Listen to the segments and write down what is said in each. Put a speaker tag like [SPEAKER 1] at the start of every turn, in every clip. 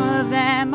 [SPEAKER 1] time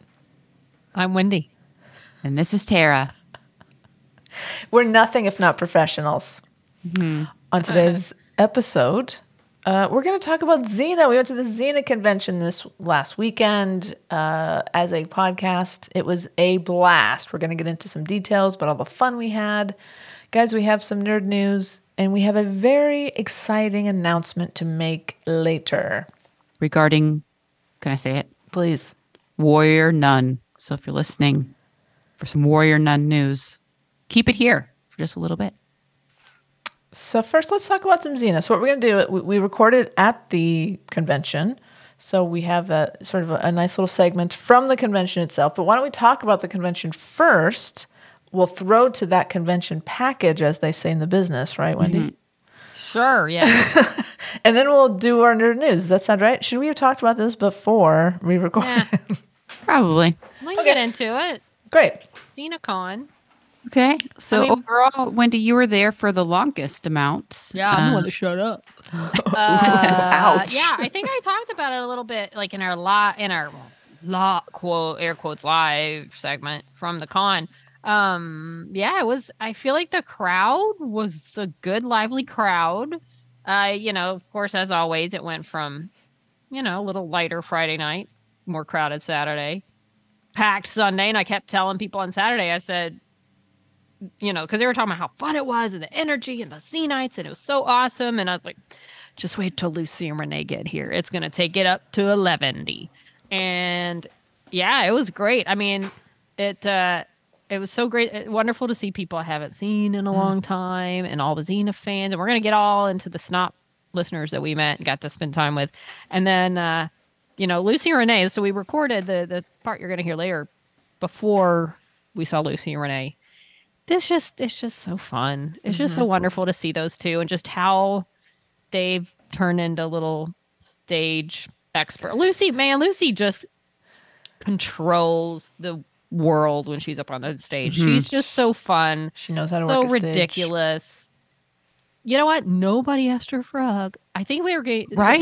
[SPEAKER 2] I'm Wendy.
[SPEAKER 3] And this is Tara.
[SPEAKER 4] We're nothing if not professionals. On today's episode, uh, we're going to talk about Xena. We went to the Xena convention this last weekend uh, as a podcast. It was a blast. We're going to get into some details about all the fun we had. Guys, we have some nerd news and we have a very exciting announcement to make later.
[SPEAKER 3] Regarding, can I say it?
[SPEAKER 4] Please.
[SPEAKER 3] Warrior Nun. So if you're listening for some Warrior Nun news, keep it here for just a little bit.
[SPEAKER 4] So first, let's talk about some Xena. So what we're going to do, we, we recorded at the convention, so we have a sort of a, a nice little segment from the convention itself. But why don't we talk about the convention first? We'll throw to that convention package, as they say in the business, right, Wendy?
[SPEAKER 2] Sure, yeah.
[SPEAKER 4] And then we'll do our nerd news. Does that sound right? Should we have talked about this before we recorded?
[SPEAKER 3] Probably.
[SPEAKER 2] we can get into it.
[SPEAKER 4] Great.
[SPEAKER 2] XenaCon.
[SPEAKER 3] Okay. So
[SPEAKER 2] I mean-
[SPEAKER 3] overall, Wendy, you were there for the longest amount. Uh,
[SPEAKER 2] shut up.
[SPEAKER 4] Ouch.
[SPEAKER 2] Yeah, I think I talked about it a little bit, like in our law, in our law quote air quotes live segment from the con. Um, yeah, it was. I feel like the crowd was a good, lively crowd. Uh, you know, of course, as always, it went from, you know, a little lighter Friday night, more crowded Saturday, packed Sunday, and I kept telling people on Saturday, I said, you know, because they were talking about how fun it was and the energy and the sea nights, and it was so awesome. And I was like, just wait till Lucy and Renee get here. It's going to take it up to 11D. And yeah, it was great. I mean, it, uh, it was so great, uh, wonderful to see people I haven't seen in a long time, and all the Xena fans. And we're gonna get all into the snot listeners that we met and got to spend time with, and then uh, you know Lucy and Renee. So we recorded the the part you're gonna hear later before we saw Lucy and Renee. This just it's just so fun. It's just so wonderful to see those two and just how they've turned into little stage expert. Lucy, man, Lucy just controls the world when she's up on the stage. She's just so fun,
[SPEAKER 4] She knows how to
[SPEAKER 2] so
[SPEAKER 4] work a stage.
[SPEAKER 2] ridiculous. You know what? Nobody asked her for a hug. I think we were getting
[SPEAKER 3] Right.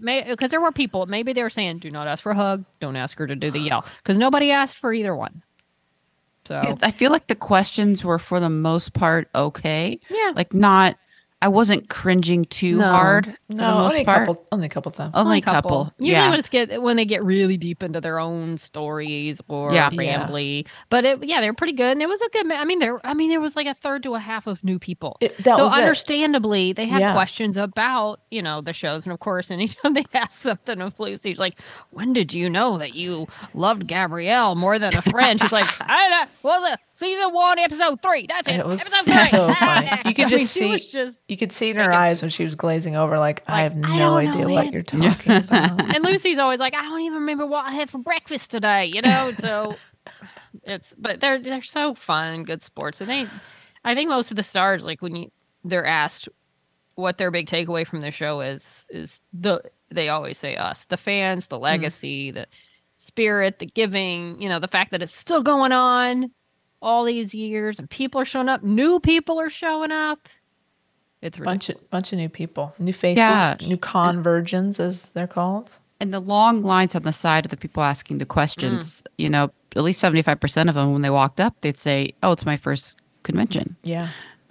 [SPEAKER 2] because there were people. Maybe they were saying, "Do not ask for a hug. Don't ask her to do the yell," because nobody asked for either one. So
[SPEAKER 3] I feel like the questions were for the most part okay.
[SPEAKER 2] Yeah.
[SPEAKER 3] Like not, I wasn't cringing too
[SPEAKER 2] No.
[SPEAKER 3] hard for the
[SPEAKER 4] No,
[SPEAKER 3] most
[SPEAKER 4] only a
[SPEAKER 3] part.
[SPEAKER 4] couple. Only a couple times.
[SPEAKER 3] Only a couple.
[SPEAKER 2] Usually
[SPEAKER 3] yeah.
[SPEAKER 2] when it's get when they get really deep into their own stories or
[SPEAKER 3] Yeah.
[SPEAKER 4] Yeah.
[SPEAKER 2] rambly. But it, yeah, they're pretty good, and it was a good. ma- I mean, there. I mean, there was like a third to a half of new people.
[SPEAKER 4] It- that
[SPEAKER 2] so
[SPEAKER 4] was it.
[SPEAKER 2] understandably, they had
[SPEAKER 4] Yeah.
[SPEAKER 2] questions about you know the shows, and of course, anytime they asked something of Lucy's like, "When did you know that you loved Gabrielle more than a friend?" She's like, "I don't know. well, uh, season one, episode three. That's it.
[SPEAKER 4] It was
[SPEAKER 2] episode
[SPEAKER 4] so
[SPEAKER 2] three.
[SPEAKER 4] funny.
[SPEAKER 2] Ah,
[SPEAKER 4] You could
[SPEAKER 2] I mean,
[SPEAKER 4] just
[SPEAKER 2] she was
[SPEAKER 4] see-
[SPEAKER 2] just
[SPEAKER 4] You could see it in her
[SPEAKER 2] Like it's-
[SPEAKER 4] eyes when she was glazing over, like, I
[SPEAKER 2] Like,
[SPEAKER 4] have
[SPEAKER 2] I
[SPEAKER 4] no
[SPEAKER 2] don't know,
[SPEAKER 4] idea what
[SPEAKER 2] man.
[SPEAKER 4] you're talking about.
[SPEAKER 2] and Lucy's always like, I don't even remember what I had for breakfast today, you know. So it's but they're they're so fun and good sports, and they, I think most of the stars like when you they're asked what their big takeaway from the show is is the they always say us the fans
[SPEAKER 4] Mm-hmm.
[SPEAKER 2] the legacy the spirit the giving you know the fact that it's still going on all these years and people are showing up new people are showing up it's ridiculous.
[SPEAKER 4] bunch of bunch of new people, new faces,
[SPEAKER 3] Yeah.
[SPEAKER 4] new convergents as they're called.
[SPEAKER 3] and the long lines on the side of the people asking the questions
[SPEAKER 2] Mm.
[SPEAKER 3] you know at least 75% of them when they walked up they'd say oh it's my first convention
[SPEAKER 4] Yeah,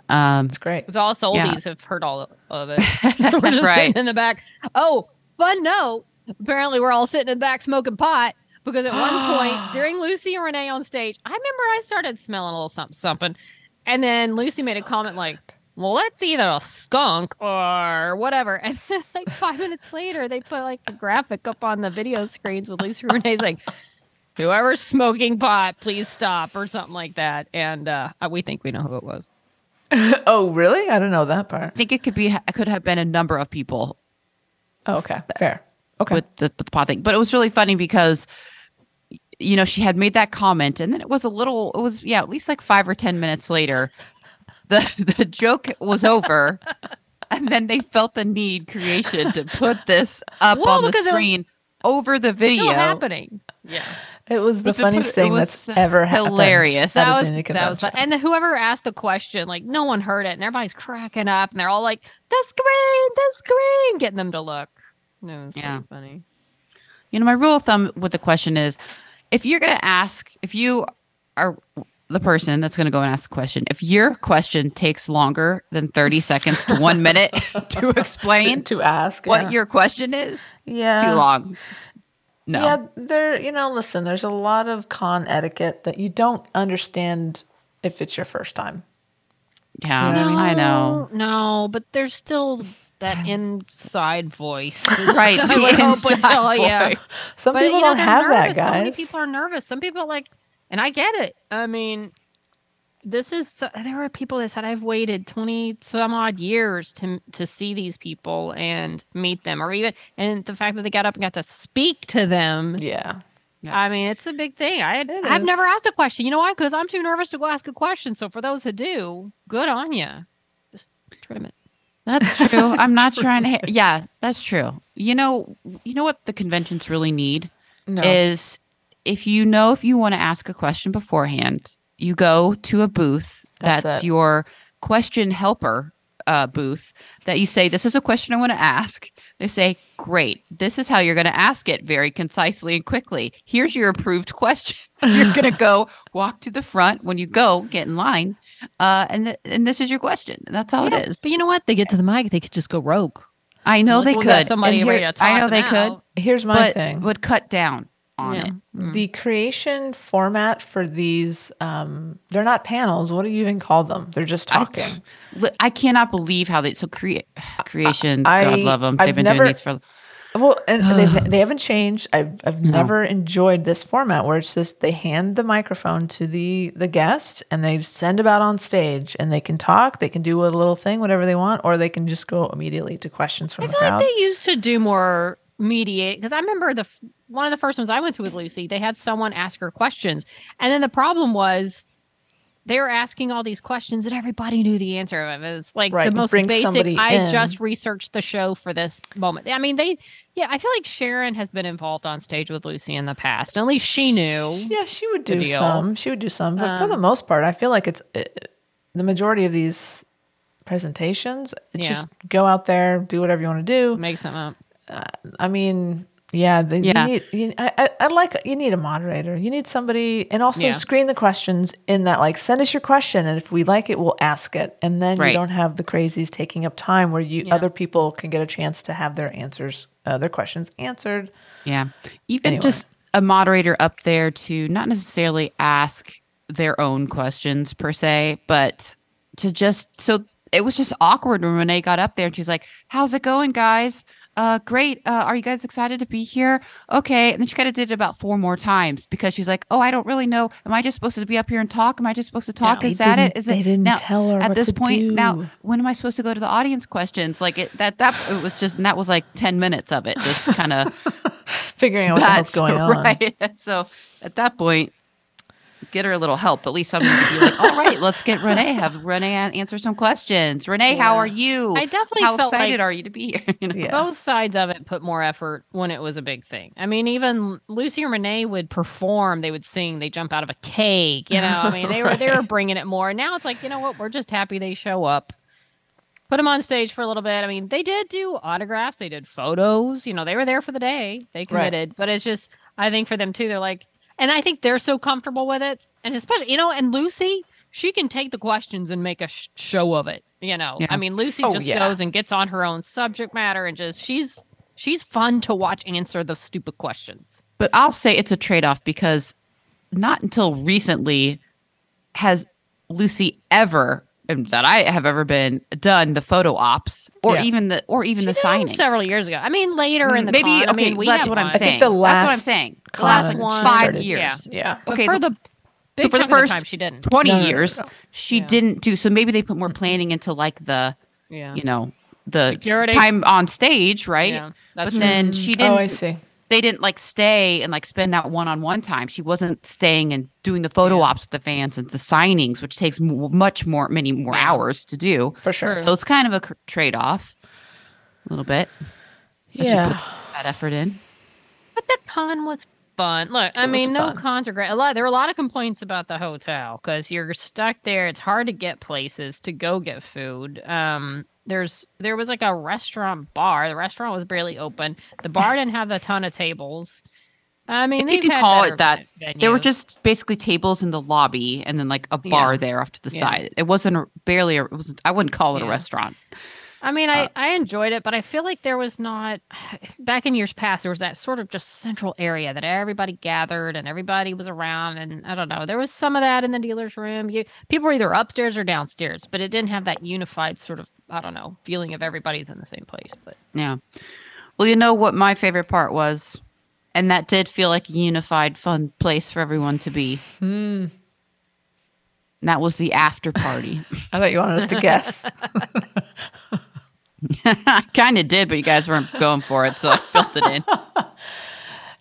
[SPEAKER 3] um
[SPEAKER 4] it's great.
[SPEAKER 2] Because all
[SPEAKER 3] Yeah.
[SPEAKER 2] oldies have heard all of it. we're just
[SPEAKER 3] Right.
[SPEAKER 2] sitting in the back. Oh, fun note. Apparently, we're all sitting in the back smoking pot because at one point during Lucy and Renee on stage, I remember I started smelling a little something, something. And then Lucy made a comment like, well, that's either a skunk or whatever. And then, like five minutes later, they put like a graphic up on the video screens with Lucy and Renee's like, whoever's smoking pot, please stop or something like that. And uh, we think we know who it was.
[SPEAKER 4] Oh, really? I don't know that part.
[SPEAKER 3] i think it could be it could have been a number of people
[SPEAKER 4] Oh, okay, fair. Okay,
[SPEAKER 3] with the, with the pod thing but it was really funny because you know, she had made that comment, and then it was a little, it was, yeah, at least like five or 10 minutes later, the, the joke was over. and then they felt the need, creation, to put this up
[SPEAKER 2] Well,
[SPEAKER 3] on the
[SPEAKER 2] because it was
[SPEAKER 3] screen over the
[SPEAKER 2] Still
[SPEAKER 3] video.
[SPEAKER 2] happening. Yeah.
[SPEAKER 4] It was the
[SPEAKER 3] to put
[SPEAKER 4] funniest
[SPEAKER 3] it- it
[SPEAKER 4] thing
[SPEAKER 3] was
[SPEAKER 4] that's ever happened.
[SPEAKER 3] hilarious.
[SPEAKER 4] at a
[SPEAKER 2] that was
[SPEAKER 4] Zany
[SPEAKER 2] that was fun. and
[SPEAKER 4] convention.
[SPEAKER 2] the, whoever asked the question like no one heard it and everybody's cracking up and they're all like the screen the screen getting them to look no it's
[SPEAKER 3] Yeah.
[SPEAKER 2] pretty funny
[SPEAKER 3] You know, my rule of thumb with the question is if you're going to ask, if you are the person that's going to go and ask the question, if your question takes longer than 30 seconds to one minute to explain
[SPEAKER 4] to, to ask
[SPEAKER 3] what
[SPEAKER 4] yeah.
[SPEAKER 3] your question is,
[SPEAKER 4] yeah.
[SPEAKER 3] it's too long. No.
[SPEAKER 4] Yeah, there. You know, listen. There's a lot of con etiquette that you don't understand if it's your first time.
[SPEAKER 3] Yeah,
[SPEAKER 4] No.
[SPEAKER 3] I know.
[SPEAKER 2] no but there's still that inside voice
[SPEAKER 3] Right.
[SPEAKER 2] I would
[SPEAKER 3] the
[SPEAKER 2] hope it's
[SPEAKER 3] inside
[SPEAKER 2] all- yeah.
[SPEAKER 3] voice.
[SPEAKER 4] Some people
[SPEAKER 2] you know,
[SPEAKER 4] don't
[SPEAKER 2] they're
[SPEAKER 4] have
[SPEAKER 2] nervous.
[SPEAKER 4] that, guys.
[SPEAKER 2] So many people are nervous. Some people like, and I get it. I mean, this is so- there are people that said I've waited twenty some odd years to to see these people and meet them, or even and the fact that they got up and got to speak to them.
[SPEAKER 4] yeah,
[SPEAKER 3] Yeah.
[SPEAKER 2] I mean, it's a big thing. I
[SPEAKER 4] It
[SPEAKER 2] I've never
[SPEAKER 4] is.
[SPEAKER 2] asked a question. You know why? Because I'm too nervous to go ask a question. So for those who do, good on you. Just trim it.
[SPEAKER 3] That's true. I'm not trying to. Ha- yeah, that's true. You know, you know what the conventions really need
[SPEAKER 4] no,
[SPEAKER 3] is if you know if you want to ask a question beforehand, you go to a booth
[SPEAKER 4] That's
[SPEAKER 3] that's,
[SPEAKER 4] it.
[SPEAKER 3] your question helper uh, booth that you say, This is a question I want to ask. They say, Great. This is how you're going to ask it very concisely and quickly. Here's your approved question. you're going to go walk to the front. When you go, get in line. Uh, and, th- and this is your question. And
[SPEAKER 4] Oh,
[SPEAKER 3] That's all
[SPEAKER 2] Yeah,
[SPEAKER 3] it is.
[SPEAKER 2] But you know what? They get to the mic, they could just go rogue.
[SPEAKER 3] I know
[SPEAKER 2] Look-
[SPEAKER 3] they
[SPEAKER 2] look at
[SPEAKER 3] could.
[SPEAKER 2] Somebody
[SPEAKER 3] and
[SPEAKER 2] ready
[SPEAKER 3] here-
[SPEAKER 2] to toss
[SPEAKER 3] I
[SPEAKER 2] them
[SPEAKER 3] know they could,
[SPEAKER 2] out.
[SPEAKER 4] here's my
[SPEAKER 3] but
[SPEAKER 4] thing.
[SPEAKER 3] would cut down on
[SPEAKER 2] Yeah.
[SPEAKER 3] it.
[SPEAKER 4] the creation format for these, um, they're not panels. What do you even call them? They're just
[SPEAKER 3] I-
[SPEAKER 4] talking.
[SPEAKER 3] Li- I cannot believe how they so create creation.
[SPEAKER 4] I-
[SPEAKER 3] God love them. They've
[SPEAKER 4] I've
[SPEAKER 3] been
[SPEAKER 4] never-
[SPEAKER 3] doing these for.
[SPEAKER 4] Well, and they've, they haven't changed. I've, I've never enjoyed this format where it's just they hand the microphone to the the guest and they send them out on stage and they can talk, they can do a little thing, whatever they want, or they can just go immediately to questions from the
[SPEAKER 2] I feel
[SPEAKER 4] crowd.
[SPEAKER 2] like they used to do more mediate because I remember the f- one of the first ones I went to with Lucy. They had someone ask her questions, and then the problem was they were asking all these questions, and everybody knew the answer of it. It was like
[SPEAKER 4] Right,
[SPEAKER 2] the most
[SPEAKER 4] bring
[SPEAKER 2] basic.
[SPEAKER 4] somebody
[SPEAKER 2] I
[SPEAKER 4] in."
[SPEAKER 2] just researched the show for this moment. I mean, they yeah. I feel like Sharon has been involved on stage with Lucy in the past. At least she knew.
[SPEAKER 4] yeah, she would
[SPEAKER 2] the
[SPEAKER 4] do
[SPEAKER 2] deal.
[SPEAKER 4] some. She would do some, but for the
[SPEAKER 3] Um,
[SPEAKER 4] most part, I feel like it's uh the majority of these presentations. It's
[SPEAKER 2] Yeah.
[SPEAKER 4] just go out there, do whatever you want to do.
[SPEAKER 2] Make something up.
[SPEAKER 4] I mean, yeah, the,
[SPEAKER 3] Yeah.
[SPEAKER 4] You need, you, I, I- I like you need a moderator. You need somebody, and also
[SPEAKER 2] Yeah.
[SPEAKER 4] screen the questions in that like send us your question, and if we like it, we'll ask it, and then
[SPEAKER 3] Right.
[SPEAKER 4] you don't have the crazies taking up time where you
[SPEAKER 2] Yeah.
[SPEAKER 4] other people can get a chance to have their answers, uh, their questions answered.
[SPEAKER 3] Yeah, even
[SPEAKER 4] Anyway.
[SPEAKER 3] just a moderator up there to not necessarily ask their own questions per se, but to just so it was just awkward when Renee got up there and she's like, "How's it going, guys? Uh, great. Uh, are you guys excited to be here? Okay." And then she kind of did it about four more times because she's like, "Oh, I don't really know. Am I just supposed to be up here and talk? Am I just supposed to talk?
[SPEAKER 2] No.
[SPEAKER 3] Is that it?
[SPEAKER 4] didn't-
[SPEAKER 3] Is
[SPEAKER 4] they
[SPEAKER 3] it
[SPEAKER 4] didn't
[SPEAKER 3] now,
[SPEAKER 4] tell her
[SPEAKER 3] at
[SPEAKER 4] what
[SPEAKER 3] this
[SPEAKER 4] to
[SPEAKER 3] point now?"
[SPEAKER 4] do.
[SPEAKER 3] when am I supposed to go to the audience questions? Like it that that it was just and that was like ten minutes of it, just kind of
[SPEAKER 4] Figuring out what
[SPEAKER 3] that's
[SPEAKER 4] the hell's going on.
[SPEAKER 3] right. So at that point, get her a little help. At least somebody to be like, all right, let's get Renee. Have Renee an- answer some questions. Renee, how are you?
[SPEAKER 2] I definitely
[SPEAKER 3] how
[SPEAKER 2] felt
[SPEAKER 3] excited
[SPEAKER 2] like-
[SPEAKER 3] are you to be here? You know?
[SPEAKER 4] Yeah.
[SPEAKER 2] both sides of it put more effort when it was a big thing. I mean, even Lucy and Renee would perform, they would sing, they jump out of a cake. You know, I mean, they were they were bringing it more. Now it's like, you know what? We're just happy they show up. Put them on stage for a little bit. I mean, they did do autographs, they did photos. You know, they were there for the day. They committed, but it's just, I think for them too, they're like, and I think they're so comfortable with it, and especially, you know, and Lucy. She can take the questions and make a sh- show of it, you know.
[SPEAKER 3] Yeah.
[SPEAKER 2] I mean, Lucy
[SPEAKER 4] Oh,
[SPEAKER 2] just
[SPEAKER 4] yeah.
[SPEAKER 2] goes and gets on her own subject matter and just she's she's fun to watch answer the stupid questions.
[SPEAKER 3] But I'll say it's a trade off because not until recently has Lucy ever and that I have ever been done the photo ops or
[SPEAKER 4] Yeah.
[SPEAKER 3] even the or even the
[SPEAKER 2] She did
[SPEAKER 3] signing. Mm,
[SPEAKER 2] one several years ago. I mean, later in the
[SPEAKER 3] maybe
[SPEAKER 2] con,
[SPEAKER 3] okay.
[SPEAKER 2] I mean, we
[SPEAKER 3] that's
[SPEAKER 2] had
[SPEAKER 3] what I'm
[SPEAKER 2] one.
[SPEAKER 4] I
[SPEAKER 3] saying.
[SPEAKER 4] think
[SPEAKER 3] that's
[SPEAKER 4] the
[SPEAKER 3] what I'm
[SPEAKER 4] last
[SPEAKER 3] saying. The last
[SPEAKER 2] con
[SPEAKER 3] like
[SPEAKER 2] she
[SPEAKER 3] five
[SPEAKER 2] started-
[SPEAKER 3] years.
[SPEAKER 2] yeah.
[SPEAKER 4] Yeah.
[SPEAKER 2] But
[SPEAKER 3] okay,
[SPEAKER 2] for
[SPEAKER 3] the-
[SPEAKER 2] the big
[SPEAKER 3] so for the
[SPEAKER 2] chunk of
[SPEAKER 3] first
[SPEAKER 2] time, she didn't.
[SPEAKER 3] 20
[SPEAKER 4] No, no, no,
[SPEAKER 3] years
[SPEAKER 4] no.
[SPEAKER 3] she
[SPEAKER 2] Oh, Yeah.
[SPEAKER 3] didn't do so maybe they put more planning into like the
[SPEAKER 2] Yeah,
[SPEAKER 3] you know the
[SPEAKER 2] Security.
[SPEAKER 3] time on stage right
[SPEAKER 2] Yeah, that's
[SPEAKER 3] but
[SPEAKER 2] true.
[SPEAKER 3] then she didn't
[SPEAKER 4] Oh, I see.
[SPEAKER 3] they didn't like stay and like spend that one-on-one time. She wasn't staying and doing the photo ops with the fans and the signings, which takes m- much more many more hours to do.
[SPEAKER 4] For sure.
[SPEAKER 3] So it's kind of a cr- trade-off, a little bit. But
[SPEAKER 4] Yeah.
[SPEAKER 3] she puts that effort in.
[SPEAKER 2] But the con was fun. Look, I
[SPEAKER 4] It was
[SPEAKER 2] mean, no
[SPEAKER 4] fun.
[SPEAKER 2] cons are great. A lot there were a lot of complaints about the hotel because you're stuck there. It's hard to get places to go get food. Um, there's there was like a restaurant bar. The restaurant was barely open. The bar didn't have a ton of tables. I mean,
[SPEAKER 3] If you
[SPEAKER 2] they
[SPEAKER 3] can call it that,
[SPEAKER 2] Venues.
[SPEAKER 3] There were just basically tables in the lobby and then like a bar
[SPEAKER 2] Yeah.
[SPEAKER 3] there off to the
[SPEAKER 2] Yeah.
[SPEAKER 3] side. It wasn't a, barely a, it wasn't, I wouldn't call it a
[SPEAKER 2] Yeah.
[SPEAKER 3] restaurant.
[SPEAKER 2] I mean, I,
[SPEAKER 3] Uh,
[SPEAKER 2] I enjoyed it, but I feel like there was not back in years past. There was that sort of just central area that everybody gathered and everybody was around, and I don't know. There was some of that in the dealer's room. You people were either upstairs or downstairs, but it didn't have that unified sort of I don't know feeling of everybody's in the same place. But
[SPEAKER 3] Yeah. Well, you know what my favorite part was? And that did feel like a unified, fun place for everyone to be. Hmm. And that was the after party.
[SPEAKER 4] I thought you wanted us to guess.
[SPEAKER 3] I kind of did, but you guys weren't going for it. So I filled it in.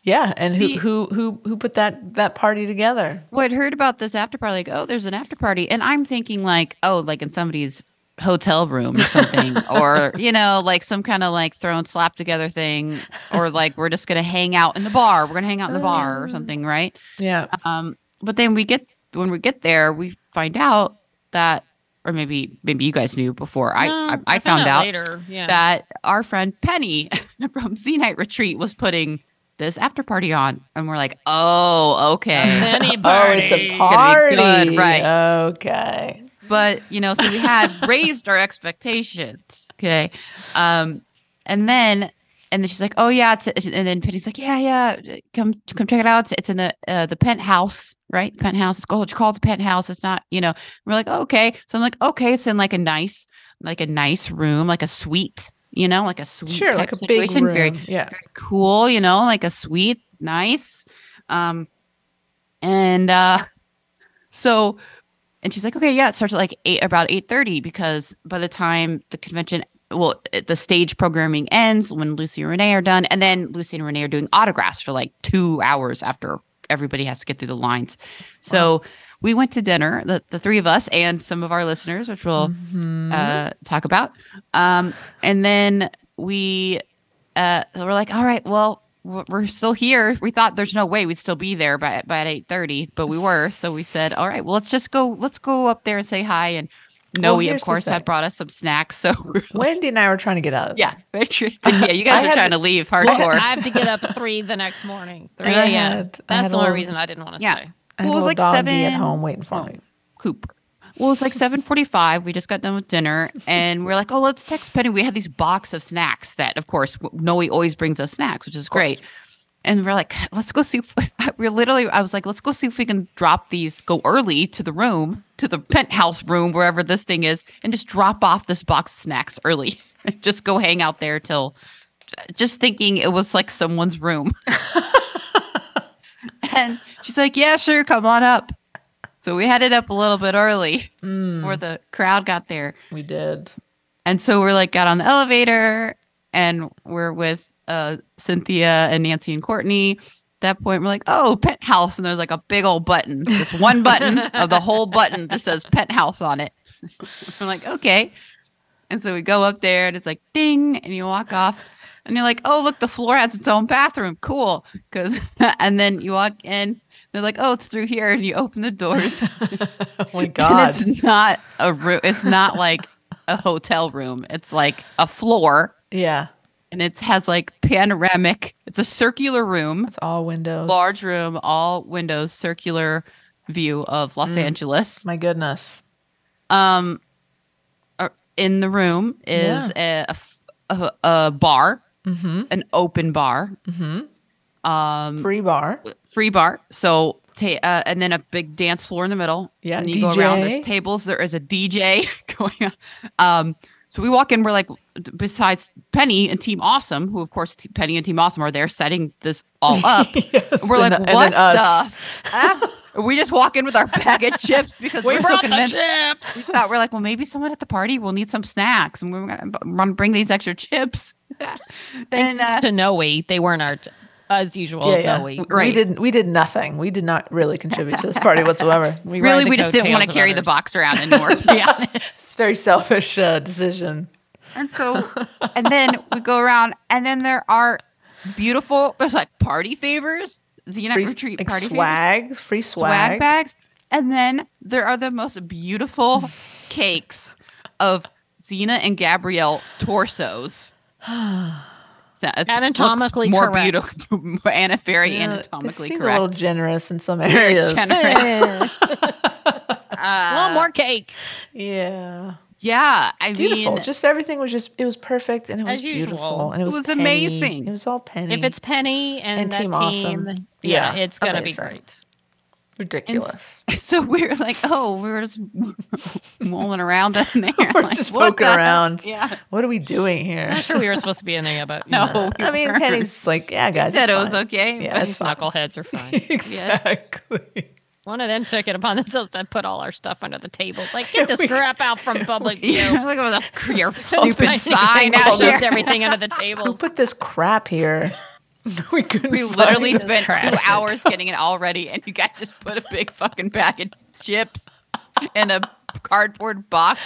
[SPEAKER 4] Yeah, and who
[SPEAKER 3] The-
[SPEAKER 4] who who who put that that party together?
[SPEAKER 3] Well, I'd heard about this after party, like, oh, there's an after party. And I'm thinking, like, oh, like in somebody's hotel room or something, or, you know, like some kind of like thrown slap together thing, or like we're just going to hang out in the bar. We're going to hang out in the bar or something, right?
[SPEAKER 4] Yeah.
[SPEAKER 3] Um, but then we get when we get there, we find out that, or maybe maybe you guys knew before I
[SPEAKER 2] No,
[SPEAKER 3] I, I found out
[SPEAKER 2] later. Yeah,
[SPEAKER 3] that our friend Penny from Z Night Retreat was putting this after party on, and we're like, oh, okay.
[SPEAKER 4] Oh,
[SPEAKER 2] anybody.
[SPEAKER 4] it's a
[SPEAKER 3] gonna
[SPEAKER 4] party.
[SPEAKER 3] be good, right.
[SPEAKER 4] Okay.
[SPEAKER 3] but you know, so we had raised our expectations, okay. Um, and then. And then she's like, "Oh yeah," it's, it's- and then Penny's like, "Yeah, yeah, come come check it out. It's, it's in the uh, the penthouse, right? Penthouse. It's called, it's called the penthouse. It's not, you know." We're like, oh, "Okay." So I'm like, "Okay." It's in like a nice, like a nice room, like a suite, you know, like a suite
[SPEAKER 4] Sure,
[SPEAKER 3] type
[SPEAKER 4] like a big
[SPEAKER 3] situation.
[SPEAKER 4] room.
[SPEAKER 3] Very
[SPEAKER 4] yeah.
[SPEAKER 3] cool, you know, like a sweet, nice. Um and uh so and she's like, okay, yeah, it starts at like eight about eight thirty because by the time the convention well, it- the stage programming ends when Lucy and Renee are done, and then Lucy and Renee are doing autographs for like two hours after everybody has to get through the lines. So we went to dinner, the, the three of us and some of our listeners, which we'll
[SPEAKER 4] Mm-hmm.
[SPEAKER 3] uh, talk about. Um, and then we uh, so we're like, all right, well, we're we're still here. We thought there's no way we'd still be there by by eight thirty, but we were. So we said, all right, well, let's just go. Let's go up there and say hi. And
[SPEAKER 4] Well,
[SPEAKER 3] Noe,
[SPEAKER 4] here's
[SPEAKER 3] of
[SPEAKER 4] the
[SPEAKER 3] course,
[SPEAKER 4] thing.
[SPEAKER 3] had brought us some snacks. So we're like,
[SPEAKER 4] Wendy and I were trying to get out of
[SPEAKER 3] yeah, Richard, yeah, you guys
[SPEAKER 4] I
[SPEAKER 3] are
[SPEAKER 4] had
[SPEAKER 3] trying to,
[SPEAKER 4] to-
[SPEAKER 3] leave
[SPEAKER 2] Well,
[SPEAKER 3] hardcore.
[SPEAKER 2] I have to get up at three the next morning. Three
[SPEAKER 4] And I
[SPEAKER 2] a.m.
[SPEAKER 4] had- I had
[SPEAKER 2] That's
[SPEAKER 4] a
[SPEAKER 2] the only
[SPEAKER 4] little-
[SPEAKER 2] reason I didn't want to
[SPEAKER 3] Yeah.
[SPEAKER 2] stay.
[SPEAKER 4] I had
[SPEAKER 3] Well,
[SPEAKER 4] a
[SPEAKER 3] it was
[SPEAKER 4] little
[SPEAKER 3] like
[SPEAKER 4] doggy at
[SPEAKER 3] seven-
[SPEAKER 4] home waiting for
[SPEAKER 3] Oh,
[SPEAKER 4] me.
[SPEAKER 3] Cooper. Well, it's like seven forty-five. We just got done with dinner, and we're like, "Oh, let's text Penny." We have these box of snacks that, of course, w- Noe always brings us snacks, which is great. And we're like, "Let's go see." If, we're literally, I was like, "Let's go see if we can drop these. Go early to the room, to the penthouse room, wherever this thing is, and just drop off this box of snacks early. just go hang out there till." Just thinking it was like someone's room. And she's like, Yeah, sure, come on up. So we headed up a little bit early before the crowd got there.
[SPEAKER 4] We did.
[SPEAKER 3] And so we're like, got on the elevator and we're with uh, Cynthia and Nancy and Courtney. At that point, we're like, Oh, penthouse. And there's like a big old button, just one button of the whole button that says penthouse on it. I'm like, Okay. And so we go up there and it's like ding, and you walk off and you're like, oh, look, the floor has its own bathroom. Cool. Cause and then you walk in, they're like, oh, it's through here. And you open the doors.
[SPEAKER 4] Oh my
[SPEAKER 3] and
[SPEAKER 4] god.
[SPEAKER 3] it's not a room. It's not like a hotel room. It's like a floor
[SPEAKER 4] yeah.
[SPEAKER 3] and it has like panoramic, it's a circular room,
[SPEAKER 4] It's all windows.
[SPEAKER 3] large room, all windows, circular view of Los Angeles.
[SPEAKER 4] My goodness.
[SPEAKER 3] um are- in the room is a- a f- a, a bar an open bar um
[SPEAKER 4] Free bar.
[SPEAKER 3] free bar so ta- uh, and then a big dance floor in the middle
[SPEAKER 4] Yeah,
[SPEAKER 3] and you go around
[SPEAKER 4] DJ.
[SPEAKER 3] there's tables there is a dj going on um so we walk in we're like d- besides penny and team awesome who of course T- penny and team awesome are there setting this all up
[SPEAKER 4] Yes,
[SPEAKER 3] we're like
[SPEAKER 4] and the- and then
[SPEAKER 3] what
[SPEAKER 4] us.
[SPEAKER 3] the f-" we just walk in with our bag of chips because
[SPEAKER 2] We
[SPEAKER 3] are so
[SPEAKER 2] brought the
[SPEAKER 3] convinced
[SPEAKER 2] chips.
[SPEAKER 3] we thought we're like, well, maybe someone at the party will need some snacks, and we're gonna b- run- bring these extra chips. and uh,
[SPEAKER 2] Thanks to Noe, they weren't our. as usual.
[SPEAKER 4] yeah, yeah.
[SPEAKER 2] though we,
[SPEAKER 4] We- We
[SPEAKER 3] right.
[SPEAKER 4] did we did nothing. We did not really contribute to this party whatsoever.
[SPEAKER 2] we
[SPEAKER 3] really,
[SPEAKER 2] ride the
[SPEAKER 3] we just didn't want
[SPEAKER 2] coattails
[SPEAKER 3] to
[SPEAKER 2] of
[SPEAKER 3] carry the
[SPEAKER 2] others.
[SPEAKER 3] box around anymore. To be honest.
[SPEAKER 4] It's a very selfish uh, decision.
[SPEAKER 3] And so, and then we go around, and then there are beautiful. There's like party favors, Xena
[SPEAKER 4] Free
[SPEAKER 3] retreat
[SPEAKER 4] like
[SPEAKER 3] party favors,
[SPEAKER 4] swag, free
[SPEAKER 3] swag
[SPEAKER 4] swag. Uh,
[SPEAKER 3] bags, and then there are the most beautiful cakes of Xena and Gabrielle torsos. So it's- looks
[SPEAKER 2] Anatomically
[SPEAKER 3] more
[SPEAKER 2] correct.
[SPEAKER 3] beautiful, Anna very
[SPEAKER 4] Yeah,
[SPEAKER 3] anatomically
[SPEAKER 4] they seemed
[SPEAKER 3] correct.
[SPEAKER 4] A little generous in some areas.
[SPEAKER 3] generous.
[SPEAKER 2] A little more cake.
[SPEAKER 4] Yeah,
[SPEAKER 3] yeah, I
[SPEAKER 4] beautiful.
[SPEAKER 3] mean,
[SPEAKER 4] just everything was just it was perfect and it was
[SPEAKER 2] As usual.
[SPEAKER 4] beautiful and it
[SPEAKER 3] It
[SPEAKER 4] was,
[SPEAKER 3] was
[SPEAKER 4] Penny.
[SPEAKER 3] amazing.
[SPEAKER 4] It was all penny.
[SPEAKER 2] If it's Penny and,
[SPEAKER 4] And
[SPEAKER 2] that
[SPEAKER 4] Team
[SPEAKER 2] team,
[SPEAKER 4] Awesome.
[SPEAKER 2] yeah,
[SPEAKER 4] Yeah,
[SPEAKER 2] it's gonna
[SPEAKER 4] amazing.
[SPEAKER 2] be great.
[SPEAKER 4] ridiculous,
[SPEAKER 3] so we were like, oh, we were just rolling around in there,
[SPEAKER 4] we're
[SPEAKER 3] like,
[SPEAKER 4] just
[SPEAKER 3] what
[SPEAKER 4] poking
[SPEAKER 3] the-
[SPEAKER 4] around.
[SPEAKER 3] Yeah.
[SPEAKER 4] What are we doing here?
[SPEAKER 2] Not sure we were supposed to be in there, yet, but you know,
[SPEAKER 3] No, we
[SPEAKER 4] Uh, I mean,
[SPEAKER 3] weren't.
[SPEAKER 4] Penny's like, yeah, guys,
[SPEAKER 3] said
[SPEAKER 4] it's
[SPEAKER 3] it was
[SPEAKER 4] fine.
[SPEAKER 3] okay.
[SPEAKER 4] Yeah,
[SPEAKER 3] but-
[SPEAKER 4] it's fine.
[SPEAKER 2] knuckleheads are fine.
[SPEAKER 4] exactly.
[SPEAKER 2] One of them took it upon themselves to put all our stuff under the table. It's Like, get this crap out from public
[SPEAKER 3] Yeah,
[SPEAKER 2] view.
[SPEAKER 3] look at this your
[SPEAKER 2] I
[SPEAKER 3] stupid
[SPEAKER 2] think
[SPEAKER 3] sign
[SPEAKER 2] they
[SPEAKER 3] out
[SPEAKER 2] shoved
[SPEAKER 3] here.
[SPEAKER 2] everything under the
[SPEAKER 4] Who
[SPEAKER 2] table.
[SPEAKER 4] put this crap here? we couldn't.
[SPEAKER 3] We literally
[SPEAKER 4] find it.
[SPEAKER 3] spent
[SPEAKER 2] Trash.
[SPEAKER 3] two hours getting it all ready, and you guys just put a big fucking bag of chips in a cardboard box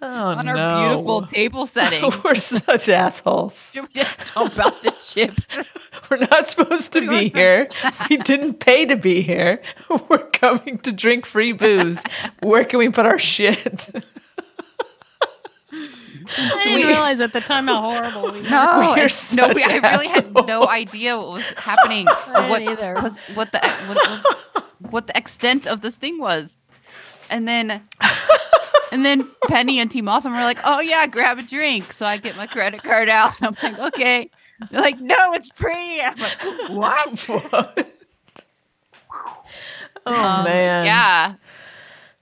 [SPEAKER 4] oh,
[SPEAKER 3] on
[SPEAKER 4] no.
[SPEAKER 3] our beautiful table setting.
[SPEAKER 4] We're such assholes.
[SPEAKER 3] We just dump out the chips.
[SPEAKER 4] We're not supposed to be here. We didn't pay to be here. We're coming to drink free booze. Where can we put our shit?
[SPEAKER 2] I didn't
[SPEAKER 4] we-
[SPEAKER 2] realize at the time how horrible we were.
[SPEAKER 3] No,
[SPEAKER 4] We are
[SPEAKER 3] Oh, it's- no, we, I
[SPEAKER 4] such
[SPEAKER 3] really had no
[SPEAKER 4] assholes.
[SPEAKER 3] idea what was happening. or what
[SPEAKER 2] didn't either.
[SPEAKER 3] was what the what, was, what the extent of this thing was, and then and then Penny and Team Awesome were like, "Oh yeah, grab a drink." So I get my credit card out, and I'm like, "Okay." They're like, "No, it's free." I'm like,
[SPEAKER 4] What? oh
[SPEAKER 3] um,
[SPEAKER 4] man!
[SPEAKER 3] yeah,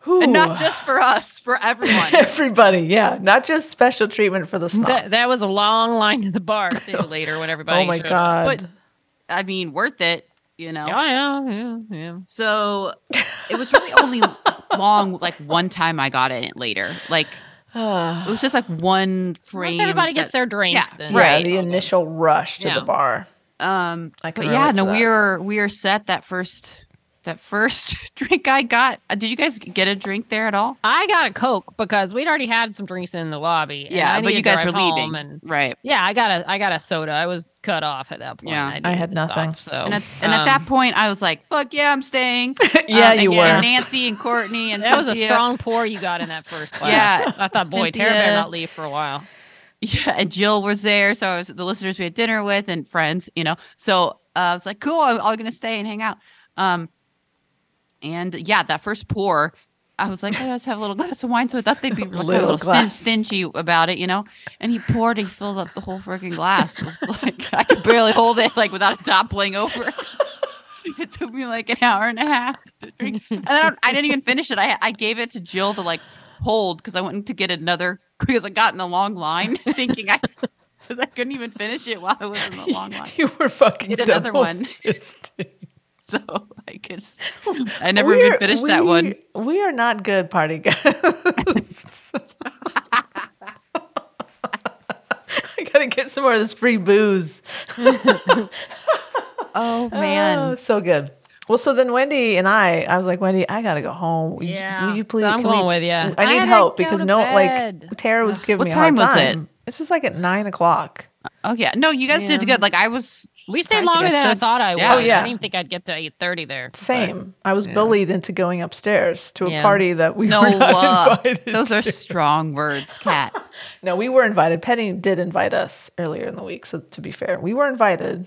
[SPEAKER 4] Whew.
[SPEAKER 3] and not just for us, for everyone.
[SPEAKER 4] everybody. Yeah, not just special treatment for the snob.
[SPEAKER 2] That, that was a long line to the bar too, later when everybody.
[SPEAKER 4] oh my
[SPEAKER 2] showed up.
[SPEAKER 3] But
[SPEAKER 4] god!
[SPEAKER 3] I mean, worth it, you know.
[SPEAKER 2] Yeah, yeah, yeah, yeah.
[SPEAKER 3] So it was really only long, like one time I got in it later. Like it
[SPEAKER 4] Ah.
[SPEAKER 3] was just like one frame.
[SPEAKER 2] Once everybody gets
[SPEAKER 3] that-
[SPEAKER 2] their drinks,
[SPEAKER 3] yeah.
[SPEAKER 2] then.
[SPEAKER 4] yeah,
[SPEAKER 3] right.
[SPEAKER 4] the initial rush to
[SPEAKER 2] Yeah.
[SPEAKER 4] the bar.
[SPEAKER 3] Um,
[SPEAKER 4] I can
[SPEAKER 3] but yeah,
[SPEAKER 4] relate to
[SPEAKER 3] no,
[SPEAKER 4] that.
[SPEAKER 3] we are we are set. That first that first drink I got. uh, Did you guys get a drink there at all?
[SPEAKER 2] I got a Coke because we'd already had some drinks in the lobby. and I
[SPEAKER 3] Yeah, but
[SPEAKER 2] needed
[SPEAKER 3] you
[SPEAKER 2] to
[SPEAKER 3] guys were
[SPEAKER 2] drive home
[SPEAKER 3] leaving,
[SPEAKER 2] and
[SPEAKER 3] right?
[SPEAKER 2] yeah, I got a I got a soda. I was cut off at that point.
[SPEAKER 3] Yeah.
[SPEAKER 2] needed
[SPEAKER 4] I had
[SPEAKER 2] to
[SPEAKER 4] nothing.
[SPEAKER 2] stop, so
[SPEAKER 3] And at, and
[SPEAKER 2] Um,
[SPEAKER 3] at that point, I was like, "Fuck yeah, I'm staying."
[SPEAKER 4] yeah,
[SPEAKER 3] Um,
[SPEAKER 4] you
[SPEAKER 3] and,
[SPEAKER 4] were.
[SPEAKER 3] And Nancy and Courtney and
[SPEAKER 2] that was a
[SPEAKER 3] Cynthia-
[SPEAKER 2] strong pour you got in that first class.
[SPEAKER 3] Yeah.
[SPEAKER 2] I thought, boy, Tara better
[SPEAKER 3] Cynthia-
[SPEAKER 2] not leave for a while.
[SPEAKER 3] Yeah, and Jill was there, so I was the listeners we had dinner with and friends, you know. So uh, I was like, cool, I'm all gonna stay and hang out. Um, and yeah, that first pour, I was like, I just have a little glass of wine, so I thought they'd be like, a
[SPEAKER 4] Little
[SPEAKER 3] little stin-
[SPEAKER 4] glass.
[SPEAKER 3] stingy about it, you know. And he poured, he filled up the whole freaking glass. It was like I could barely hold it, like without it toppling over. It took me like an hour and a half to drink, and then I, don't- I didn't even finish it. I I gave it to Jill to like hold because I went to get another because I got in a long line thinking I because I couldn't even finish it while I was in the long line.
[SPEAKER 4] you were fucking
[SPEAKER 3] Get another
[SPEAKER 4] double
[SPEAKER 3] one.
[SPEAKER 4] fisted.
[SPEAKER 3] So I could I never
[SPEAKER 4] We
[SPEAKER 3] even
[SPEAKER 4] are-
[SPEAKER 3] finished that
[SPEAKER 4] we-
[SPEAKER 3] one.
[SPEAKER 4] We are not good party guys. I gotta get some more of this free booze.
[SPEAKER 3] Oh
[SPEAKER 4] Oh, it's so good. Well, so then Wendy and I, I was like, Wendy, I gotta go home. Will you-
[SPEAKER 2] Yeah.
[SPEAKER 4] will you please?
[SPEAKER 2] So I'm
[SPEAKER 4] can
[SPEAKER 2] going
[SPEAKER 4] we-
[SPEAKER 2] with ya.
[SPEAKER 4] I
[SPEAKER 2] I
[SPEAKER 4] need
[SPEAKER 2] gotta
[SPEAKER 4] help
[SPEAKER 2] go
[SPEAKER 4] because
[SPEAKER 2] to
[SPEAKER 4] no,
[SPEAKER 2] bed.
[SPEAKER 4] like Tara was giving
[SPEAKER 3] What
[SPEAKER 4] me a
[SPEAKER 3] time
[SPEAKER 4] hard
[SPEAKER 3] was it?
[SPEAKER 4] time. This was like at nine o'clock.
[SPEAKER 3] Oh yeah. No, you guys did
[SPEAKER 2] Yeah.
[SPEAKER 3] good. Like I was
[SPEAKER 2] We
[SPEAKER 3] surprised
[SPEAKER 2] stayed
[SPEAKER 3] you
[SPEAKER 2] longer
[SPEAKER 3] guys
[SPEAKER 2] than I
[SPEAKER 3] stayed.
[SPEAKER 2] thought I would.
[SPEAKER 3] Yeah.
[SPEAKER 4] Oh, yeah.
[SPEAKER 2] I didn't think I'd get to eight thirty there. but-
[SPEAKER 4] Same. I was bullied into going upstairs to a
[SPEAKER 2] Yeah.
[SPEAKER 4] party that we
[SPEAKER 3] No,
[SPEAKER 4] were not
[SPEAKER 3] uh,
[SPEAKER 4] invited.
[SPEAKER 3] those are
[SPEAKER 4] to.
[SPEAKER 3] strong words, Kat.
[SPEAKER 4] No, we were invited. Penny did invite us earlier in the week. So to be fair, we were invited.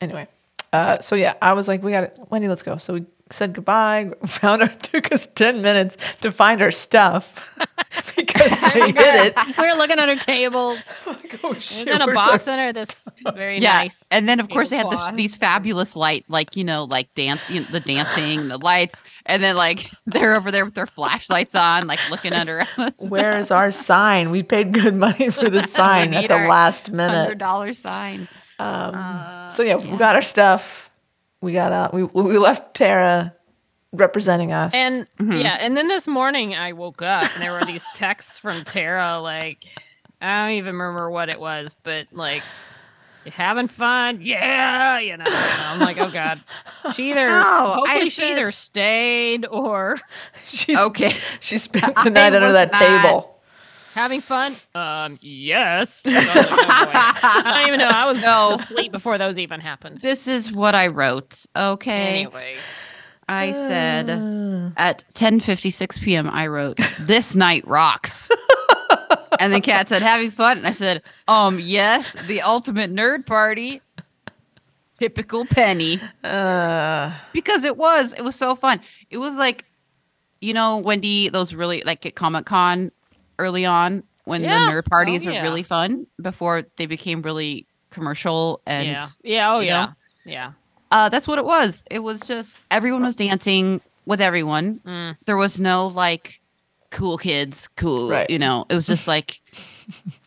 [SPEAKER 4] Anyway, uh, so yeah, I was like, we got it, Wendy. Let's go. So we said goodbye. Found our took us ten minutes to find our stuff because they hid it.
[SPEAKER 2] we were looking at her tables.
[SPEAKER 4] Like, oh
[SPEAKER 2] There's
[SPEAKER 4] shit!
[SPEAKER 2] in a
[SPEAKER 4] where's
[SPEAKER 2] box
[SPEAKER 4] our
[SPEAKER 2] under this very
[SPEAKER 3] yeah.
[SPEAKER 2] nice.
[SPEAKER 3] And then of course they had the,
[SPEAKER 2] tablecloth.
[SPEAKER 3] these fabulous light, like you know, like dance, you know, the dancing, the lights, and then like they're over there with their flashlights on, like looking under us.
[SPEAKER 4] Where is our sign? We paid good money for the sign at
[SPEAKER 3] need
[SPEAKER 4] the
[SPEAKER 3] our
[SPEAKER 4] last
[SPEAKER 3] Hundred
[SPEAKER 4] minute.
[SPEAKER 3] dollar sign.
[SPEAKER 4] Um,
[SPEAKER 3] Uh,
[SPEAKER 4] so yeah, we got our stuff. We got out. We we left Tara representing us.
[SPEAKER 2] And
[SPEAKER 3] Mm-hmm.
[SPEAKER 2] yeah, and then this morning I woke up and there were these texts from Tara like I don't even remember what it was, but like You having fun? Yeah, you know. And I'm like, oh god. She either
[SPEAKER 3] Ow,
[SPEAKER 2] hopefully
[SPEAKER 3] I
[SPEAKER 2] she
[SPEAKER 3] said-
[SPEAKER 2] either stayed or
[SPEAKER 4] She's,
[SPEAKER 3] Okay.
[SPEAKER 4] She spent
[SPEAKER 3] I
[SPEAKER 4] the night under
[SPEAKER 3] was
[SPEAKER 4] that
[SPEAKER 3] not-
[SPEAKER 4] table.
[SPEAKER 2] having fun. Um, yes. I was like, oh, boy. I don't even know. I was
[SPEAKER 3] No.
[SPEAKER 2] asleep before those even happened.
[SPEAKER 3] This is what I wrote. Okay.
[SPEAKER 2] Anyway,
[SPEAKER 3] I said
[SPEAKER 4] Uh,
[SPEAKER 3] at 10:56 p.m. I wrote, "This night rocks." and then Kat said, "Having fun." And I said, "Um, yes, the ultimate nerd party." Typical Penny.
[SPEAKER 4] uh,
[SPEAKER 3] because it was it was so fun it was like you know wendy those really like at comic-con early on when
[SPEAKER 2] Yeah.
[SPEAKER 3] the nerd parties
[SPEAKER 2] Oh, yeah.
[SPEAKER 3] were really fun before they became really commercial and
[SPEAKER 2] yeah, yeah, oh
[SPEAKER 3] you
[SPEAKER 2] yeah,
[SPEAKER 3] know?
[SPEAKER 2] yeah.
[SPEAKER 3] uh, that's what it was it was just everyone was dancing with everyone
[SPEAKER 2] Mm.
[SPEAKER 3] there was no like cool kids cool
[SPEAKER 4] Right.
[SPEAKER 3] you know it was just like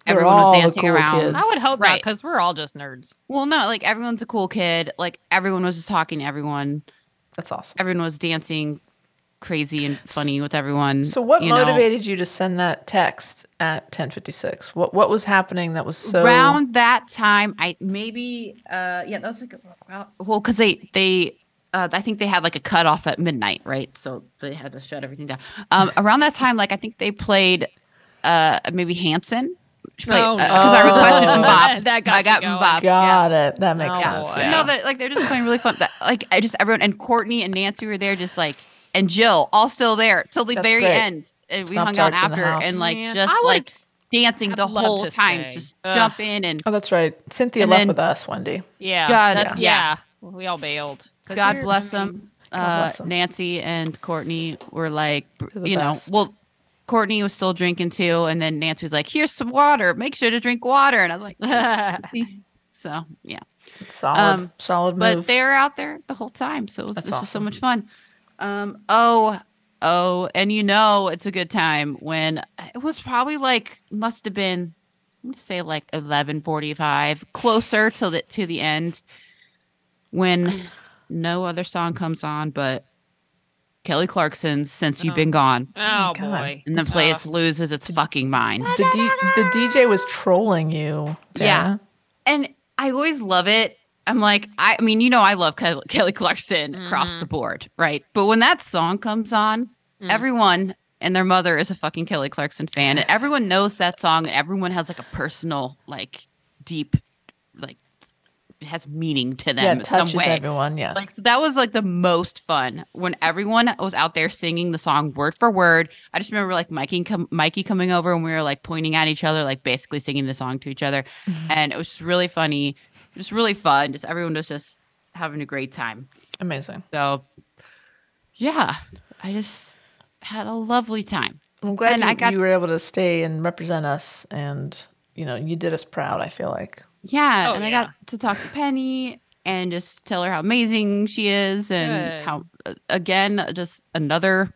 [SPEAKER 4] They're
[SPEAKER 3] everyone
[SPEAKER 4] all
[SPEAKER 3] was
[SPEAKER 4] the
[SPEAKER 3] dancing
[SPEAKER 4] cool
[SPEAKER 3] around
[SPEAKER 4] kids.
[SPEAKER 2] I would hope not
[SPEAKER 3] Right.
[SPEAKER 2] because we're all just nerds.
[SPEAKER 3] well no like everyone's a cool kid like everyone was just talking to everyone
[SPEAKER 4] that's awesome.
[SPEAKER 3] everyone was dancing crazy and funny with everyone.
[SPEAKER 4] So what
[SPEAKER 3] you know.
[SPEAKER 4] motivated you to send that text at 10:56? What what was happening that was so
[SPEAKER 3] around that time? I maybe uh yeah, that was like about- well cuz they they uh, I think they had like a cutoff at midnight, right? So they had to shut everything down. Um, around that time, like I think they played uh maybe Hanson. Because
[SPEAKER 2] Oh,
[SPEAKER 3] I
[SPEAKER 4] no.
[SPEAKER 3] requested
[SPEAKER 4] Oh.
[SPEAKER 3] Mbop.
[SPEAKER 2] That got
[SPEAKER 3] I
[SPEAKER 2] you
[SPEAKER 3] got
[SPEAKER 2] going.
[SPEAKER 3] Mbop. yeah.
[SPEAKER 4] Got it. That makes
[SPEAKER 2] Oh,
[SPEAKER 4] sense.
[SPEAKER 2] boy.
[SPEAKER 4] Yeah.
[SPEAKER 3] No, that like they're just playing really fun. That, like I just everyone and Courtney and Nancy were there, just like and Jill all still there till the
[SPEAKER 4] That's
[SPEAKER 3] very
[SPEAKER 4] great.
[SPEAKER 3] end. And we
[SPEAKER 4] Snop
[SPEAKER 3] hung out
[SPEAKER 4] tarts in the
[SPEAKER 3] after
[SPEAKER 4] house.
[SPEAKER 3] and like
[SPEAKER 2] Man, I
[SPEAKER 3] just
[SPEAKER 2] would've-
[SPEAKER 3] like dancing
[SPEAKER 2] I'd
[SPEAKER 3] the
[SPEAKER 2] love
[SPEAKER 3] whole
[SPEAKER 2] to
[SPEAKER 3] time,
[SPEAKER 2] stay.
[SPEAKER 3] just
[SPEAKER 2] Ugh.
[SPEAKER 3] jump in and
[SPEAKER 4] oh, that's right. Cynthia
[SPEAKER 3] And
[SPEAKER 4] left
[SPEAKER 3] then-
[SPEAKER 4] with us, Wendy.
[SPEAKER 2] Yeah,
[SPEAKER 3] God,
[SPEAKER 2] that's, yeah.
[SPEAKER 3] yeah.
[SPEAKER 2] We all bailed. 'Cause
[SPEAKER 3] God
[SPEAKER 2] you're-
[SPEAKER 3] bless
[SPEAKER 2] I mean,
[SPEAKER 3] them.
[SPEAKER 4] God
[SPEAKER 3] Uh,
[SPEAKER 4] bless 'em.
[SPEAKER 3] Nancy and Courtney were like, br-
[SPEAKER 4] They're the
[SPEAKER 3] you
[SPEAKER 4] best.
[SPEAKER 3] know, well, Courtney was still drinking too, and then Nancy was like, "Here's some water. Make sure to drink water." And I was like, "Nancy." "So yeah."
[SPEAKER 4] Solid,
[SPEAKER 3] Um,
[SPEAKER 4] solid
[SPEAKER 3] but
[SPEAKER 4] move.
[SPEAKER 3] they're out there the whole time so it's,
[SPEAKER 4] That's
[SPEAKER 3] it's just so
[SPEAKER 4] awesome.
[SPEAKER 3] much fun um oh oh and you know it's a good time when it was probably like must have been let me say like 11:45 closer to the to the end when no other song comes on but Kelly Clarkson's since you've
[SPEAKER 2] Oh.
[SPEAKER 3] been gone
[SPEAKER 2] Oh,
[SPEAKER 4] God.
[SPEAKER 2] boy.
[SPEAKER 3] and the place loses its fucking mind
[SPEAKER 4] the, D- the DJ was trolling you.
[SPEAKER 3] Yeah.
[SPEAKER 4] Dana.
[SPEAKER 3] and I always love it. I'm like, I, I mean, you know, I love Kel- Kelly Clarkson across
[SPEAKER 4] Mm-hmm.
[SPEAKER 2] Mhm.
[SPEAKER 3] the board, right? But when that song comes on,
[SPEAKER 2] Mm.
[SPEAKER 3] everyone and their mother is a fucking Kelly Clarkson fan, and everyone knows that song, and everyone has like a personal, like, deep, like, it has meaning to them
[SPEAKER 4] Yeah,
[SPEAKER 3] in
[SPEAKER 4] it
[SPEAKER 3] some
[SPEAKER 4] touches
[SPEAKER 3] way.
[SPEAKER 4] everyone. Yes.
[SPEAKER 3] Like so that was like the most fun when everyone was out there singing the song word for word. I just remember like Mikey com- Mikey coming over and we were like pointing at each other, like basically singing the song to each other, and it was just really funny, just really fun. Just everyone was just having a great time.
[SPEAKER 4] Amazing.
[SPEAKER 3] So yeah, I just had a lovely time.
[SPEAKER 4] I'm glad
[SPEAKER 3] And
[SPEAKER 4] you,
[SPEAKER 3] I got-
[SPEAKER 4] you were able to stay and represent us, and you know you did us proud. I feel like
[SPEAKER 3] Yeah,
[SPEAKER 2] Oh,
[SPEAKER 3] and I
[SPEAKER 2] yeah.
[SPEAKER 3] got to talk to Penny and just tell her how amazing she is and
[SPEAKER 2] Good.
[SPEAKER 3] how uh, again just another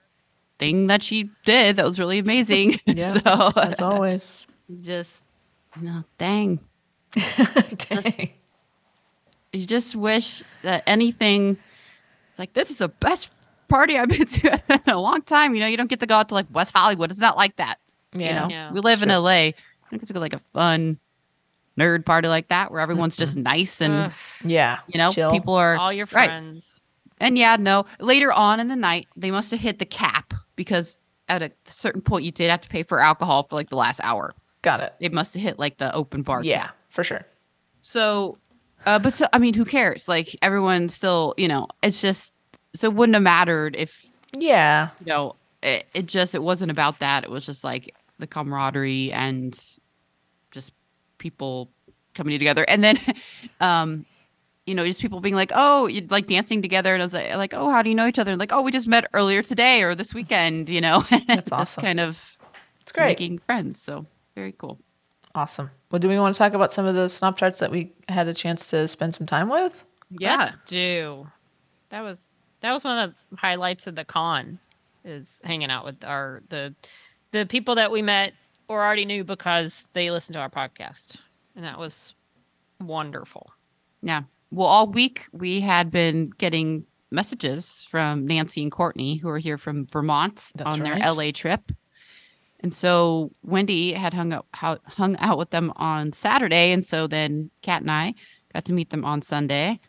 [SPEAKER 3] thing that she did that was really amazing.
[SPEAKER 4] Yeah,
[SPEAKER 3] so uh,
[SPEAKER 4] as always.
[SPEAKER 3] just you know, dang.
[SPEAKER 4] Dang.
[SPEAKER 3] You just wish that anything it's like this is the best party I've been to in a long time. You know, you don't get to go out to like West Hollywood. It's not like that.
[SPEAKER 4] Yeah.
[SPEAKER 3] You know,
[SPEAKER 2] Yeah.
[SPEAKER 3] we live in
[SPEAKER 4] Sure.
[SPEAKER 3] LA. You don't get to go to, like a fun nerd party like that where everyone's just nice and
[SPEAKER 2] Ugh,
[SPEAKER 4] Yeah.
[SPEAKER 3] you know,
[SPEAKER 4] Jill.
[SPEAKER 3] people are
[SPEAKER 2] all your
[SPEAKER 3] right.
[SPEAKER 2] friends.
[SPEAKER 3] And yeah, no, later on in the night, they must have hit the cap because at a certain point, you did have to pay for alcohol for like the last hour.
[SPEAKER 4] Got it.
[SPEAKER 3] They must have hit like the open bar.
[SPEAKER 4] Yeah,
[SPEAKER 3] cap.
[SPEAKER 4] for sure.
[SPEAKER 3] So, uh, but so, I mean, who cares? Like everyone still, you know, it's just, so it wouldn't have mattered if,
[SPEAKER 4] Yeah.
[SPEAKER 3] you know, it, it just, it wasn't about that. It was just like the camaraderie and just people coming together. And then, um, you know, just people being like, "Oh, you like dancing together," and I was like, "Like, oh, how do you know each other?" And like, "Oh, we just met earlier today or this weekend," you know. That's
[SPEAKER 4] awesome.
[SPEAKER 3] kind of
[SPEAKER 4] It's great.
[SPEAKER 3] making friends, so very cool.
[SPEAKER 4] Awesome. Well, do we want to talk about some of the snop charts that we had a chance to spend some time with?
[SPEAKER 3] Yeah,
[SPEAKER 2] Let's do. That was that was one of the highlights of the con is hanging out with our the the people that we met or already knew because they listened to our podcast. And that was wonderful.
[SPEAKER 3] yeah. Well, all week we had been getting messages from Nancy and Courtney, who are here from Vermont
[SPEAKER 4] That's
[SPEAKER 3] on
[SPEAKER 4] right.
[SPEAKER 3] their LA trip, And so Wendy had hung out how, hung out with them on Saturday, and so then Kat and I got to meet them on Sunday.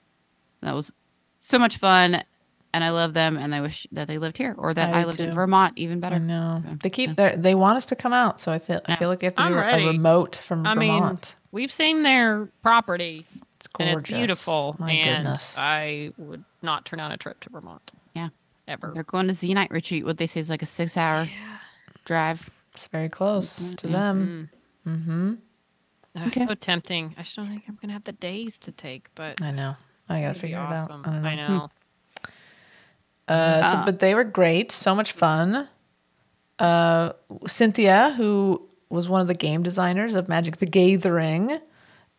[SPEAKER 3] That was so much fun, and I love them, and I wish that they lived here or that I,
[SPEAKER 4] I do
[SPEAKER 3] lived
[SPEAKER 4] too.
[SPEAKER 3] in Vermont, even
[SPEAKER 4] I
[SPEAKER 3] better.
[SPEAKER 4] know
[SPEAKER 3] Yeah.
[SPEAKER 4] they keep their, they want us to come out, so I feel I
[SPEAKER 3] Yeah.
[SPEAKER 4] feel like we have to
[SPEAKER 2] I'm
[SPEAKER 4] do
[SPEAKER 2] ready.
[SPEAKER 4] a remote from
[SPEAKER 2] I mean,
[SPEAKER 4] Vermont.
[SPEAKER 2] We've seen their property
[SPEAKER 4] It's
[SPEAKER 2] and
[SPEAKER 4] gorgeous.
[SPEAKER 2] it's beautiful.
[SPEAKER 4] My
[SPEAKER 2] and
[SPEAKER 4] goodness.
[SPEAKER 2] I would not turn down a trip to Vermont.
[SPEAKER 3] Yeah. They're
[SPEAKER 2] Ever.
[SPEAKER 3] going to Z Night Retreat. What they say is like a six-hour drive.
[SPEAKER 4] it's very close to
[SPEAKER 3] Mm,
[SPEAKER 4] them.
[SPEAKER 2] Mm.
[SPEAKER 4] Mm-hmm.
[SPEAKER 2] Ugh,
[SPEAKER 3] Okay.
[SPEAKER 2] So tempting. I just don't think I'm gonna have the days to take, but
[SPEAKER 4] I know. I gotta
[SPEAKER 2] it'd be
[SPEAKER 4] figure
[SPEAKER 2] awesome.
[SPEAKER 4] it out. I, don't
[SPEAKER 2] I
[SPEAKER 4] know.
[SPEAKER 2] know.
[SPEAKER 4] Uh, so,
[SPEAKER 3] Uh.
[SPEAKER 4] but they were great. So much fun. Uh, Cynthia, who was one of the game designers of Magic: The Gathering,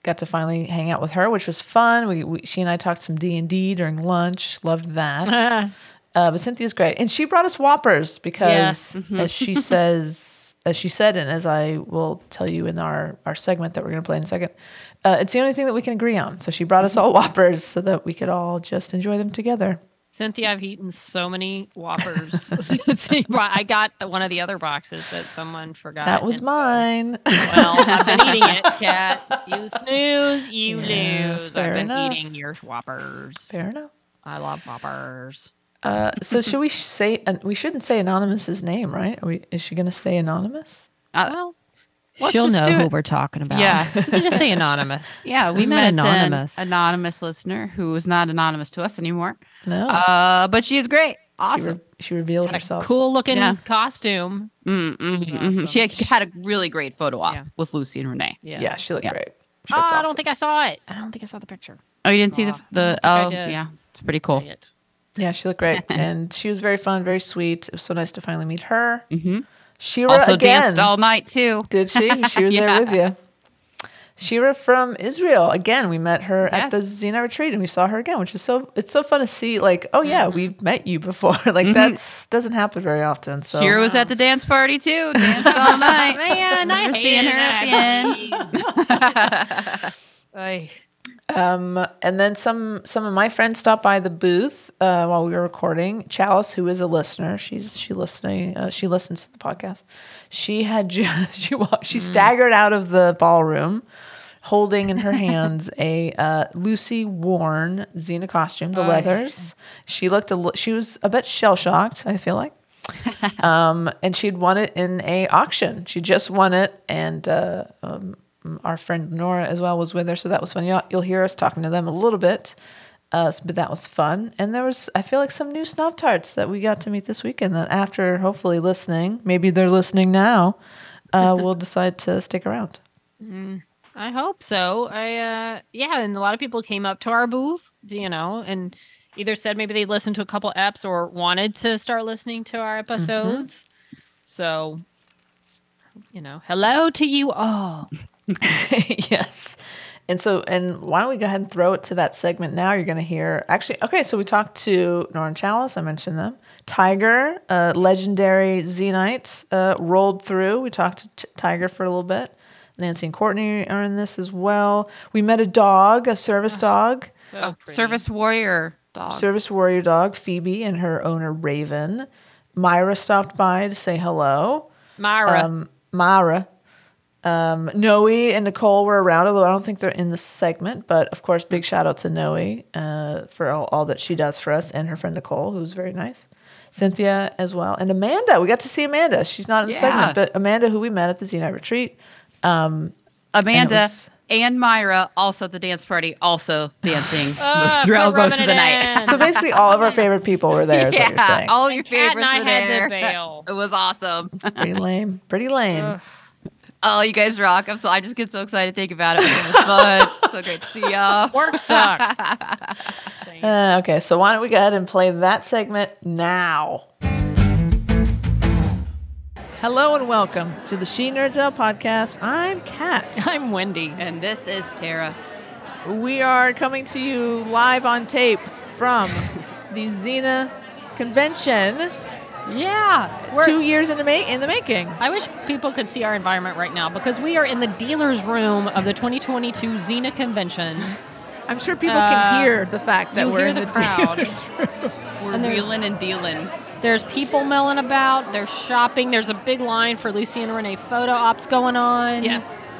[SPEAKER 4] got to finally hang out with her, which was fun. We, we she and I talked some D and D during lunch. Loved that. Uh, but Cynthia's great, and she brought us Whoppers because,
[SPEAKER 2] Yes.
[SPEAKER 4] as she says, as she said, and as I will tell you in our our segment that we're going to play in a second, uh, it's the only thing that we can agree on. So she brought us all Whoppers so that we could all just enjoy them together.
[SPEAKER 2] Cynthia, I've eaten so many Whoppers. since you brought- I got one of the other boxes that someone forgot.
[SPEAKER 4] That was
[SPEAKER 2] and so-
[SPEAKER 4] mine.
[SPEAKER 2] Well, I've been eating it, Kat. You snooze, you
[SPEAKER 4] Yes,
[SPEAKER 2] lose.
[SPEAKER 4] fair
[SPEAKER 2] I've been
[SPEAKER 4] enough.
[SPEAKER 2] eating your Whoppers.
[SPEAKER 4] Fair enough.
[SPEAKER 2] I love Whoppers.
[SPEAKER 4] Uh, so should we sh- say an we shouldn't say anonymous's name, right? Are we, is she going to stay anonymous?
[SPEAKER 3] Uh,
[SPEAKER 2] Well,
[SPEAKER 3] let's
[SPEAKER 2] she'll
[SPEAKER 3] just
[SPEAKER 2] know
[SPEAKER 3] do
[SPEAKER 2] who
[SPEAKER 3] it.
[SPEAKER 2] we're talking about.
[SPEAKER 3] Yeah.
[SPEAKER 2] You can just say anonymous.
[SPEAKER 3] Yeah, we
[SPEAKER 2] I'm
[SPEAKER 3] met
[SPEAKER 2] an
[SPEAKER 3] anonymous. an anonymous listener who is not anonymous to us anymore.
[SPEAKER 4] No.
[SPEAKER 3] Uh, but she is great.
[SPEAKER 4] she, re-
[SPEAKER 3] Awesome.
[SPEAKER 4] she revealed
[SPEAKER 2] Got a
[SPEAKER 4] herself.
[SPEAKER 2] cool looking
[SPEAKER 3] Yeah.
[SPEAKER 2] costume.
[SPEAKER 3] Mm, mm,
[SPEAKER 2] She's
[SPEAKER 3] mhm.
[SPEAKER 2] awesome.
[SPEAKER 3] She had, had a really great photo op
[SPEAKER 2] Yeah.
[SPEAKER 3] with Lucy and Renee.
[SPEAKER 2] Yeah.
[SPEAKER 4] Yeah, she looked
[SPEAKER 3] Yeah.
[SPEAKER 4] great.
[SPEAKER 2] Oh,
[SPEAKER 4] She looked
[SPEAKER 2] I
[SPEAKER 4] awesome.
[SPEAKER 2] don't think I saw it. I don't think I saw the picture.
[SPEAKER 3] Oh, you didn't see the
[SPEAKER 2] Aw,
[SPEAKER 3] the
[SPEAKER 2] I
[SPEAKER 3] oh
[SPEAKER 2] don't think I did.
[SPEAKER 3] yeah, it's pretty cool.
[SPEAKER 2] Dang it.
[SPEAKER 4] Yeah, she looked great, and she was very fun, very sweet. It was so nice to finally meet her.
[SPEAKER 3] hmm
[SPEAKER 4] Shira
[SPEAKER 3] Also
[SPEAKER 4] again.
[SPEAKER 3] danced all night too.
[SPEAKER 4] Did she? She was
[SPEAKER 3] Yeah.
[SPEAKER 4] there with you. Shira from Israel. Again, we met her at the
[SPEAKER 3] Yes.
[SPEAKER 4] Xena retreat and we saw her again, which is so it's so fun to see like, oh yeah, we've met you before. like that's doesn't happen very often. So
[SPEAKER 3] Shira was at the dance party too. Danced all night.
[SPEAKER 2] Oh, Man, I
[SPEAKER 3] Remember
[SPEAKER 2] hated
[SPEAKER 3] seeing her at the end.
[SPEAKER 2] Ay.
[SPEAKER 4] Um, and then some some of my friends stopped by the booth uh, while we were recording. Chalice, who is a listener, she's she listening. Uh, she listens to the podcast. She had just she wa-
[SPEAKER 2] Mm.
[SPEAKER 4] she staggered out of the ballroom, holding in her hands a uh, Lucy worn Xena costume, the
[SPEAKER 2] Oh, yeah.
[SPEAKER 4] leathers. She looked a li- she was a bit shell shocked. I feel like um, and she'd won it in a auction. She just won it, and uh, um, our friend Nora as well was with her, so that was fun. You'll, you'll hear us talking to them a little bit, uh, s- but that was fun. And there was, I feel like, some new snob tarts that we got to meet this weekend. That after hopefully listening, maybe they're listening now, uh, will decide to stick around.
[SPEAKER 2] I hope so. I uh yeah, and a lot of people came up to our booth, you know, and either said maybe they listened to a couple eps or wanted to start listening to our episodes. So, you know, hello to you all.
[SPEAKER 4] yes. And so, and why don't we go ahead and throw it to that segment now? You're going to hear actually. Okay, so we talked to Norman Chalice. I mentioned them. Tiger, uh, legendary Xenite, uh, rolled through. We talked to T- Tiger for a little bit. Nancy and Courtney are in this as well. We met a dog, a service dog,
[SPEAKER 2] So
[SPEAKER 3] Oh,
[SPEAKER 2] pretty.
[SPEAKER 3] service warrior dog.
[SPEAKER 4] service warrior dog, Phoebe, and her owner Raven. Myra stopped by to say hello
[SPEAKER 2] Myra.
[SPEAKER 4] um, Mara. Um, Noe and Nicole were around, although I don't think they're in the segment. But of course, big shout out to Noe uh, for all, all that she does for us and her friend Nicole, who's very nice. Cynthia as well. And Amanda. We got to see Amanda. She's not in the
[SPEAKER 3] Yeah.
[SPEAKER 4] segment, but Amanda, who we met at the Xenite Retreat.
[SPEAKER 3] Amanda
[SPEAKER 4] And
[SPEAKER 3] and,
[SPEAKER 4] it was-
[SPEAKER 3] Myra also at the dance party, also dancing
[SPEAKER 2] Ah,
[SPEAKER 3] throughout
[SPEAKER 2] quit
[SPEAKER 3] most of the
[SPEAKER 2] rubbing it
[SPEAKER 3] night.
[SPEAKER 2] in.
[SPEAKER 4] So basically, all of our favorite people were there, is what you're saying.
[SPEAKER 3] all your
[SPEAKER 2] Kat and
[SPEAKER 3] favorites
[SPEAKER 2] I
[SPEAKER 3] were
[SPEAKER 2] had to
[SPEAKER 3] there.
[SPEAKER 2] bail.
[SPEAKER 3] It was awesome.
[SPEAKER 4] Pretty lame. Pretty lame.
[SPEAKER 2] Ugh.
[SPEAKER 3] Oh, you guys rock! I'm so I just get so excited to think about it. It was fun. so great to see y'all.
[SPEAKER 2] Work sucks.
[SPEAKER 4] Uh, okay, so why don't we go ahead and play that segment now? Hello and welcome to the She Nerds Out podcast. I'm Kat.
[SPEAKER 2] I'm Wendy.
[SPEAKER 3] And this is Tara.
[SPEAKER 4] We are coming to you live on tape from the Xena convention,
[SPEAKER 2] Yeah. We're,
[SPEAKER 4] two years in the, ma- in the making.
[SPEAKER 2] I wish people could see our environment right now because we are in the dealer's room of the 2022 Xena convention.
[SPEAKER 4] I'm sure people
[SPEAKER 2] Uh,
[SPEAKER 4] can hear the fact that
[SPEAKER 2] you
[SPEAKER 4] we're
[SPEAKER 2] hear
[SPEAKER 4] in
[SPEAKER 2] the
[SPEAKER 4] the,
[SPEAKER 2] crowd.
[SPEAKER 4] theaters.
[SPEAKER 3] We're
[SPEAKER 2] And there's-
[SPEAKER 3] reeling and dealing.
[SPEAKER 2] There's people milling about. There's shopping. There's a big line for Lucy and Renee photo ops going on.
[SPEAKER 4] Yes.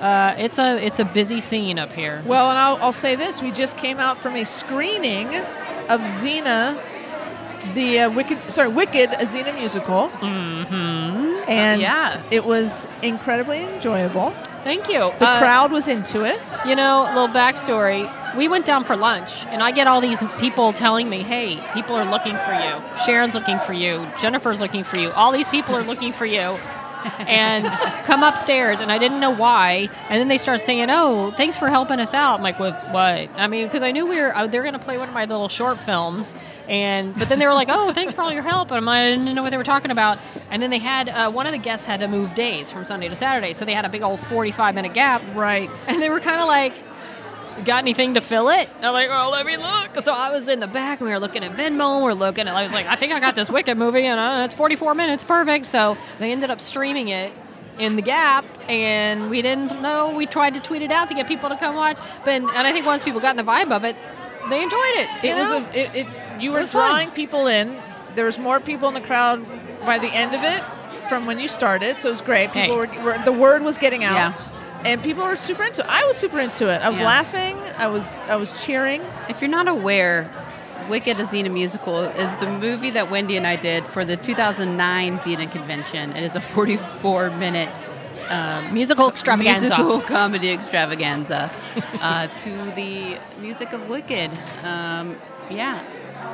[SPEAKER 2] Uh, it's a it's a busy scene up here.
[SPEAKER 4] Well, and I'll, I'll say this: we just came out from a screening of Xena, the uh, Wicked, sorry, Wicked, a Xena musical,
[SPEAKER 2] Mm-hmm.
[SPEAKER 4] and
[SPEAKER 3] yeah.
[SPEAKER 4] it was incredibly enjoyable.
[SPEAKER 2] Thank you.
[SPEAKER 4] The
[SPEAKER 2] Uh,
[SPEAKER 4] crowd was into it.
[SPEAKER 2] You know, little backstory. We went down for lunch, and I get all these people telling me, "Hey, people are looking for you. Sharon's looking for you. Jennifer's looking for you. All these people are looking for you." and come upstairs, and I didn't know why. And then they start saying, "Oh, thanks for helping us out." I'm like, "With what?" I mean, because I knew we were uh, they're going to play one of my little short films, and but then they were like, "Oh, thanks for all your help," and I'm like, I didn't know what they were talking about. And then they had uh, one of the guests had to move days from Sunday to Saturday, so they had a big old 45 minute gap.
[SPEAKER 4] Right.
[SPEAKER 2] And they were kind of like, got anything to fill it? I'm like, oh, let me look. So I was in the back and we were looking at Venmo and we're looking at, I was like, I think I got this Wicked movie and uh, it's 44 minutes, perfect. So they ended up streaming it in the gap and we didn't know. We tried to tweet it out to get people to come watch. But, and I think once people got in the vibe of it, they enjoyed it.
[SPEAKER 4] It
[SPEAKER 2] you
[SPEAKER 4] was
[SPEAKER 2] know?
[SPEAKER 4] a, it, it, you were
[SPEAKER 2] was fun.
[SPEAKER 4] drawing people in. There was more people in the crowd by the end of it from when you started, so it was great. People were, were the word was getting out, and people were super into. it. I was super into it. I was
[SPEAKER 3] Yeah.
[SPEAKER 4] laughing. I was I was cheering.
[SPEAKER 3] If you're not aware, Wicked a Xena musical is the movie that Wendy and I did for the 2009 Xena convention. It is a 44 minute um,
[SPEAKER 2] musical extravaganza.
[SPEAKER 3] musical comedy extravaganza uh, to the music of Wicked. Um, yeah,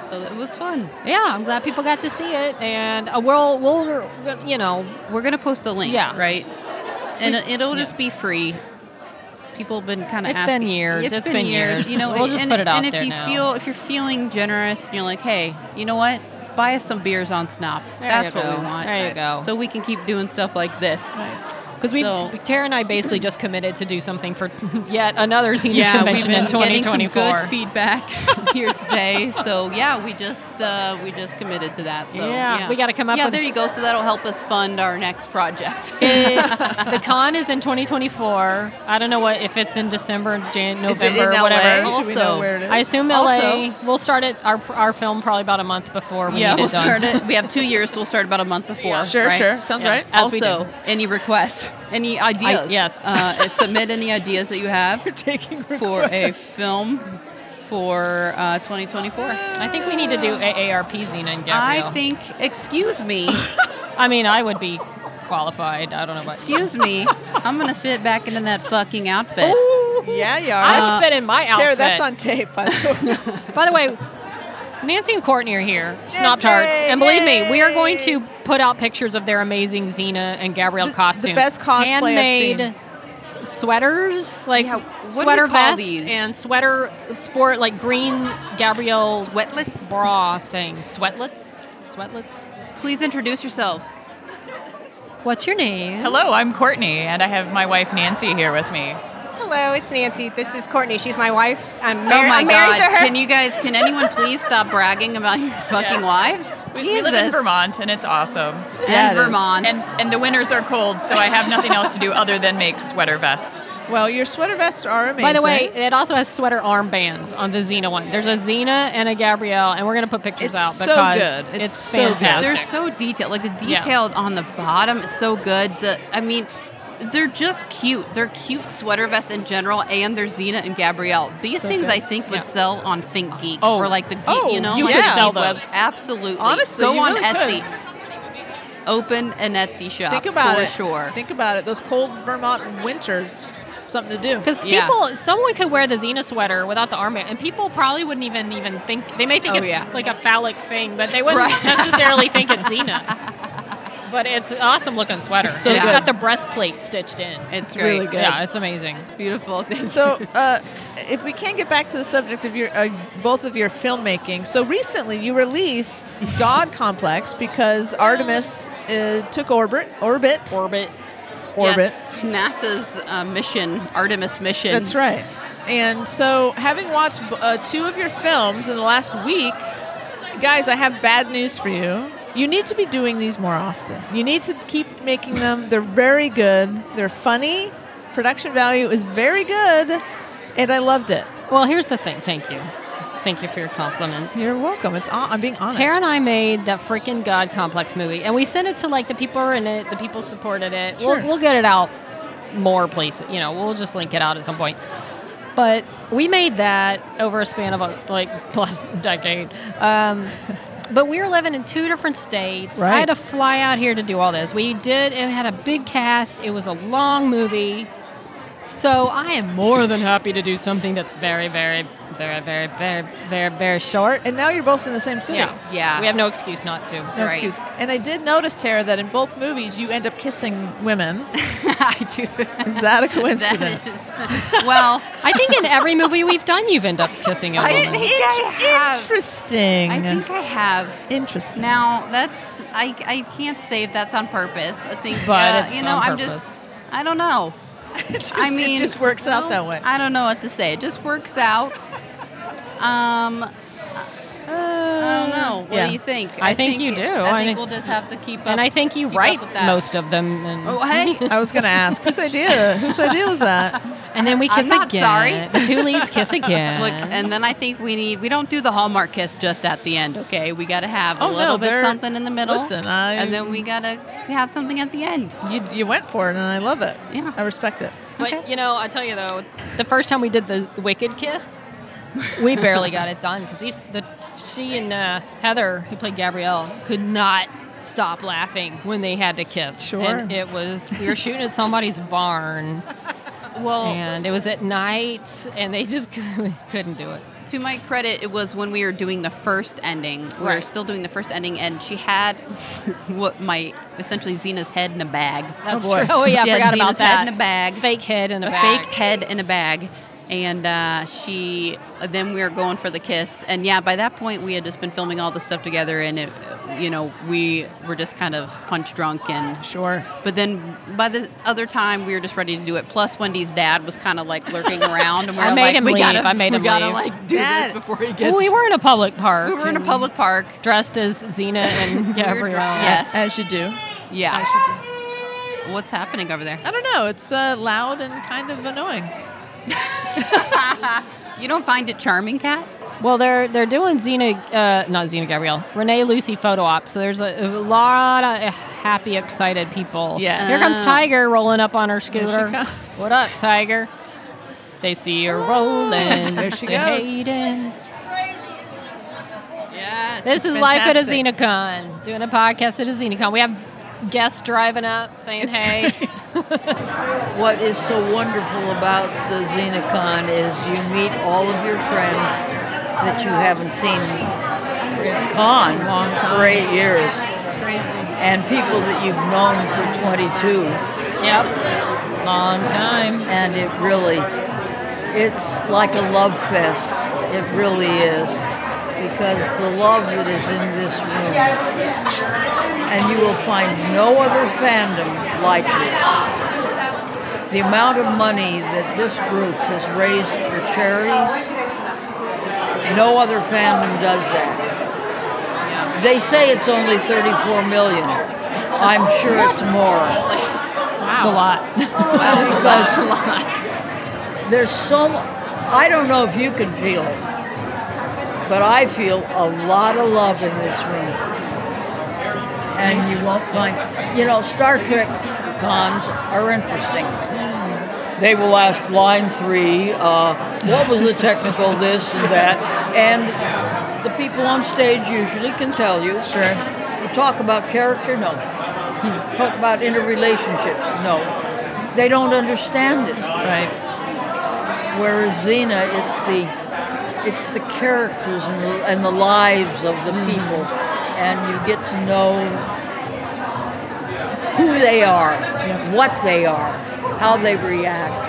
[SPEAKER 3] so it was fun.
[SPEAKER 2] Yeah, I'm glad people got to see it. And uh, we'll, we'll, you know,
[SPEAKER 3] We're gonna post the link,
[SPEAKER 2] Yeah.
[SPEAKER 3] right? And it'll just be free. People have been kind of.
[SPEAKER 2] It's
[SPEAKER 3] It's
[SPEAKER 2] been years.
[SPEAKER 3] It's
[SPEAKER 2] It's been years.
[SPEAKER 3] You know,
[SPEAKER 2] We'll just
[SPEAKER 3] and,
[SPEAKER 2] put it out
[SPEAKER 3] and
[SPEAKER 2] there
[SPEAKER 3] if you
[SPEAKER 2] now.
[SPEAKER 3] feel if you're feeling generous and you're like, hey, you know what? Buy us some beers on Snop.
[SPEAKER 2] There
[SPEAKER 3] That's
[SPEAKER 2] you
[SPEAKER 3] what
[SPEAKER 2] go.
[SPEAKER 3] we want.
[SPEAKER 2] There you go.
[SPEAKER 3] So we can keep doing stuff like this.
[SPEAKER 2] Because we,
[SPEAKER 3] So-
[SPEAKER 2] Tara and I basically just committed to do something for yet another senior
[SPEAKER 3] Yeah, we've
[SPEAKER 2] convention
[SPEAKER 3] been
[SPEAKER 2] in
[SPEAKER 3] getting some good
[SPEAKER 2] 2024.
[SPEAKER 3] feedback here today. So yeah, we just uh, we just committed to that. So
[SPEAKER 2] Yeah, we gotta come up
[SPEAKER 3] Yeah,
[SPEAKER 2] with-
[SPEAKER 3] there you go. So that'll help us fund our next project.
[SPEAKER 2] It- the con is in 2024. I don't know what if it's in December, Jan,
[SPEAKER 4] Is it in
[SPEAKER 2] November,
[SPEAKER 4] LA?
[SPEAKER 2] whatever.
[SPEAKER 4] Do we know
[SPEAKER 3] Also,
[SPEAKER 4] where it is?
[SPEAKER 2] I assume LA.
[SPEAKER 3] Also-
[SPEAKER 2] we'll start it our our film probably about a month before we
[SPEAKER 3] yeah,
[SPEAKER 2] need
[SPEAKER 3] we'll
[SPEAKER 2] it done.
[SPEAKER 3] start it. We have two years, so we'll start about a month before.
[SPEAKER 4] sure,
[SPEAKER 3] right?
[SPEAKER 4] sure, sounds
[SPEAKER 2] Yeah.
[SPEAKER 4] right.
[SPEAKER 2] As we
[SPEAKER 3] also, any requests, any ideas?
[SPEAKER 2] yes.
[SPEAKER 3] Uh, submit any ideas that you have for a film for uh, 2024.
[SPEAKER 2] I think we need to do AARP Xena and Gabrielle.
[SPEAKER 3] I think. Excuse me.
[SPEAKER 2] I mean, I would be qualified. I don't know about
[SPEAKER 3] Excuse me. I'm gonna fit back into that fucking outfit.
[SPEAKER 4] Yeah, you
[SPEAKER 2] I
[SPEAKER 4] are.
[SPEAKER 2] would fit in my outfit.
[SPEAKER 4] Tara, that's on tape. By the way.
[SPEAKER 2] By the way, Nancy and Courtney are here, Snop Tarts.
[SPEAKER 4] Nancy,
[SPEAKER 2] And believe me,
[SPEAKER 4] yay!
[SPEAKER 2] we are going to put out pictures of their amazing Xena and Gabrielle costumes.
[SPEAKER 4] best cosplay I've
[SPEAKER 2] Handmade
[SPEAKER 4] seen.
[SPEAKER 2] sweaters, like
[SPEAKER 3] Yeah, what do we
[SPEAKER 2] sweater
[SPEAKER 3] call
[SPEAKER 2] vest
[SPEAKER 3] these?
[SPEAKER 2] and sweater sport, like green Gabrielle
[SPEAKER 3] Sweatlets.
[SPEAKER 2] bra thing. Sweatlets? Sweatlets?
[SPEAKER 3] Please introduce yourself.
[SPEAKER 2] What's your name?
[SPEAKER 5] Hello, I'm Courtney, and I have my wife Nancy here with me.
[SPEAKER 6] Hello, it's Nancy. This is Courtney. She's my wife. I'm,
[SPEAKER 3] Oh
[SPEAKER 6] mar-
[SPEAKER 3] my
[SPEAKER 6] I'm
[SPEAKER 3] god!
[SPEAKER 6] married to her.
[SPEAKER 3] Can you guys? Can anyone please stop bragging about your fucking
[SPEAKER 5] Yes.
[SPEAKER 3] wives?
[SPEAKER 5] We, we live in Vermont, and it's awesome.
[SPEAKER 3] And
[SPEAKER 4] Yeah, it is.
[SPEAKER 3] Vermont.
[SPEAKER 5] And and the winters are cold, so I have nothing else to do other than make sweater vests.
[SPEAKER 4] well, your sweater vests are amazing.
[SPEAKER 2] By the way, it also has sweater armbands on the Xena one. There's a Xena and a Gabrielle, and we're going to put pictures
[SPEAKER 4] It's
[SPEAKER 2] out
[SPEAKER 4] so
[SPEAKER 2] because
[SPEAKER 4] good. It's so good.
[SPEAKER 2] fantastic.
[SPEAKER 3] They're so detailed. Like the detail on the bottom is so good. The I mean, they're just cute. They're cute sweater vests in general, and they're Xena and Gabrielle. These things I think would
[SPEAKER 2] Yeah.
[SPEAKER 3] sell on Think Geek
[SPEAKER 2] Oh.
[SPEAKER 3] or like the geek,
[SPEAKER 4] Oh,
[SPEAKER 3] you know,
[SPEAKER 2] you
[SPEAKER 3] like
[SPEAKER 2] could
[SPEAKER 3] the
[SPEAKER 2] sell
[SPEAKER 3] geek
[SPEAKER 2] those.
[SPEAKER 3] Absolutely,
[SPEAKER 4] Honestly,
[SPEAKER 3] go
[SPEAKER 4] you
[SPEAKER 3] on
[SPEAKER 4] really
[SPEAKER 3] Etsy.
[SPEAKER 4] could.
[SPEAKER 3] Open an Etsy
[SPEAKER 2] uh,
[SPEAKER 3] shop.
[SPEAKER 4] think about
[SPEAKER 3] for
[SPEAKER 4] it.
[SPEAKER 3] sure.
[SPEAKER 4] Think about it. Those cold Vermont winters, something to do.
[SPEAKER 2] Because
[SPEAKER 3] Yeah.
[SPEAKER 2] people, someone could wear the Xena sweater without the armband, and people probably wouldn't even even think. They may think
[SPEAKER 3] Oh,
[SPEAKER 2] it's
[SPEAKER 3] yeah.
[SPEAKER 2] like a phallic thing, but they wouldn't
[SPEAKER 3] Right.
[SPEAKER 2] necessarily think it's Xena. But it's an awesome looking sweater.
[SPEAKER 3] so
[SPEAKER 2] it's
[SPEAKER 3] good.
[SPEAKER 2] got the breastplate stitched in.
[SPEAKER 3] it's great.
[SPEAKER 4] really good.
[SPEAKER 2] Yeah, it's amazing.
[SPEAKER 3] Beautiful. Thank
[SPEAKER 4] So, uh, if we can get back to the subject of your uh, both of your filmmaking, so recently you released God Complex because Artemis uh, took orbit, orbit,
[SPEAKER 2] Orbit.
[SPEAKER 4] orbit.
[SPEAKER 3] Yes, NASA's uh, mission, Artemis mission.
[SPEAKER 4] That's right. And so, having watched b- uh, two of your films in the last week, guys, I have bad news for you. You need to be doing these more often. You need to keep making them. They're very good. They're funny. Production value is very good, and I loved it.
[SPEAKER 2] Well, here's the thing. Thank you. Thank you for your compliments.
[SPEAKER 4] You're welcome. It's on, I'm being honest.
[SPEAKER 2] Tara and I made that freaking God Complex movie, and we sent it to like the people who are in it. The people supported it.
[SPEAKER 4] Sure.
[SPEAKER 2] We'll, we'll get it out more places. You know, we'll just link it out at some point. But we made that over a span of a, like plus decade. Um, but we were living in two different states. I had to
[SPEAKER 4] Right.
[SPEAKER 2] fly out here to do all this. We did. It had a big cast. It was a long movie. So I am more than happy to do something that's very, very, very, very, very, very, very short.
[SPEAKER 4] And now you're both in the same city.
[SPEAKER 2] Yeah.
[SPEAKER 7] Yeah.
[SPEAKER 2] We have no excuse not to.
[SPEAKER 4] No
[SPEAKER 7] Right.
[SPEAKER 4] excuse. And I did notice, Tara, that in both movies you end up kissing women.
[SPEAKER 3] I do.
[SPEAKER 4] Is that a
[SPEAKER 3] That
[SPEAKER 4] coincidence?
[SPEAKER 3] is. Well,
[SPEAKER 2] I think in every movie we've done, you've ended up kissing a woman.
[SPEAKER 3] I have.
[SPEAKER 4] Interesting.
[SPEAKER 3] I think I have.
[SPEAKER 4] Interesting.
[SPEAKER 3] Now that's I I can't say if that's on purpose. I think,
[SPEAKER 2] But
[SPEAKER 3] uh,
[SPEAKER 2] it's
[SPEAKER 3] you know,
[SPEAKER 2] on
[SPEAKER 3] I'm
[SPEAKER 2] purpose.
[SPEAKER 3] just I don't know.
[SPEAKER 4] It just-
[SPEAKER 3] I mean,
[SPEAKER 4] it just works out that way.
[SPEAKER 3] I don't know what to say. It just works out. Um, I don't know. What
[SPEAKER 4] Oh, yeah.
[SPEAKER 3] do you think?
[SPEAKER 2] I think you do. I
[SPEAKER 3] I think
[SPEAKER 2] mean-
[SPEAKER 3] we'll just have to keep up.
[SPEAKER 2] And I think you
[SPEAKER 3] keep up
[SPEAKER 2] write
[SPEAKER 3] with that.
[SPEAKER 2] most of them. And,
[SPEAKER 3] Oh, hey.
[SPEAKER 4] I was going to ask whose idea? whose idea was that?
[SPEAKER 2] and then we
[SPEAKER 3] I'm
[SPEAKER 2] kiss
[SPEAKER 3] not
[SPEAKER 2] again.
[SPEAKER 3] sorry.
[SPEAKER 2] The two leads kiss again.
[SPEAKER 3] Look, and then I think we need. We don't do the Hallmark kiss just at the end, okay? We got to have a
[SPEAKER 4] Oh, no,
[SPEAKER 3] little bit
[SPEAKER 4] they're-
[SPEAKER 3] something in the middle.
[SPEAKER 4] Listen, I-
[SPEAKER 3] and then we got to have something at the end.
[SPEAKER 4] You you went for it, and I love it.
[SPEAKER 3] Yeah.
[SPEAKER 4] I respect it.
[SPEAKER 2] but you know, I tell you though, the first time we did the Wicked kiss, we barely got it done because these the she and uh, Heather, who played Gabrielle, could not stop laughing when they had to kiss.
[SPEAKER 4] Sure.
[SPEAKER 2] And it was we were shooting at somebody's barn,
[SPEAKER 3] Well,
[SPEAKER 2] and it was at night, and they just couldn't do it.
[SPEAKER 3] to my credit, it was when we were doing the first ending. We were
[SPEAKER 2] Right.
[SPEAKER 3] still doing the first ending, and she had what my essentially Xena's head in a bag.
[SPEAKER 2] That's
[SPEAKER 4] boy.
[SPEAKER 2] true. Oh yeah,
[SPEAKER 3] She
[SPEAKER 2] I
[SPEAKER 3] had
[SPEAKER 2] forgot about
[SPEAKER 3] Xena's head
[SPEAKER 2] that.
[SPEAKER 3] in a bag.
[SPEAKER 2] Fake head in a,
[SPEAKER 3] a
[SPEAKER 2] bag.
[SPEAKER 3] fake head in a bag. And uh, she, then we were going for the kiss. And yeah, by that point, we had just been filming all the stuff together, and it, you know, we were just kind of punch drunk. And
[SPEAKER 4] Sure.
[SPEAKER 3] but then by the other time, we were just ready to do it. Plus, Wendy's dad was kind of like lurking around, and we
[SPEAKER 2] I
[SPEAKER 3] were
[SPEAKER 2] made
[SPEAKER 3] like,
[SPEAKER 2] him
[SPEAKER 3] we
[SPEAKER 2] leave.
[SPEAKER 3] gotta,
[SPEAKER 2] I made
[SPEAKER 3] we
[SPEAKER 2] him
[SPEAKER 3] gotta
[SPEAKER 2] leave.
[SPEAKER 3] like do
[SPEAKER 4] Dad.
[SPEAKER 3] this before he
[SPEAKER 2] Well,
[SPEAKER 3] gets.
[SPEAKER 2] we were in a public park.
[SPEAKER 3] we were in a public park.
[SPEAKER 2] dressed as Xena and
[SPEAKER 3] were
[SPEAKER 2] Gabrielle.
[SPEAKER 3] dra- Yes.
[SPEAKER 4] As you do.
[SPEAKER 3] Yeah. What's happening over there?
[SPEAKER 4] I don't know. It's uh, loud and kind of annoying.
[SPEAKER 3] You don't find it charming, Kat?
[SPEAKER 2] Well, they're they're doing Xena, uh, not Xena Gabrielle, Renee Lucy photo op. So there's a, a lot of eh, happy, excited people.
[SPEAKER 4] Yes.
[SPEAKER 2] Here comes
[SPEAKER 3] Oh.
[SPEAKER 2] Tiger rolling up on her scooter.
[SPEAKER 4] comes.
[SPEAKER 2] What up, Tiger? They see her rolling.
[SPEAKER 4] There she
[SPEAKER 2] They're
[SPEAKER 4] goes.
[SPEAKER 2] hating.
[SPEAKER 3] Yeah.
[SPEAKER 2] This
[SPEAKER 4] It's
[SPEAKER 2] is life at a
[SPEAKER 4] fantastic.
[SPEAKER 2] XenaCon. Doing a podcast at a XenaCon. We have guests driving up saying, "Hey."
[SPEAKER 8] What is so wonderful about the Xenocon is you meet all of your friends that you haven't seen at con
[SPEAKER 4] Long time.
[SPEAKER 8] for eight years,
[SPEAKER 4] Crazy.
[SPEAKER 8] and people that you've known for 22,
[SPEAKER 2] Yep. Long time.
[SPEAKER 8] and it really, it's like a love fest. It really is, because the love that is in this room, and you will find no other fandom like this. the amount of money that this group has raised for charities, no other fandom does that. They say it's only 34 million. I'm sure it's more.
[SPEAKER 2] It's a lot.
[SPEAKER 8] Because There's so I don't know if you can feel it, but I feel a lot of love in this room. And you won't find, you know, Star Trek cons are interesting. They will ask line three, uh, what was the technical this and that, and the people on stage usually can tell you. Sure. You talk about character, no. Talk about interrelationships, no. They don't understand it.
[SPEAKER 4] Right.
[SPEAKER 8] Whereas Xena, it's the it's the characters and the, and the lives of
[SPEAKER 4] Mm.
[SPEAKER 8] the people, and you get to know who they are, what they are, how they react,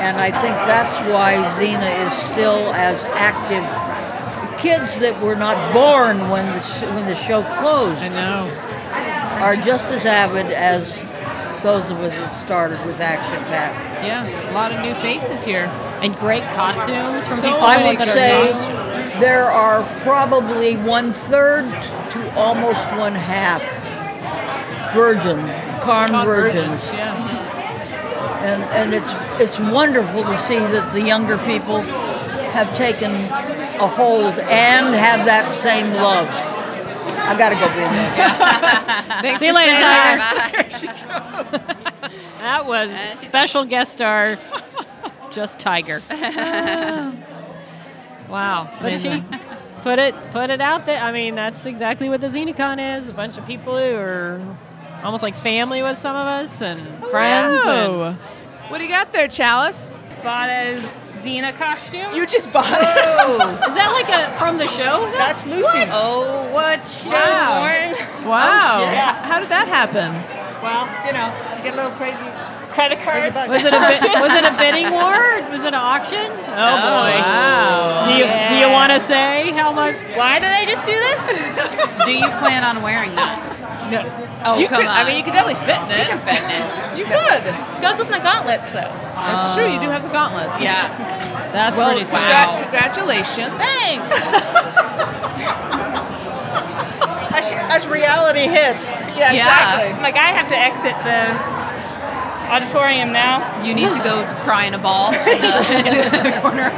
[SPEAKER 8] and I think that's why Xena is still as active. The Kids that were not born when the sh- when the show
[SPEAKER 4] I
[SPEAKER 8] closed
[SPEAKER 4] know.
[SPEAKER 8] are just as avid as those of us that started with Action Pack.
[SPEAKER 4] Yeah. A lot of new faces here.
[SPEAKER 2] And great costumes from
[SPEAKER 4] So
[SPEAKER 2] people
[SPEAKER 8] I
[SPEAKER 4] many
[SPEAKER 8] would
[SPEAKER 2] that are
[SPEAKER 8] say
[SPEAKER 2] not-
[SPEAKER 8] there are probably one third to almost one half virgin, con virgins,
[SPEAKER 4] Yeah.
[SPEAKER 8] and and it's it's wonderful to see that the younger people have taken a hold and have that same love. I gotta go be there.
[SPEAKER 4] Thanks
[SPEAKER 2] See you
[SPEAKER 4] for
[SPEAKER 2] later,
[SPEAKER 4] saying that.
[SPEAKER 2] Tyler. That was special guest star, just Tiger. wow, but she put it put it out there. I mean, that's exactly what the Xenicon is—a bunch of people who are almost like family with some of us and friends. And
[SPEAKER 4] Wow. What do you got there, Chalice?
[SPEAKER 2] bought a Xena costume.
[SPEAKER 4] You just bought
[SPEAKER 2] is that like a from the show?
[SPEAKER 8] That's Lucy.
[SPEAKER 3] Oh, what?
[SPEAKER 2] Wow.
[SPEAKER 4] Wow.
[SPEAKER 3] Oh, shit.
[SPEAKER 4] How- How did that happen?
[SPEAKER 8] Well, you know, you get a little crazy.
[SPEAKER 2] Credit
[SPEAKER 8] card.
[SPEAKER 2] Was it a bit, was it a bidding war? Or was it an auction? Oh, boy.
[SPEAKER 4] Wow.
[SPEAKER 2] Do you do you want to say how much? Why did I just do this?
[SPEAKER 3] Do you plan on wearing that?
[SPEAKER 4] No.
[SPEAKER 3] Oh,
[SPEAKER 4] you
[SPEAKER 3] come
[SPEAKER 4] could,
[SPEAKER 3] on.
[SPEAKER 4] I mean, you could definitely fit in it.
[SPEAKER 3] can fit in it.
[SPEAKER 4] You could.
[SPEAKER 9] Goes with my gauntlets, though.
[SPEAKER 4] That's true. You do have the gauntlets.
[SPEAKER 3] Yeah.
[SPEAKER 2] That's
[SPEAKER 4] Well,
[SPEAKER 2] pretty sweet.
[SPEAKER 4] congra- congratulations.
[SPEAKER 9] Thanks.
[SPEAKER 8] As, as reality hits,
[SPEAKER 4] Yeah,
[SPEAKER 3] Yeah.
[SPEAKER 9] like, I have to exit the auditorium now.
[SPEAKER 3] You need to go cry in a ball in the, in the corner.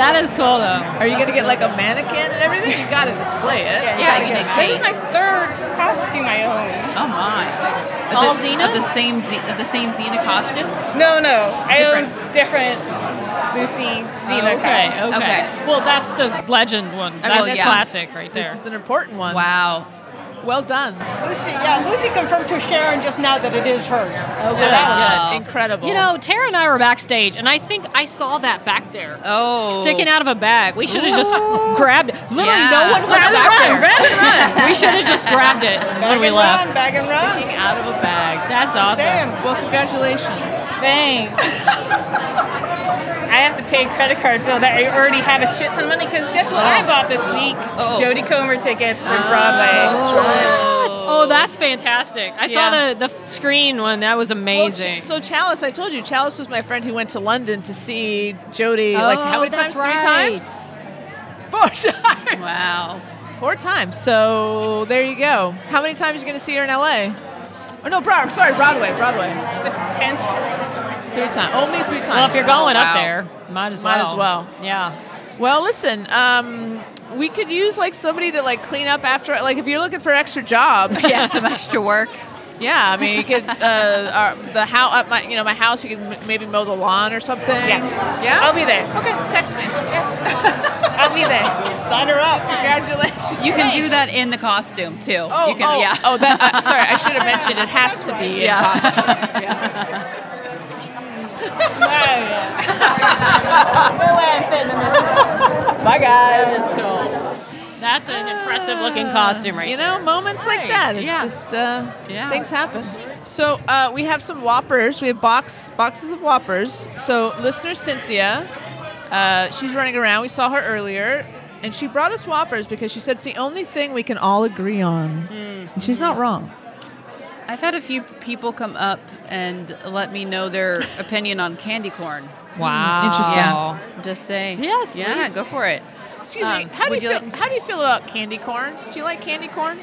[SPEAKER 2] That is cool though.
[SPEAKER 4] Are you going to get like a mannequin and everything? You got to display it.
[SPEAKER 3] Yeah, you need
[SPEAKER 9] This is my
[SPEAKER 3] case.
[SPEAKER 9] third costume I own.
[SPEAKER 3] Oh my. Of
[SPEAKER 2] All
[SPEAKER 3] the,
[SPEAKER 2] Xena?
[SPEAKER 3] Of the same Z- of the same Xena costume.
[SPEAKER 9] No, no. I
[SPEAKER 3] Different.
[SPEAKER 9] own different Lucy Xena
[SPEAKER 2] Okay,
[SPEAKER 9] costume.
[SPEAKER 2] okay.
[SPEAKER 3] Okay.
[SPEAKER 2] Well, that's the legend one.
[SPEAKER 3] I
[SPEAKER 2] That's
[SPEAKER 3] mean, yeah.
[SPEAKER 2] classic right
[SPEAKER 4] This
[SPEAKER 2] there.
[SPEAKER 4] is an important one.
[SPEAKER 3] Wow.
[SPEAKER 4] Well done.
[SPEAKER 8] Lucy, yeah, Lucy confirmed to Sharon just now that it is hers.
[SPEAKER 4] So that
[SPEAKER 3] Wow.
[SPEAKER 4] was Oh, incredible.
[SPEAKER 2] you know, Tara and I were backstage, and I think I saw that back there.
[SPEAKER 3] Oh.
[SPEAKER 2] Sticking out of a bag. We should have just grabbed it. Literally, no
[SPEAKER 3] Yeah.
[SPEAKER 2] one was
[SPEAKER 4] Grab and
[SPEAKER 2] back
[SPEAKER 4] run,
[SPEAKER 2] there. we should have just grabbed it when we left.
[SPEAKER 8] Back and run.
[SPEAKER 4] Sticking out of a bag.
[SPEAKER 2] That's awesome.
[SPEAKER 8] Damn.
[SPEAKER 4] Well, congratulations.
[SPEAKER 9] Thanks. I have to pay a credit card bill that I already have a shit ton of money because guess what I bought this week?
[SPEAKER 3] Oh.
[SPEAKER 9] Jodie Comer tickets for Broadway.
[SPEAKER 2] Oh, that's fantastic. I saw
[SPEAKER 9] Yeah.
[SPEAKER 2] the, the screen one. That was amazing.
[SPEAKER 4] So Chalice, I told you, Chalice was my friend who went to London to see Jody. like how
[SPEAKER 2] Oh,
[SPEAKER 4] many
[SPEAKER 2] that's
[SPEAKER 4] times?
[SPEAKER 2] right.
[SPEAKER 4] Three times? Four times.
[SPEAKER 3] Wow.
[SPEAKER 4] Four times. So there you go. How many times are you going to see her in LA? Oh no, Broadway. Sorry, Broadway. Broadway.
[SPEAKER 9] Potential.
[SPEAKER 4] Three times. Only three times.
[SPEAKER 2] Well, if you're going
[SPEAKER 3] Wow.
[SPEAKER 2] up there, might as well.
[SPEAKER 4] Might as well.
[SPEAKER 2] Yeah.
[SPEAKER 4] Well, listen. Um, we could use like somebody to like clean up after. Like if you're looking for extra jobs.
[SPEAKER 3] Yeah, some extra work.
[SPEAKER 4] Yeah, I mean, you could uh, our, the how uh, my you know my house. You could m- maybe mow the lawn or something.
[SPEAKER 9] Yeah.
[SPEAKER 4] Yeah.
[SPEAKER 9] I'll be there.
[SPEAKER 4] Okay, text me.
[SPEAKER 9] I'll be there.
[SPEAKER 8] Sign her up.
[SPEAKER 4] Congratulations.
[SPEAKER 3] You can do that in the costume too.
[SPEAKER 4] Oh,
[SPEAKER 3] you can,
[SPEAKER 4] oh,
[SPEAKER 3] yeah.
[SPEAKER 4] oh that, uh, sorry, I should have mentioned it has to be. uh, Yeah.
[SPEAKER 8] Bye, guys.
[SPEAKER 2] That's an impressive looking costume right
[SPEAKER 4] You know, moments like that. It's
[SPEAKER 3] yeah.
[SPEAKER 4] just uh,
[SPEAKER 3] Yeah.
[SPEAKER 4] things happen. So uh, we have some whoppers. We have box boxes of whoppers. So listener Cynthia, uh, she's running around. We saw her earlier, and she brought us whoppers because she said it's the only thing we can all agree on. And she's not wrong.
[SPEAKER 3] I've had a few people come up and let me know their opinion on candy corn.
[SPEAKER 2] Wow.
[SPEAKER 4] Interesting.
[SPEAKER 3] Yeah. Just say
[SPEAKER 2] Yes,
[SPEAKER 3] Yeah,
[SPEAKER 2] please.
[SPEAKER 3] go for it.
[SPEAKER 4] Excuse
[SPEAKER 3] Um,
[SPEAKER 4] me. How do you,
[SPEAKER 3] would you
[SPEAKER 4] feel, how do you feel about candy corn? Do you like candy corn?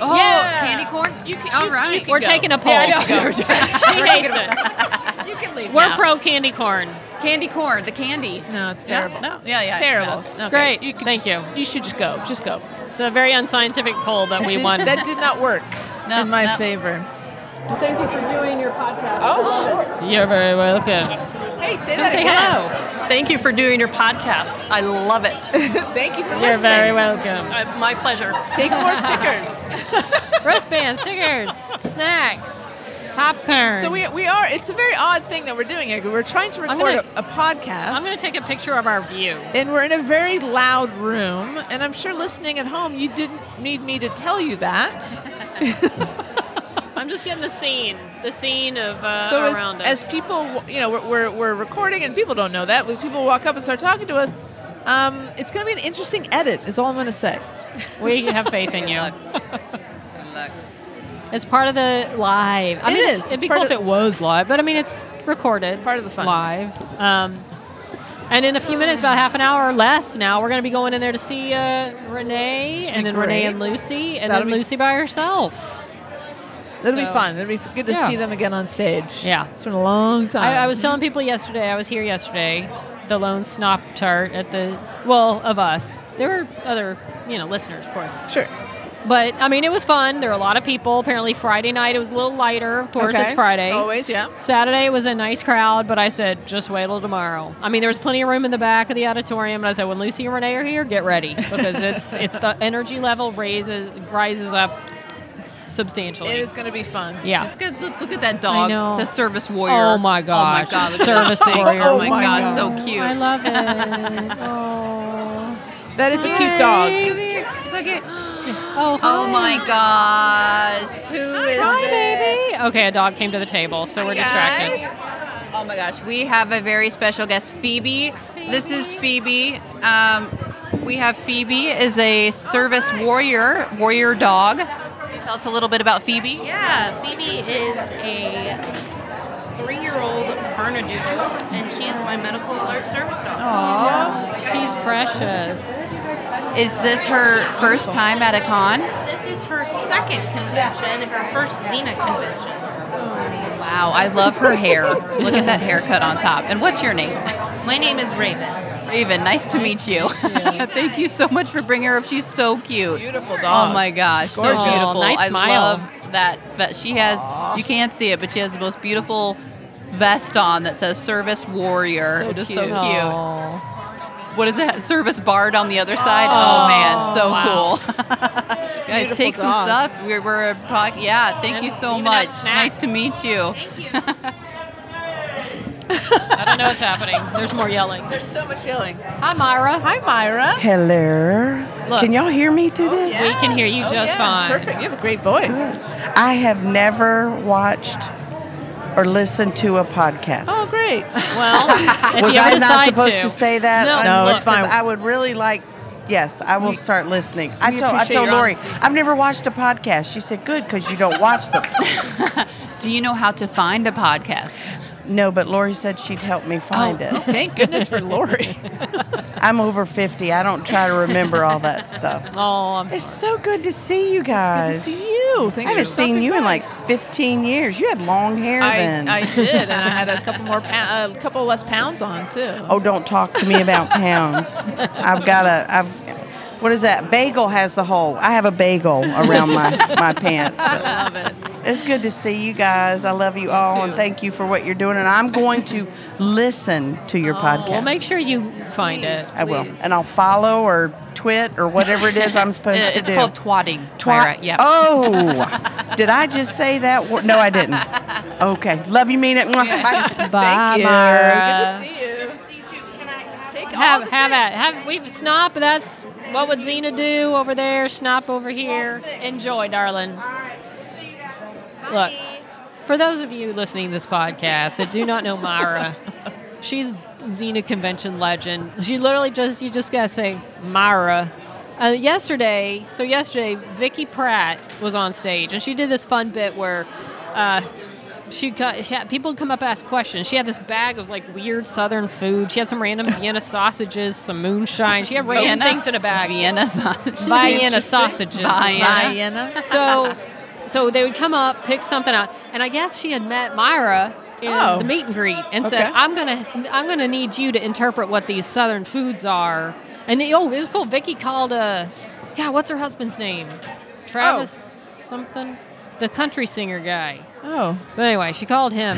[SPEAKER 3] Oh,
[SPEAKER 2] Yeah.
[SPEAKER 3] candy corn.
[SPEAKER 4] You can.
[SPEAKER 3] All
[SPEAKER 4] you-
[SPEAKER 3] right.
[SPEAKER 4] you can
[SPEAKER 2] We're
[SPEAKER 4] go.
[SPEAKER 2] taking a poll. she hates it.
[SPEAKER 4] You can leave.
[SPEAKER 2] We're
[SPEAKER 4] now.
[SPEAKER 2] pro candy corn.
[SPEAKER 3] candy corn. The candy.
[SPEAKER 4] No, it's
[SPEAKER 3] Yeah,
[SPEAKER 4] terrible.
[SPEAKER 3] no, yeah, yeah,
[SPEAKER 4] It's terrible.
[SPEAKER 3] it's
[SPEAKER 4] Okay,
[SPEAKER 2] great.
[SPEAKER 4] could
[SPEAKER 2] Thank
[SPEAKER 4] just-
[SPEAKER 2] you.
[SPEAKER 4] You should just go. Just go.
[SPEAKER 2] It's a very unscientific poll that we
[SPEAKER 4] Did-
[SPEAKER 2] won.
[SPEAKER 4] That did not work
[SPEAKER 3] No,
[SPEAKER 4] in my
[SPEAKER 3] no.
[SPEAKER 4] favor.
[SPEAKER 8] Thank you for doing your podcast.
[SPEAKER 4] Oh, sure.
[SPEAKER 2] You're very welcome.
[SPEAKER 4] Hey, say
[SPEAKER 2] Come
[SPEAKER 4] that
[SPEAKER 2] say
[SPEAKER 4] again.
[SPEAKER 2] hello.
[SPEAKER 10] Thank you for doing your podcast. I love it.
[SPEAKER 4] Thank you for
[SPEAKER 2] You're
[SPEAKER 4] listening.
[SPEAKER 2] very welcome.
[SPEAKER 10] Uh, My pleasure.
[SPEAKER 4] Take more stickers.
[SPEAKER 2] Wristbands, stickers, snacks, popcorn.
[SPEAKER 4] so we, we are. It's a very odd thing that we're doing here. We're trying to record
[SPEAKER 2] gonna-
[SPEAKER 4] a, a podcast.
[SPEAKER 2] I'm going to take a picture of our view.
[SPEAKER 4] and we're in a very loud room, and I'm sure listening at home, you didn't need me to tell you that.
[SPEAKER 2] I'm just getting the scene, the scene of uh,
[SPEAKER 4] so as,
[SPEAKER 2] around us.
[SPEAKER 4] as people w- you know we're, we're, we're recording and people don't know that when people walk up and start talking to us um, it's going to be an interesting edit is all i'm going to say
[SPEAKER 2] we have faith in you.
[SPEAKER 3] Good luck. Good luck.
[SPEAKER 2] It's part of the live. I
[SPEAKER 4] It
[SPEAKER 2] mean,
[SPEAKER 4] is.
[SPEAKER 2] it's- it'd
[SPEAKER 4] It's
[SPEAKER 2] be
[SPEAKER 4] part
[SPEAKER 2] cool if
[SPEAKER 4] of-
[SPEAKER 2] it was live, but I mean, it's recorded.
[SPEAKER 4] Part of the fun.
[SPEAKER 2] Live. Um, and in a few minutes, about half an hour or less now, we're going to be going in there to see uh, Renee, and
[SPEAKER 4] be
[SPEAKER 2] then Renee
[SPEAKER 4] great.
[SPEAKER 2] and Lucy, and
[SPEAKER 4] That'll
[SPEAKER 2] then
[SPEAKER 4] be-
[SPEAKER 2] Lucy by herself.
[SPEAKER 4] it'll be
[SPEAKER 2] So-
[SPEAKER 4] fun it'll be f- good to
[SPEAKER 2] Yeah.
[SPEAKER 4] see them again on stage
[SPEAKER 2] Yeah.
[SPEAKER 4] it's been a long time
[SPEAKER 2] I, I was telling people yesterday, I was here yesterday, the lone snob chart at the well of us. There were other you know listeners, of course.
[SPEAKER 4] Sure.
[SPEAKER 2] But I mean, it was fun. There were a lot of people. Apparently, Friday night it was a little lighter. Of course,
[SPEAKER 4] Okay.
[SPEAKER 2] it's Friday.
[SPEAKER 4] Always, yeah.
[SPEAKER 2] Saturday was a nice crowd, but I said just wait till tomorrow. I mean, there was plenty of room in the back of the auditorium, and I said when Lucy and Renee are here, get ready because it's it's the energy level raises rises up substantially.
[SPEAKER 4] It is going to be fun.
[SPEAKER 2] Yeah.
[SPEAKER 3] It's good. Look, look at that
[SPEAKER 2] I
[SPEAKER 3] dog.
[SPEAKER 2] know.
[SPEAKER 3] It says service warrior.
[SPEAKER 2] Oh my
[SPEAKER 3] god.
[SPEAKER 2] gosh.
[SPEAKER 3] Oh my god. Look
[SPEAKER 2] Service
[SPEAKER 3] at that thing.
[SPEAKER 2] warrior.
[SPEAKER 3] Oh,
[SPEAKER 2] Oh
[SPEAKER 3] my
[SPEAKER 2] my
[SPEAKER 3] god.
[SPEAKER 2] God.
[SPEAKER 3] So
[SPEAKER 2] I
[SPEAKER 3] cute.
[SPEAKER 2] love it. oh.
[SPEAKER 4] That is a cute dog.
[SPEAKER 2] Look at. Oh,
[SPEAKER 3] Oh my gosh. Who is
[SPEAKER 2] Hi,
[SPEAKER 3] this?
[SPEAKER 2] baby. Okay, a dog came to the table, so we're distracted.
[SPEAKER 3] Oh my gosh, we have a very special guest, Phoebe. This is Phoebe. Um, we have Phoebe is a service warrior, warrior dog. Tell us a little bit about Phoebe.
[SPEAKER 9] Yeah, Phoebe is a three-year-old Bernedoodle, and she is my medical alert service dog.
[SPEAKER 3] Aw,
[SPEAKER 2] she's precious.
[SPEAKER 3] Is this her first time at a con?
[SPEAKER 9] This is her second convention, and her first Xena convention.
[SPEAKER 3] Wow, I love her hair. Look at that haircut on top. And what's your name?
[SPEAKER 9] My name is Raven.
[SPEAKER 3] Raven, nice to meet you. Thank you so much for bringing her up. She's so cute. Beautiful
[SPEAKER 4] dog.
[SPEAKER 3] Oh my gosh, so
[SPEAKER 4] Gorgeous.
[SPEAKER 3] beautiful.
[SPEAKER 4] Nice
[SPEAKER 3] I
[SPEAKER 4] smile.
[SPEAKER 3] love that. But she has, you can't see it, but she has the most beautiful vest on that says "Service Warrior."
[SPEAKER 4] So
[SPEAKER 3] it is so
[SPEAKER 4] cute.
[SPEAKER 3] cute. What is it? Service Bard on the other side. Oh,
[SPEAKER 4] Aw.
[SPEAKER 3] man, so
[SPEAKER 4] Wow.
[SPEAKER 3] cool. Guys,
[SPEAKER 4] Beautiful
[SPEAKER 3] take some
[SPEAKER 4] dog.
[SPEAKER 3] stuff. We're, we're talk- yeah. Thank you so much. Nice to meet
[SPEAKER 2] I
[SPEAKER 3] you.
[SPEAKER 2] don't know what's happening. There's more yelling. There's
[SPEAKER 4] so much yelling.
[SPEAKER 2] Hi, Myra. Hi,
[SPEAKER 4] Myra.
[SPEAKER 11] Hello.
[SPEAKER 2] Look.
[SPEAKER 11] Can y'all hear me through this?
[SPEAKER 2] We can hear you just fine.
[SPEAKER 4] Oh, Perfect. You have a great voice.
[SPEAKER 11] I have never watched or listened to a podcast.
[SPEAKER 4] Oh, great.
[SPEAKER 2] Well, if
[SPEAKER 11] Was
[SPEAKER 2] you ever
[SPEAKER 11] I not
[SPEAKER 2] decide
[SPEAKER 11] supposed to,
[SPEAKER 2] to.
[SPEAKER 11] say that?
[SPEAKER 2] No,
[SPEAKER 11] I-
[SPEAKER 2] No, look, it's fine.
[SPEAKER 11] 'cause I would really like. Yes, I will start listening. I
[SPEAKER 2] we
[SPEAKER 11] told I
[SPEAKER 2] appreciate
[SPEAKER 11] told
[SPEAKER 2] your
[SPEAKER 11] Lori
[SPEAKER 2] honesty.
[SPEAKER 11] I've never watched a podcast. She said, "Good, because you don't watch them."
[SPEAKER 3] Do you know how to find a podcast?
[SPEAKER 11] No, but Lori said she'd help me find it.
[SPEAKER 4] Thank goodness for Lori.
[SPEAKER 11] I'm over fifty. I don't try to remember all that stuff.
[SPEAKER 2] Oh, I'm
[SPEAKER 11] it's so good to see you guys.
[SPEAKER 4] Good to see you. Thanks
[SPEAKER 11] I haven't
[SPEAKER 4] for
[SPEAKER 11] seen
[SPEAKER 4] stopping
[SPEAKER 11] you in
[SPEAKER 4] by.
[SPEAKER 11] like 15 years. You had long hair then.
[SPEAKER 4] I, I did, and I had a couple more, pa- a couple less pounds on too.
[SPEAKER 11] oh, don't talk to me about pounds. I've got a. I've. What is that? Bagel has the hole. I have a bagel around my my pants. but
[SPEAKER 4] I love it.
[SPEAKER 11] It's good to see you guys. I love you all, and thank you for what you're doing. And I'm going to listen to your podcast.
[SPEAKER 2] Well, make sure you find it.
[SPEAKER 11] I will, and I'll follow or twit or whatever it is I'm supposed to
[SPEAKER 3] it's
[SPEAKER 11] do.
[SPEAKER 3] called twatting.
[SPEAKER 11] Twi-
[SPEAKER 3] Twat. Yep.
[SPEAKER 11] Oh, did I just say that word? No, I didn't. Okay. Love you, mean it. Mwah. Bye.
[SPEAKER 2] Bye,
[SPEAKER 11] Thank you.
[SPEAKER 2] Myra.
[SPEAKER 4] Good to see you. Take
[SPEAKER 2] Have have that. Have we snop? That's what would Xena do over there? Snop over here. Enjoy, darling. Look, for those of you listening to this podcast that do not know Myra, she's Xena convention legend. She literally just you just gotta say Myra. Uh, yesterday, so yesterday, Vicky Pratt was on stage and she did this fun bit where. Uh, she got she had, people would come up and ask questions. She had this bag of like weird Southern food. She had some random Vienna sausages, some moonshine. She had random
[SPEAKER 3] Vienna?
[SPEAKER 2] things in a bag.
[SPEAKER 3] Vienna sausages.
[SPEAKER 2] Vienna
[SPEAKER 3] Interesting.
[SPEAKER 2] sausages. is
[SPEAKER 3] Vienna.
[SPEAKER 2] mine. So, so they would come up, pick something out, and I guess she had met Myra in
[SPEAKER 4] Oh.
[SPEAKER 2] the meet and greet, and
[SPEAKER 4] Okay.
[SPEAKER 2] said, "I'm gonna, I'm gonna need you to interpret what these Southern foods are." And they, oh, it was cool. Vicky called uh, God, what's her husband's name?
[SPEAKER 4] Oh.
[SPEAKER 2] Travis something, the country singer guy.
[SPEAKER 4] Oh,
[SPEAKER 2] But anyway, she called him.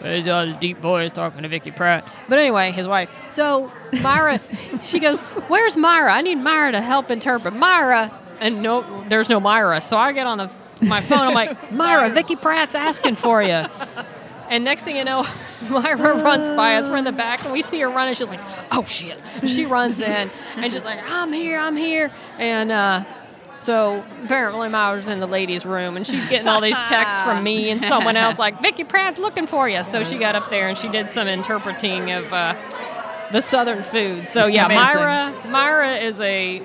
[SPEAKER 2] There's all this deep voice talking to Vicky Pratt. But anyway, his wife. So Myra, she goes, "Where's Myra? I need Myra to help interpret Myra." And no, there's no Myra. So I get on the my phone. I'm like, "Myra, Vicky Pratt's asking for you." And next thing you know, Myra runs by us. We're in the back, and we see her running. She's like, "Oh shit!" She runs in, and she's like, "I'm here, I'm here." And uh, so apparently, Myra's in the ladies' room, and she's getting all these texts from me and someone else, like Vicky Pratt's looking for you. So she got up there and she did some interpreting of uh, the southern food. So yeah,
[SPEAKER 4] Amazing.
[SPEAKER 2] Myra, Myra is a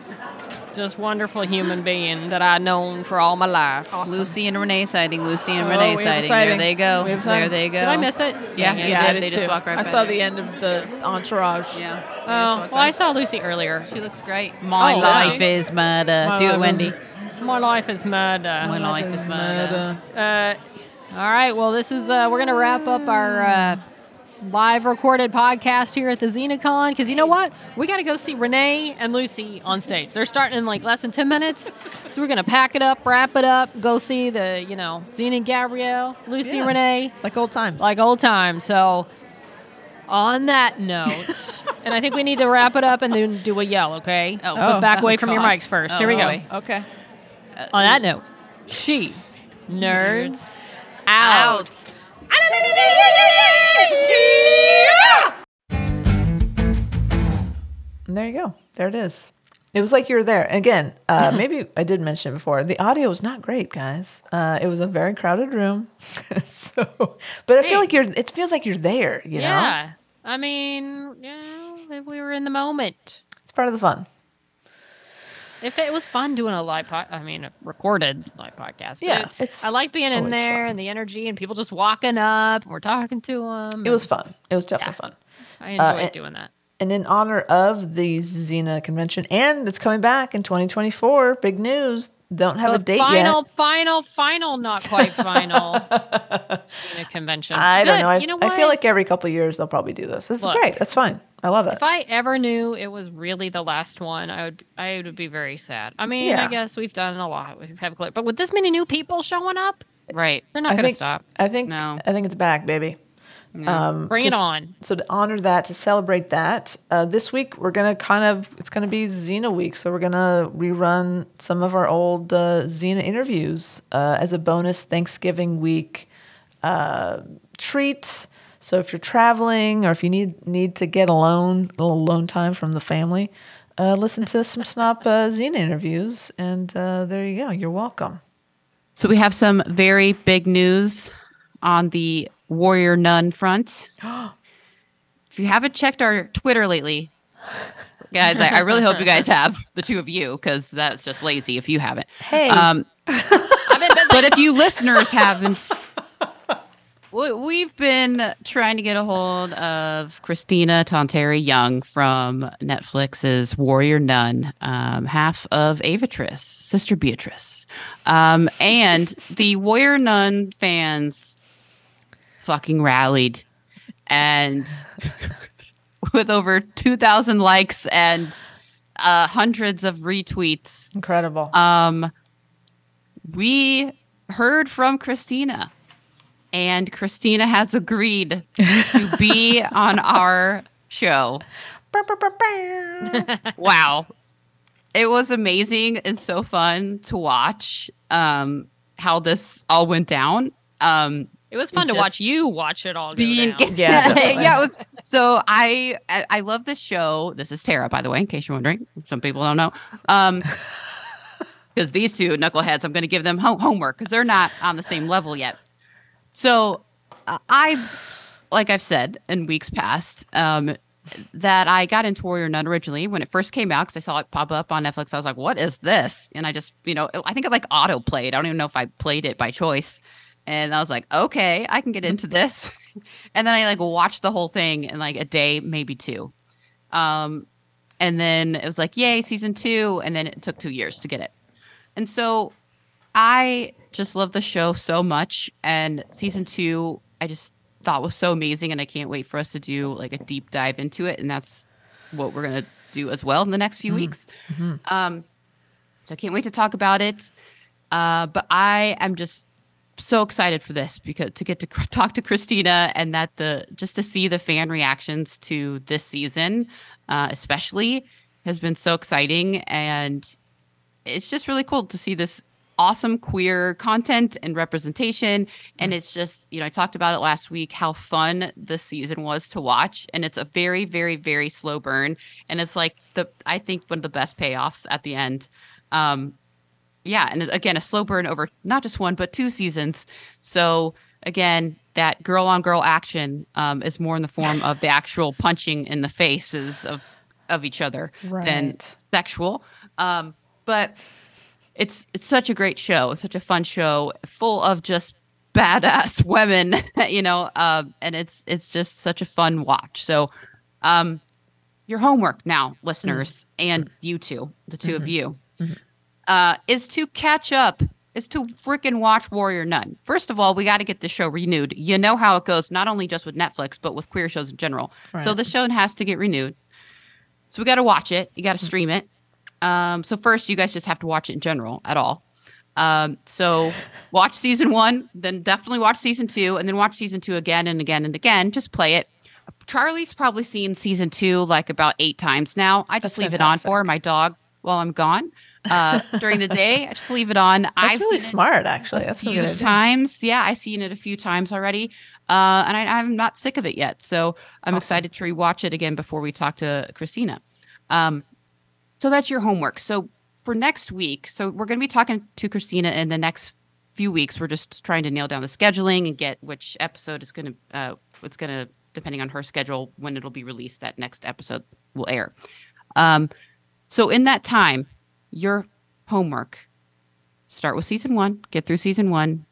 [SPEAKER 2] just wonderful human being that I've known for all my life.
[SPEAKER 3] Lucy and Renee sighting. Lucy and
[SPEAKER 4] Oh,
[SPEAKER 3] Renee
[SPEAKER 4] we have
[SPEAKER 3] sighting.
[SPEAKER 4] a sighting.
[SPEAKER 3] There they go.
[SPEAKER 4] We have a
[SPEAKER 3] There
[SPEAKER 4] sighting.
[SPEAKER 3] they go.
[SPEAKER 2] Did I miss it?
[SPEAKER 3] Yeah,
[SPEAKER 2] Dang
[SPEAKER 3] you
[SPEAKER 2] it.
[SPEAKER 4] I
[SPEAKER 3] did.
[SPEAKER 4] did
[SPEAKER 3] They just
[SPEAKER 4] too.
[SPEAKER 3] walk right
[SPEAKER 4] I
[SPEAKER 3] by
[SPEAKER 4] saw
[SPEAKER 3] it.
[SPEAKER 4] the end of the entourage.
[SPEAKER 3] Yeah.
[SPEAKER 2] Oh, well, I saw Lucy earlier.
[SPEAKER 3] She looks great. My
[SPEAKER 2] Oh, does
[SPEAKER 3] life
[SPEAKER 2] she?
[SPEAKER 3] is murder.
[SPEAKER 2] My
[SPEAKER 3] Do
[SPEAKER 2] life
[SPEAKER 3] it,
[SPEAKER 2] is-
[SPEAKER 3] Wendy.
[SPEAKER 2] My life is uh, murder.
[SPEAKER 3] My life is murder.
[SPEAKER 2] Uh, all right. Well, this is uh, we're gonna wrap up our uh, live recorded podcast here at the Xenocon because you know what? We got to go see Renee and Lucy on stage. They're starting in like less than 10 minutes. So we're going to pack it up, wrap it up, go see the, you know, Xena and Gabrielle, Lucy
[SPEAKER 12] Yeah.
[SPEAKER 2] and Renee.
[SPEAKER 12] Like old times.
[SPEAKER 2] Like old times. So on that note, and I think we need to wrap it up and then do a yell, okay? Oh, but back away from your mics first. here we go.
[SPEAKER 4] Oh,
[SPEAKER 12] Okay.
[SPEAKER 2] On that note, she nerds out.
[SPEAKER 4] And there you go. There it is. It was like you were there. Again, uh, maybe I did mention it before. The audio was not great, guys. Uh, it was a very crowded room. so, but I feel like you're. It feels like you're there. You know,
[SPEAKER 2] Yeah. I mean, yeah, if we were in the moment.
[SPEAKER 4] it's part of the fun.
[SPEAKER 2] If it was fun doing a live pod, I mean, a recorded live podcast. but
[SPEAKER 4] Yeah,
[SPEAKER 2] it-
[SPEAKER 4] it's
[SPEAKER 2] I like being in
[SPEAKER 4] always
[SPEAKER 2] there and the energy and people just walking up and we're talking to them.
[SPEAKER 4] It was uh, fun. It was definitely fun.
[SPEAKER 2] I enjoyed
[SPEAKER 4] and-
[SPEAKER 2] doing that.
[SPEAKER 4] And in honor of the Xena convention, and it's coming back in 2024. Big news. Don't have a
[SPEAKER 2] The
[SPEAKER 4] date
[SPEAKER 2] final,
[SPEAKER 4] yet.
[SPEAKER 2] final, final, not quite final in a convention.
[SPEAKER 4] I don't
[SPEAKER 2] Good.
[SPEAKER 4] know. I,
[SPEAKER 2] you know
[SPEAKER 4] I feel
[SPEAKER 2] what?
[SPEAKER 4] like every couple of years they'll probably do this. This
[SPEAKER 2] Look.
[SPEAKER 4] is great. That's fine. I love it.
[SPEAKER 2] If I ever knew it was really the last one, I would I would be very sad. I mean, I
[SPEAKER 4] Yeah.
[SPEAKER 2] guess we've done a lot. We've had a clip, but with this many new people showing up,
[SPEAKER 3] right?
[SPEAKER 2] They're not
[SPEAKER 4] I
[SPEAKER 2] going to
[SPEAKER 4] think-
[SPEAKER 2] stop.
[SPEAKER 4] I think I think it's back, baby.
[SPEAKER 2] Bring it
[SPEAKER 4] to s-
[SPEAKER 2] on.
[SPEAKER 4] So to honor that, to celebrate that, uh, this week we're gonna kind of it's gonna be Xena week, so we're gonna rerun some of our old uh, Xena interviews uh, as a bonus Thanksgiving week uh, treat. So if you're traveling or if you need need to get alone, a little alone time from the family, uh, listen to some Snop uh, Xena interviews, and uh, there you go. You're welcome.
[SPEAKER 3] So we have some very big news on the warrior nun front. if you haven't checked our Twitter lately, guys, I, I really hope you guys have the two of you because that's just lazy if you haven't. Um,
[SPEAKER 5] Hey.
[SPEAKER 3] but if you listeners haven't, we- we've been trying to get a hold of Christina Tonteri Young from Netflix's Warrior Nun, um, half of Avatrice, Sister Beatrice. Um, and the Warrior Nun fans fucking rallied and with over 2,000 likes and uh, hundreds of retweets.
[SPEAKER 4] Incredible.
[SPEAKER 3] Um, we heard from Christina, and Christina has agreed to be on our show. wow. It was amazing and so fun to watch um, how this all went down. Um,
[SPEAKER 2] It was fun to
[SPEAKER 3] just-
[SPEAKER 2] watch you watch it all go
[SPEAKER 3] being
[SPEAKER 2] down.
[SPEAKER 3] yeah yeah it was- so I, I i love this show this is tara by the way in case you're wondering some people don't know um because these two knuckleheads i'm going to give them ho- homework because they're not on the same level yet so uh, i like i've said in weeks past um that i got into warrior nun originally when it first came out because i saw it pop up on netflix i was like what is this and i just you know i think it like auto played i don't even know if i played it by choice and i was like okay i can get into this and then I like watched the whole thing in like a day, maybe two. Um, and then it was like, yay, season two. And then it took two years to get it. And so I just love the show so much. And season two, I just thought was so amazing. And I can't wait for us to do like a deep dive into it. And that's what we're going to do as well in the next few weeks. Um, so I can't wait to talk about it. Uh, but I am just so excited for this because to get to cr- talk to Christina and that the just to see the fan reactions to this season, uh, especially, has been so exciting and it's just really cool to see this awesome queer content and representation and it's just you know i talked about it last week how fun this season was to watch and it's a very very very slow burn and it's like the i think one of the best payoffs at the end um yeah and again a slow burn over not just one but two seasons so again that girl on girl action um, is more in the form of the actual punching in the faces of of each other than
[SPEAKER 4] Right.
[SPEAKER 3] sexual um, but it's it's such a great show it's such a fun show full of just badass women you know um, and it's it's just such a fun watch so um, your homework now listeners and you two the 2 of you uh, is to catch up is to freaking watch Warrior Nun. First of all, we got to get the show renewed. You know how it goes, not only just with Netflix, but with queer shows in general. So
[SPEAKER 2] Right.
[SPEAKER 3] the show has to get renewed. So we got to watch it. You got to stream it. Um, so first, you guys just have to watch it in general at all. Um, so watch season one, then definitely watch season two, and then watch season two again and again and again. Just play it. Charlie's probably seen season two like about eight times now. I just
[SPEAKER 2] That's
[SPEAKER 3] leave it on for her, my dog while I'm gone uh, during the day. I just leave it on. That's I've
[SPEAKER 4] really
[SPEAKER 3] seen it
[SPEAKER 4] smart, actually.
[SPEAKER 3] a
[SPEAKER 4] That's a
[SPEAKER 3] few
[SPEAKER 4] good idea.
[SPEAKER 3] times. Yeah, I've seen it a few times already, uh, and I, I'm not sick of it yet. So I'm excited to rewatch it again before we talk to Christina. Um, so that's your homework. So for next week, so we're going to be talking to Christina in the next few weeks. We're just trying to nail down the scheduling and get which episode is going to uh, it's going to depending on her schedule when it'll be released. That next episode will air. Um, so in that time, your homework start with season one, get through season one,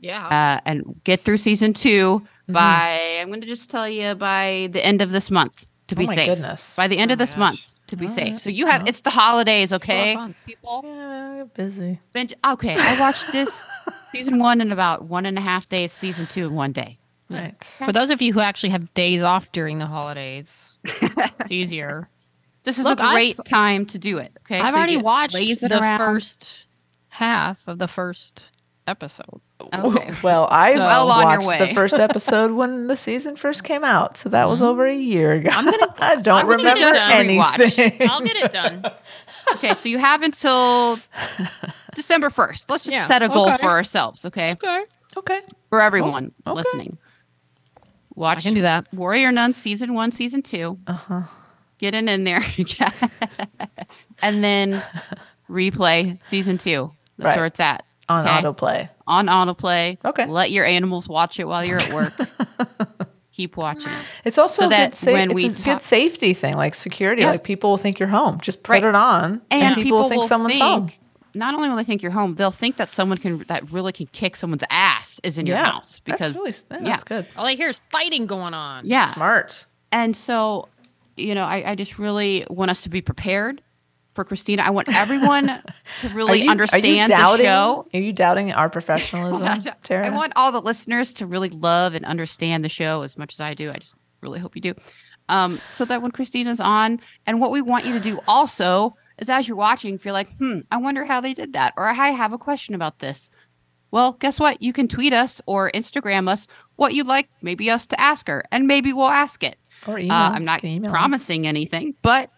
[SPEAKER 2] Yeah.
[SPEAKER 3] uh, and get through season 2
[SPEAKER 4] Mm-hmm.
[SPEAKER 3] by I'm going to just tell you by the end of this month to
[SPEAKER 4] Oh
[SPEAKER 3] be
[SPEAKER 4] my
[SPEAKER 3] safe.
[SPEAKER 4] goodness.
[SPEAKER 3] By the end
[SPEAKER 2] Oh
[SPEAKER 3] of this month to be
[SPEAKER 4] All
[SPEAKER 3] safe.
[SPEAKER 4] right.
[SPEAKER 3] So you have
[SPEAKER 4] Well.
[SPEAKER 3] it's the holidays, okay?
[SPEAKER 4] fun.
[SPEAKER 3] People.
[SPEAKER 4] Yeah, busy.
[SPEAKER 3] Binge- okay, I watched this season one in about one and a half days. Season two in one day.
[SPEAKER 4] Right.
[SPEAKER 2] For those of you who actually have days off during the holidays, it's easier.
[SPEAKER 3] This is
[SPEAKER 2] Look,
[SPEAKER 3] a great
[SPEAKER 2] I've-
[SPEAKER 3] time to do it. Okay,
[SPEAKER 2] I've
[SPEAKER 3] So you
[SPEAKER 2] already
[SPEAKER 3] just
[SPEAKER 2] watched
[SPEAKER 3] laze
[SPEAKER 2] the
[SPEAKER 3] it around.
[SPEAKER 2] first half of the first episode.
[SPEAKER 3] Okay.
[SPEAKER 4] Well, I
[SPEAKER 2] Well on your
[SPEAKER 4] watched
[SPEAKER 2] way.
[SPEAKER 4] the first episode when the season first came out, so that was over a year ago. I'm gonna, I do not
[SPEAKER 3] Mm-hmm. I'm gonna
[SPEAKER 4] remember
[SPEAKER 3] suggest a rewatch.
[SPEAKER 4] anything.
[SPEAKER 2] I'll get it done.
[SPEAKER 3] okay, so you have until December 1st. Let's just
[SPEAKER 2] Yeah,
[SPEAKER 3] set a goal
[SPEAKER 2] okay.
[SPEAKER 3] for ourselves, okay?
[SPEAKER 2] Okay.
[SPEAKER 4] Okay.
[SPEAKER 3] For everyone
[SPEAKER 2] Oh, okay.
[SPEAKER 3] listening. Watch
[SPEAKER 2] I can do that.
[SPEAKER 3] Warrior Nun season 1, season 2.
[SPEAKER 4] Uh-huh.
[SPEAKER 3] Get in in there. and then replay season 2. That's
[SPEAKER 4] Right.
[SPEAKER 3] where it's at.
[SPEAKER 4] On
[SPEAKER 3] okay?
[SPEAKER 4] autoplay.
[SPEAKER 3] On autoplay.
[SPEAKER 4] Okay.
[SPEAKER 3] Let your animals watch it while you're at work. Keep watching.
[SPEAKER 4] It's also
[SPEAKER 3] So
[SPEAKER 4] a
[SPEAKER 3] that
[SPEAKER 4] good, sa-
[SPEAKER 3] when
[SPEAKER 4] it's
[SPEAKER 3] we
[SPEAKER 4] a good
[SPEAKER 3] talk-
[SPEAKER 4] safety thing, like security.
[SPEAKER 3] Yeah.
[SPEAKER 4] Like people will think you're home. Just put it on, and, people, will think someone's home.
[SPEAKER 3] Not only will they think you're home, they'll think that someone can that really can kick someone's ass is in your
[SPEAKER 4] Yeah,
[SPEAKER 3] house
[SPEAKER 4] that's
[SPEAKER 3] because
[SPEAKER 4] really- yeah, that's good.
[SPEAKER 2] All I hear is fighting going on.
[SPEAKER 3] Yeah.
[SPEAKER 4] Smart.
[SPEAKER 3] And so, you know, I, I just really want us to be prepared for Christina. I want everyone to really
[SPEAKER 4] Are you- are you
[SPEAKER 3] understand
[SPEAKER 4] doubting,
[SPEAKER 3] the show.
[SPEAKER 4] Are you doubting our professionalism, Tara?
[SPEAKER 3] I want all the listeners to really love and understand the show as much as I do. I just really hope you do. Um, so that when Christina's on, and what we want you to do also is as you're watching, if you're like, hmm, I wonder how they did that, or I have a question about this. Well, guess what? You can tweet us or Instagram us what you'd like maybe us to ask her, and maybe we'll ask it.
[SPEAKER 4] Or
[SPEAKER 3] Uh, I'm not promising anything, but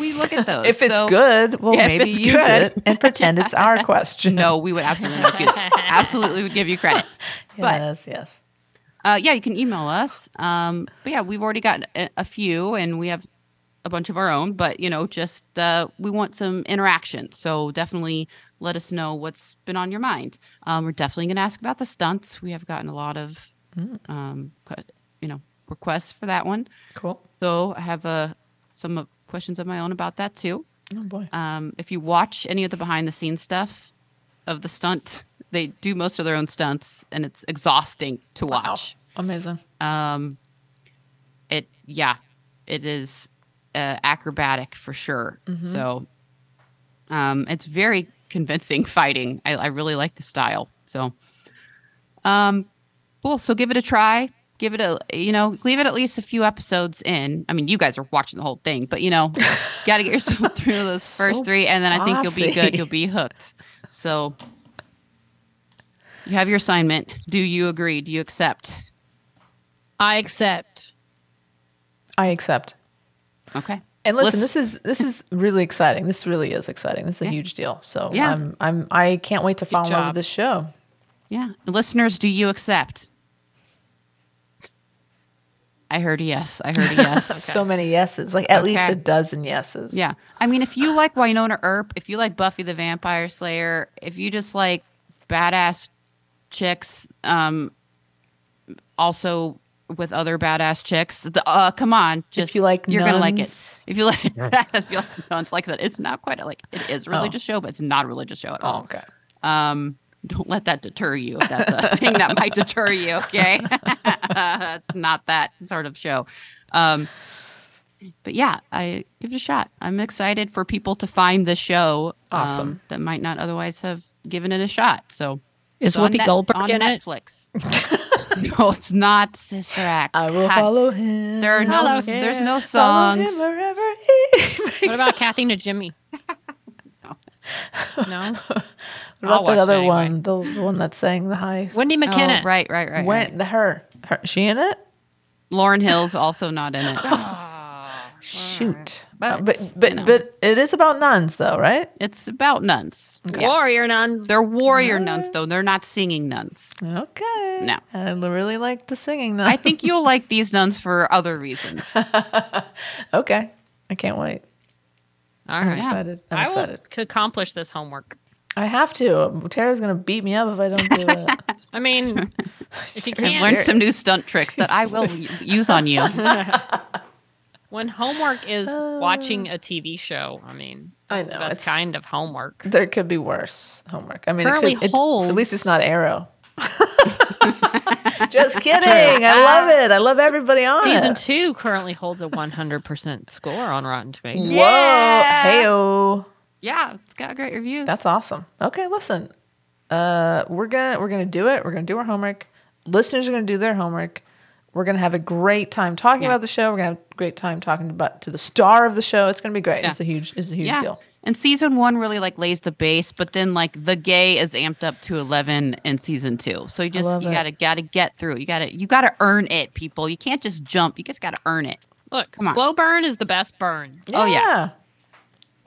[SPEAKER 3] we look at those.
[SPEAKER 4] if it's
[SPEAKER 3] So-
[SPEAKER 4] good, we'll
[SPEAKER 3] Yeah, if
[SPEAKER 4] maybe
[SPEAKER 3] it's
[SPEAKER 4] use
[SPEAKER 3] good.
[SPEAKER 4] it and pretend it's our question.
[SPEAKER 3] No, we would absolutely not do that. Absolutely would give you credit. But
[SPEAKER 4] yes, yes.
[SPEAKER 3] Uh, yeah, you can email us. Um, but yeah, we've already got a, a few, and we have a bunch of our own. But you know, just uh, we want some interaction. So definitely let us know what's been on your mind. Um, we're definitely going to ask about the stunts. We have gotten a lot of,
[SPEAKER 4] Mm.
[SPEAKER 3] um, que- you know, requests for that one.
[SPEAKER 4] Cool.
[SPEAKER 3] So I have uh, some of- questions of my own about that too.
[SPEAKER 4] Oh boy.
[SPEAKER 3] Um, if you watch any of the behind the scenes stuff of the stunt, they do most of their own stunts, and it's exhausting to watch.
[SPEAKER 4] Amazing.
[SPEAKER 3] Um, it yeah, it is uh, acrobatic for sure.
[SPEAKER 4] Mhm.
[SPEAKER 3] So, um, it's very convincing fighting. I, I really like the style. So, um, cool. So give it a try. Give it a you know leave it at least a few episodes in. I mean, you guys are watching the whole thing, but you know, got to get yourself through those first
[SPEAKER 2] So
[SPEAKER 3] three, and then I think you'll be good.
[SPEAKER 2] bossy.
[SPEAKER 3] You'll be hooked. So. You have your assignment. Do you agree? Do you accept?
[SPEAKER 2] I accept.
[SPEAKER 4] I accept.
[SPEAKER 3] Okay.
[SPEAKER 4] And listen,
[SPEAKER 3] Let's-
[SPEAKER 4] this is this is really exciting. This really is exciting. This is a
[SPEAKER 3] Yeah.
[SPEAKER 4] huge deal. So
[SPEAKER 3] Yeah.
[SPEAKER 4] I'm I'm I can't wait to fall in love
[SPEAKER 3] job.
[SPEAKER 4] with this show.
[SPEAKER 3] Yeah. Listeners, do you accept? I heard a yes. I heard a yes.
[SPEAKER 4] So many yeses, like at least
[SPEAKER 3] Okay.
[SPEAKER 4] a dozen yeses.
[SPEAKER 3] Yeah. I mean, if you like Winona Earp, if you like Buffy the Vampire Slayer, if you just like badass chicks, um, also with other badass chicks, the, uh, come on, just
[SPEAKER 4] you like
[SPEAKER 3] you're gonna like it.
[SPEAKER 4] nuns.
[SPEAKER 3] If you like, if you like nuns, like I said, it's not quite a, like it is a
[SPEAKER 4] Oh.
[SPEAKER 3] religious show, but it's not a religious show at all.
[SPEAKER 4] okay.
[SPEAKER 3] Um, don't let that deter you. If that's a thing that might deter you, okay? it's not that sort of show. Um, but yeah, I give it a shot. I'm excited for people to find the show. um,
[SPEAKER 4] Awesome.
[SPEAKER 3] that might not otherwise have giving it a shot. So
[SPEAKER 2] Is
[SPEAKER 3] it's on
[SPEAKER 2] Whoopi Goldberg
[SPEAKER 3] on
[SPEAKER 2] in it?
[SPEAKER 3] Netflix? no, it's not Sister Act. I will
[SPEAKER 4] follow him.
[SPEAKER 3] There are no,
[SPEAKER 2] Follow
[SPEAKER 3] there's
[SPEAKER 2] him.
[SPEAKER 3] no
[SPEAKER 2] Follow him
[SPEAKER 3] songs.
[SPEAKER 2] What about Kathy to Jimmy? no.
[SPEAKER 4] What about
[SPEAKER 2] I'll watch
[SPEAKER 4] that
[SPEAKER 2] it
[SPEAKER 4] other
[SPEAKER 2] anyway.
[SPEAKER 4] one? The, the one that sang the high.
[SPEAKER 2] Wendy McKenna.
[SPEAKER 3] Oh, right, right, right.
[SPEAKER 4] When,
[SPEAKER 3] right.
[SPEAKER 4] the- Her, her. She in it?
[SPEAKER 3] Lauren Hill's also not in it.
[SPEAKER 4] Shoot.
[SPEAKER 3] But,
[SPEAKER 4] Uh, but but, but it is about nuns though, right?
[SPEAKER 3] It's about nuns.
[SPEAKER 2] Warrior nuns.
[SPEAKER 3] They're warrior nuns though. They're not singing nuns.
[SPEAKER 4] Okay.
[SPEAKER 3] No.
[SPEAKER 4] I l- really like the singing though.
[SPEAKER 3] I think you'll like these nuns for other reasons.
[SPEAKER 4] okay. I can't wait.
[SPEAKER 2] All
[SPEAKER 4] I'm
[SPEAKER 2] right.
[SPEAKER 4] excited. I'm
[SPEAKER 2] I
[SPEAKER 4] excited.
[SPEAKER 2] will c- accomplish this homework.
[SPEAKER 4] I have to. Tara's gonna beat me up if I don't do it.
[SPEAKER 2] I mean, if you
[SPEAKER 3] I've
[SPEAKER 2] can't
[SPEAKER 3] learned some new stunt tricks that I will u- use on you.
[SPEAKER 2] When homework is watching a TV show, I mean,
[SPEAKER 4] Uh, I
[SPEAKER 2] that's the
[SPEAKER 4] know,
[SPEAKER 2] best
[SPEAKER 4] it's-
[SPEAKER 2] kind of homework.
[SPEAKER 4] there could be worse homework. I mean, it
[SPEAKER 2] Curly
[SPEAKER 4] could, it-
[SPEAKER 2] holds-
[SPEAKER 4] at least it's not Arrow. Just kidding. I love it. I love everybody on
[SPEAKER 2] Season
[SPEAKER 4] it.
[SPEAKER 2] two currently holds a 100% score on Rotten Tomatoes.
[SPEAKER 3] Yeah.
[SPEAKER 4] Whoa. Heyo.
[SPEAKER 3] Yeah, it's got great reviews.
[SPEAKER 4] That's awesome. Okay, listen. Uh, we're gonna we're gonna do it. We're gonna do our homework. Listeners are gonna do their homework. We're gonna have a great time talking
[SPEAKER 3] Yeah.
[SPEAKER 4] about the show. We're gonna have a great time talking about to the star of the show. It's gonna be great.
[SPEAKER 3] Yeah.
[SPEAKER 4] It's a huge it's a huge
[SPEAKER 3] yeah.
[SPEAKER 4] deal.
[SPEAKER 3] And season one really like lays the base, but then like the gay is amped up to eleven in season two. So you just
[SPEAKER 4] love
[SPEAKER 3] you
[SPEAKER 4] it.
[SPEAKER 3] gotta gotta get through. You gotta you gotta earn it, people. You can't just jump. You just gotta earn it.
[SPEAKER 2] Look,
[SPEAKER 3] Come on.
[SPEAKER 2] slow burn is the best burn.
[SPEAKER 3] Oh yeah.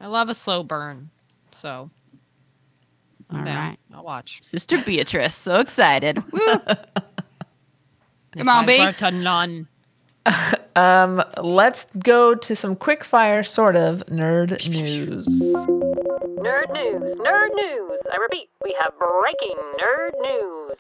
[SPEAKER 2] I love a slow burn. So,
[SPEAKER 3] All
[SPEAKER 2] yeah,
[SPEAKER 3] right.
[SPEAKER 2] I'll watch.
[SPEAKER 3] Sister Beatrice, so excited. Woo.
[SPEAKER 2] If
[SPEAKER 3] Come on,
[SPEAKER 2] I
[SPEAKER 3] B.
[SPEAKER 2] were to nun.
[SPEAKER 4] Um, let's go to some quick fire sort of nerd news.
[SPEAKER 13] Nerd news, nerd news. I repeat, we have breaking nerd news.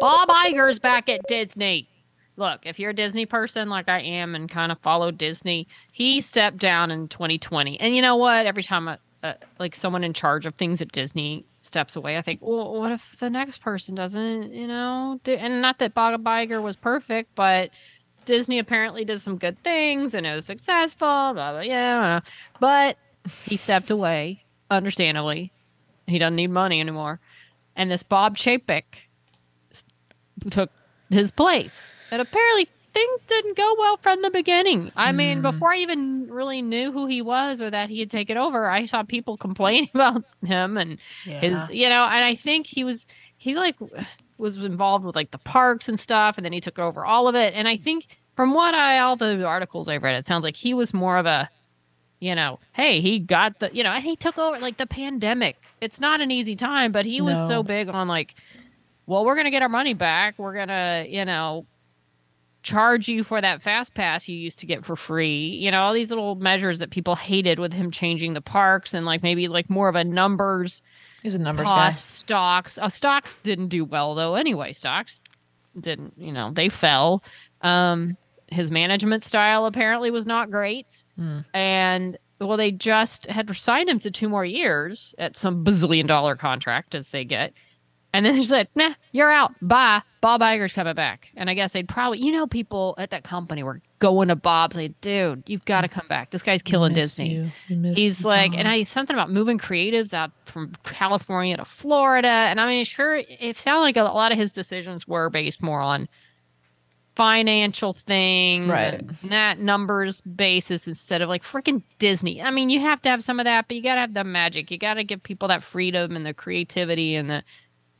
[SPEAKER 2] Bob Iger's back at Disney. Look, if you're a Disney person like I am and kind of follow Disney, he stepped down in 2020. And you know what? Every time a, uh like someone in charge of things at Disney steps away, I think, well, what if the next person doesn't? You know, do, and not that Bob Iger was perfect, but Disney apparently did some good things and it was successful. Blah blah. Yeah, I don't know. but he stepped away, understandably. He doesn't need money anymore. And this Bob Chapek took his place. And apparently things didn't go well from the beginning. I mean, before I even really knew who he was or that he had taken over, I saw people complain about him and his, you know, and I think he was, he like was involved with like the parks and stuff. And then he took over all of it. And I think from what I, all the articles I've read, it sounds like he was more of a, you know, hey, he got the, you know, and he took over like the pandemic. It's not an easy time, but he was
[SPEAKER 4] No.
[SPEAKER 2] so big on like, well, we're going to get our money back. We're going to, you know, charge you for that fast pass you used to get for free. You know, all these little measures that people hated with him changing the parks and like maybe like more of a numbers
[SPEAKER 4] He's a numbers
[SPEAKER 2] cost stocks. Uh, stocks didn't do well though. Anyway, stocks didn't. You know, they fell. Um, his management style apparently was not great,
[SPEAKER 4] Mm.
[SPEAKER 2] and well, they just had signed him to two more years at some bazillion dollar contract as they get. And then they said, nah, you're out. Bye. Bob Iger's coming back. And I guess they'd probably, you know, people at that company were going to Bob saying, dude, you've got to come back. This guy's killing
[SPEAKER 4] Mm. miss
[SPEAKER 2] Disney.
[SPEAKER 4] you. We miss
[SPEAKER 2] He's
[SPEAKER 4] you,
[SPEAKER 2] like,
[SPEAKER 4] Bob.
[SPEAKER 2] and I, something about moving creatives out from California to Florida. And I mean, sure, it sounded like a lot of his decisions were based more on financial things
[SPEAKER 4] Right.
[SPEAKER 2] and that numbers basis instead of like freaking disney i mean you have to have some of that but you gotta have the magic you gotta give people that freedom and the creativity and the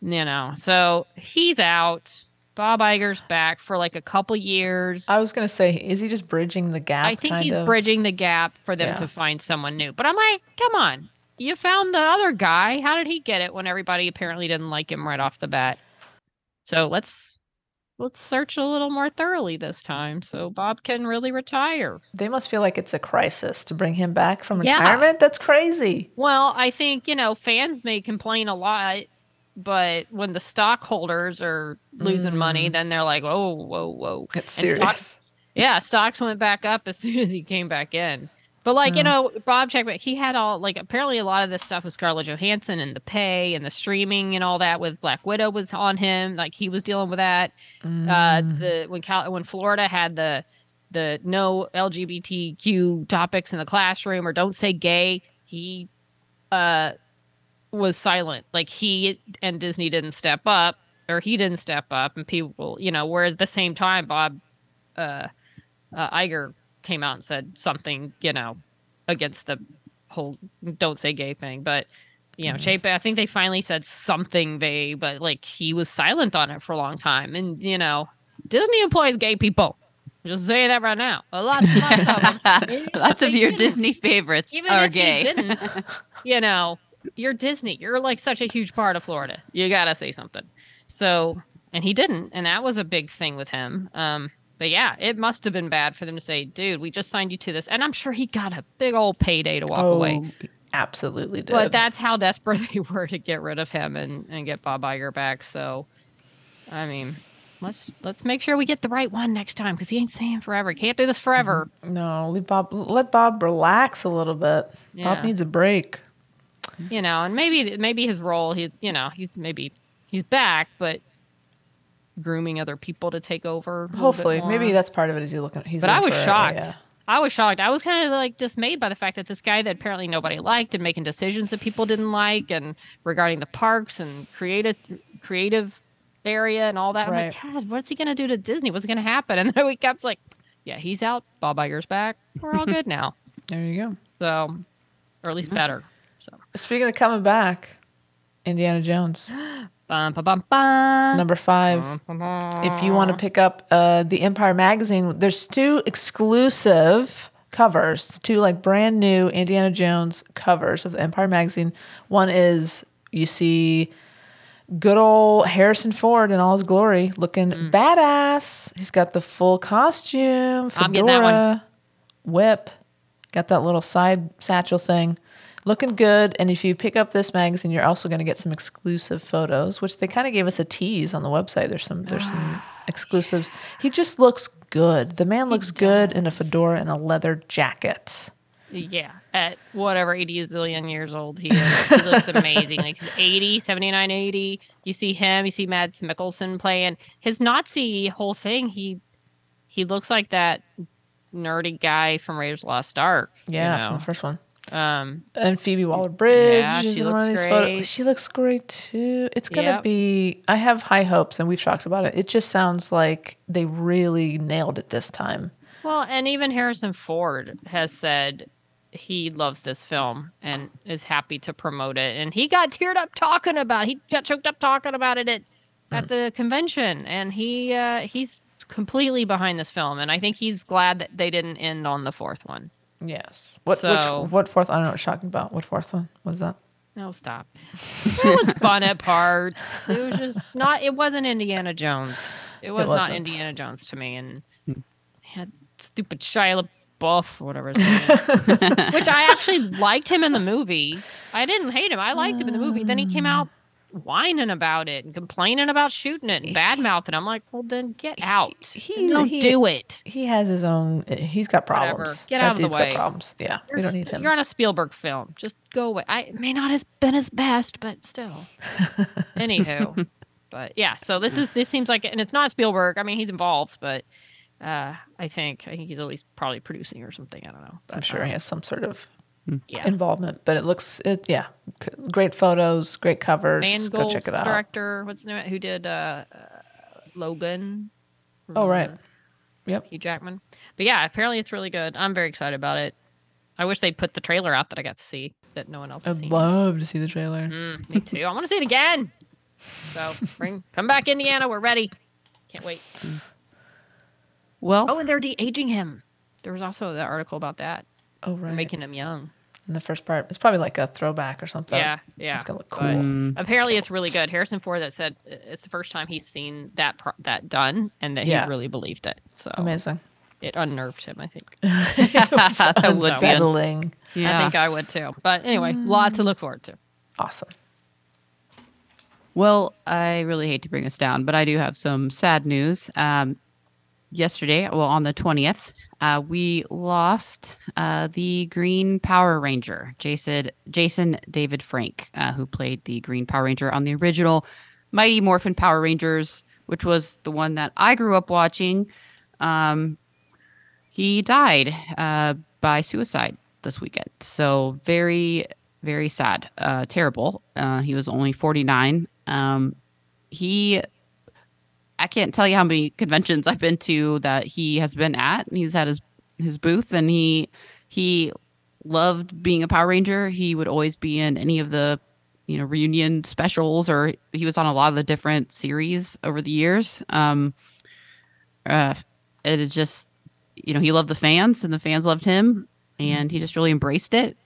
[SPEAKER 2] you know so he's out bob Iger's back for like a couple years
[SPEAKER 4] I was gonna say, is he just bridging the gap?
[SPEAKER 2] i think
[SPEAKER 4] kind
[SPEAKER 2] he's
[SPEAKER 4] of?
[SPEAKER 2] bridging the gap for them
[SPEAKER 4] Yeah.
[SPEAKER 2] to find someone new but i'm like come on you found the other guy how did he get it when everybody apparently didn't like him right off the bat so let's let's search a little more thoroughly this time so bob can really retire
[SPEAKER 4] They must feel like it's a crisis to bring him back from
[SPEAKER 2] Yeah.
[SPEAKER 4] retirement. That's crazy.
[SPEAKER 2] Well, I think, you know, fans may complain a lot, but when the stockholders are losing money, then they're like, oh, whoa, whoa.
[SPEAKER 4] Mm. It's
[SPEAKER 2] And stock-
[SPEAKER 4] serious.
[SPEAKER 2] yeah, stocks went back up as soon as he came back in. But like, you know, Bob Chapek, he had all like apparently a lot of this stuff with Scarlett Johansson and the pay and the streaming and all that with Black Widow was on him. Like he was dealing with that. Uh, the when Cal- when Florida had the the no LGBTQ topics in the classroom or don't say gay, he uh was silent. Like he and Disney didn't step up, or he didn't step up, and people, you know, where at the same time, Bob uh, uh, Iger came out and said something, you know, against the whole "don't say gay" thing. But you know,
[SPEAKER 5] Mhm.
[SPEAKER 2] Shape, I think they finally said something. They, but like he was silent on it for a long time, and you know, Disney employs gay people. Just say that right now. A lot, lots of them.
[SPEAKER 3] Lots of
[SPEAKER 2] They
[SPEAKER 3] your
[SPEAKER 2] didn't.
[SPEAKER 3] Disney favorites
[SPEAKER 2] Even
[SPEAKER 3] are
[SPEAKER 2] if you
[SPEAKER 3] gay.
[SPEAKER 2] didn't, you know, you're Disney. You're like such a huge part of Florida. You gotta say something. So, and he didn't, and that was a big thing with him. Um, but yeah, it must have been bad for them to say, "Dude, we just signed you to this," and I'm sure he got a big old payday to walk
[SPEAKER 4] Oh,
[SPEAKER 2] away.
[SPEAKER 4] Absolutely did.
[SPEAKER 2] But that's how desperate they were to get rid of him and, and get Bob Iger back. So, I mean, let's let's make sure we get the right one next time because he ain't saying forever. Can't do this forever.
[SPEAKER 4] no, leave Bob. Let Bob relax a little bit.
[SPEAKER 2] Yeah.
[SPEAKER 4] Bob needs a break.
[SPEAKER 2] you know, and maybe maybe his role, he you know, he's maybe he's back, but grooming other people to take over. a little bit
[SPEAKER 4] Hopefully, maybe
[SPEAKER 2] more.
[SPEAKER 4] that's part of it. Is you looking? He's
[SPEAKER 2] But I
[SPEAKER 4] looking
[SPEAKER 2] was
[SPEAKER 4] for a-
[SPEAKER 2] shocked.
[SPEAKER 4] yeah.
[SPEAKER 2] I was shocked. I was kind of like dismayed by the fact that this guy that apparently nobody liked and making decisions that people didn't like, and regarding the parks and creative creative area and all that. I'm like, God, what's he gonna do to Disney? What's gonna happen? And then we kept like, Yeah, he's out. Bob Iger's back. We're all good now.
[SPEAKER 4] There you go.
[SPEAKER 2] So, or at least better.
[SPEAKER 4] Speaking of coming back, Indiana Jones.
[SPEAKER 2] Bum, ba, bum, bum.
[SPEAKER 4] Number five.
[SPEAKER 2] Bum,
[SPEAKER 4] If you want to pick up uh, the Empire magazine, there's two exclusive covers, two like brand new Indiana Jones covers of the Empire magazine. One is you see good old Harrison Ford in all his glory, looking
[SPEAKER 2] Mm.
[SPEAKER 4] badass. He's got the full costume, fedora,
[SPEAKER 2] I'm getting that one.
[SPEAKER 4] whip, got that little side satchel thing. Looking good, and if you pick up this magazine, you're also going to get some exclusive photos, which they kind of gave us a tease on the website. There's some, there's some exclusives. He just looks good. The man looks good in a fedora and a leather jacket.
[SPEAKER 2] Yeah, at whatever 80 zillion years old he is. He looks amazing. Like he's 80, 79, 80. You see him, you see Mads Mikkelsen playing his Nazi whole thing. He he looks like that nerdy guy from Raiders of the Lost Ark. you
[SPEAKER 4] Yeah, from
[SPEAKER 2] know?
[SPEAKER 4] the first one.
[SPEAKER 2] Um,
[SPEAKER 4] And Phoebe Waller Bridge
[SPEAKER 2] Yeah,
[SPEAKER 4] is
[SPEAKER 2] she
[SPEAKER 4] in one of
[SPEAKER 2] looks
[SPEAKER 4] these photos.
[SPEAKER 2] great.
[SPEAKER 4] She looks great too. It's gonna
[SPEAKER 2] Yep.
[SPEAKER 4] be. I have high hopes, and we've talked about it. It just sounds like they really nailed it this time.
[SPEAKER 2] Well, and even Harrison Ford has said he loves this film and is happy to promote it. And he got teared up talking about. He got choked up talking about it at at the convention, and he uh, he's completely behind this film. And I think he's glad that they didn't end on the fourth one.
[SPEAKER 4] Yes. What?
[SPEAKER 2] So-
[SPEAKER 4] Which, what fourth? I don't know what you're talking about. What fourth one? What is that?
[SPEAKER 2] No, stop. It was fun at parts. It was just not. It wasn't Indiana Jones. It
[SPEAKER 4] It
[SPEAKER 2] was not
[SPEAKER 4] wasn't.
[SPEAKER 2] Indiana Jones to me, and had stupid Shia LaBeouf, or whatever, his name is. which I actually liked him in the movie. I didn't hate him. I liked him in the movie. Then he came out whining about it and complaining about shooting it and bad mouthing. I'm like, well, then get out. Then don't
[SPEAKER 4] he-
[SPEAKER 2] do it.
[SPEAKER 4] He has his own. He's got problems.
[SPEAKER 2] Whatever. Get
[SPEAKER 4] That
[SPEAKER 2] out of the
[SPEAKER 4] dude's
[SPEAKER 2] way.
[SPEAKER 4] Got problems. Yeah. we
[SPEAKER 2] You're
[SPEAKER 4] don't
[SPEAKER 2] s-
[SPEAKER 4] need him.
[SPEAKER 2] You're on a Spielberg film. Just go away. I it may not have been his best, but still. Anywho, but yeah. So this is this seems like, and it's not Spielberg. I mean, he's involved, but uh, I think I think he's at least probably producing or something. I don't know. But,
[SPEAKER 4] I'm sure he
[SPEAKER 2] um,
[SPEAKER 4] has some sort of
[SPEAKER 2] Yeah.
[SPEAKER 4] involvement, but it looks it yeah, C- great photos, great covers. Go
[SPEAKER 2] Mangold's
[SPEAKER 4] check it out.
[SPEAKER 2] director. What's the name? Who did uh, uh, Logan? uh,
[SPEAKER 4] Oh
[SPEAKER 2] Mm.
[SPEAKER 4] right, Yep.
[SPEAKER 2] Hugh Jackman. But yeah, apparently it's really good. I'm very excited about it. I wish they put the trailer out that I got to see that no one else has
[SPEAKER 4] I'd
[SPEAKER 2] seen.
[SPEAKER 4] love to see the trailer.
[SPEAKER 2] Mm, me too. I want to see it again. So bring, come back, Indiana. We're ready. Can't wait.
[SPEAKER 3] Well,
[SPEAKER 2] oh, and they're de aging him. There was also the article about that.
[SPEAKER 4] Oh
[SPEAKER 2] They're
[SPEAKER 4] right,
[SPEAKER 2] making him young.
[SPEAKER 4] in the first part, it's probably like a throwback or something.
[SPEAKER 2] yeah, yeah.
[SPEAKER 4] it's gonna look
[SPEAKER 2] but
[SPEAKER 4] cool.
[SPEAKER 3] Mm.
[SPEAKER 2] Apparently, it's really good. Harrison Ford that said uh, it's the first time he's seen that pro- that done, and that
[SPEAKER 4] Yeah.
[SPEAKER 2] he really believed it. So
[SPEAKER 4] Amazing.
[SPEAKER 2] It unnerved him, I think.
[SPEAKER 4] was
[SPEAKER 2] That would be-
[SPEAKER 4] unsettling.
[SPEAKER 2] I
[SPEAKER 3] Yeah.
[SPEAKER 2] think I would too. But anyway, lot to look forward to.
[SPEAKER 4] Awesome.
[SPEAKER 3] Well, I really hate to bring us down, but I do have some sad news. Um, yesterday, well, on the 20th, uh, we lost uh, the Green Power Ranger, Jason, Jason David Frank, uh, who played the Green Power Ranger on the original Mighty Morphin Power Rangers, which was the one that I grew up watching. Um, he died uh, by suicide this weekend. So, very very sad, uh, terrible. Uh, he was only 49. Um, he, I can't tell you how many conventions I've been to that he has been at. He's had his his booth, and he he loved being a Power Ranger. He would always be in any of the you know reunion specials, or he was on a lot of the different series over the years. Um, uh, it is just you know he loved the fans, and the fans loved him, and he just really embraced it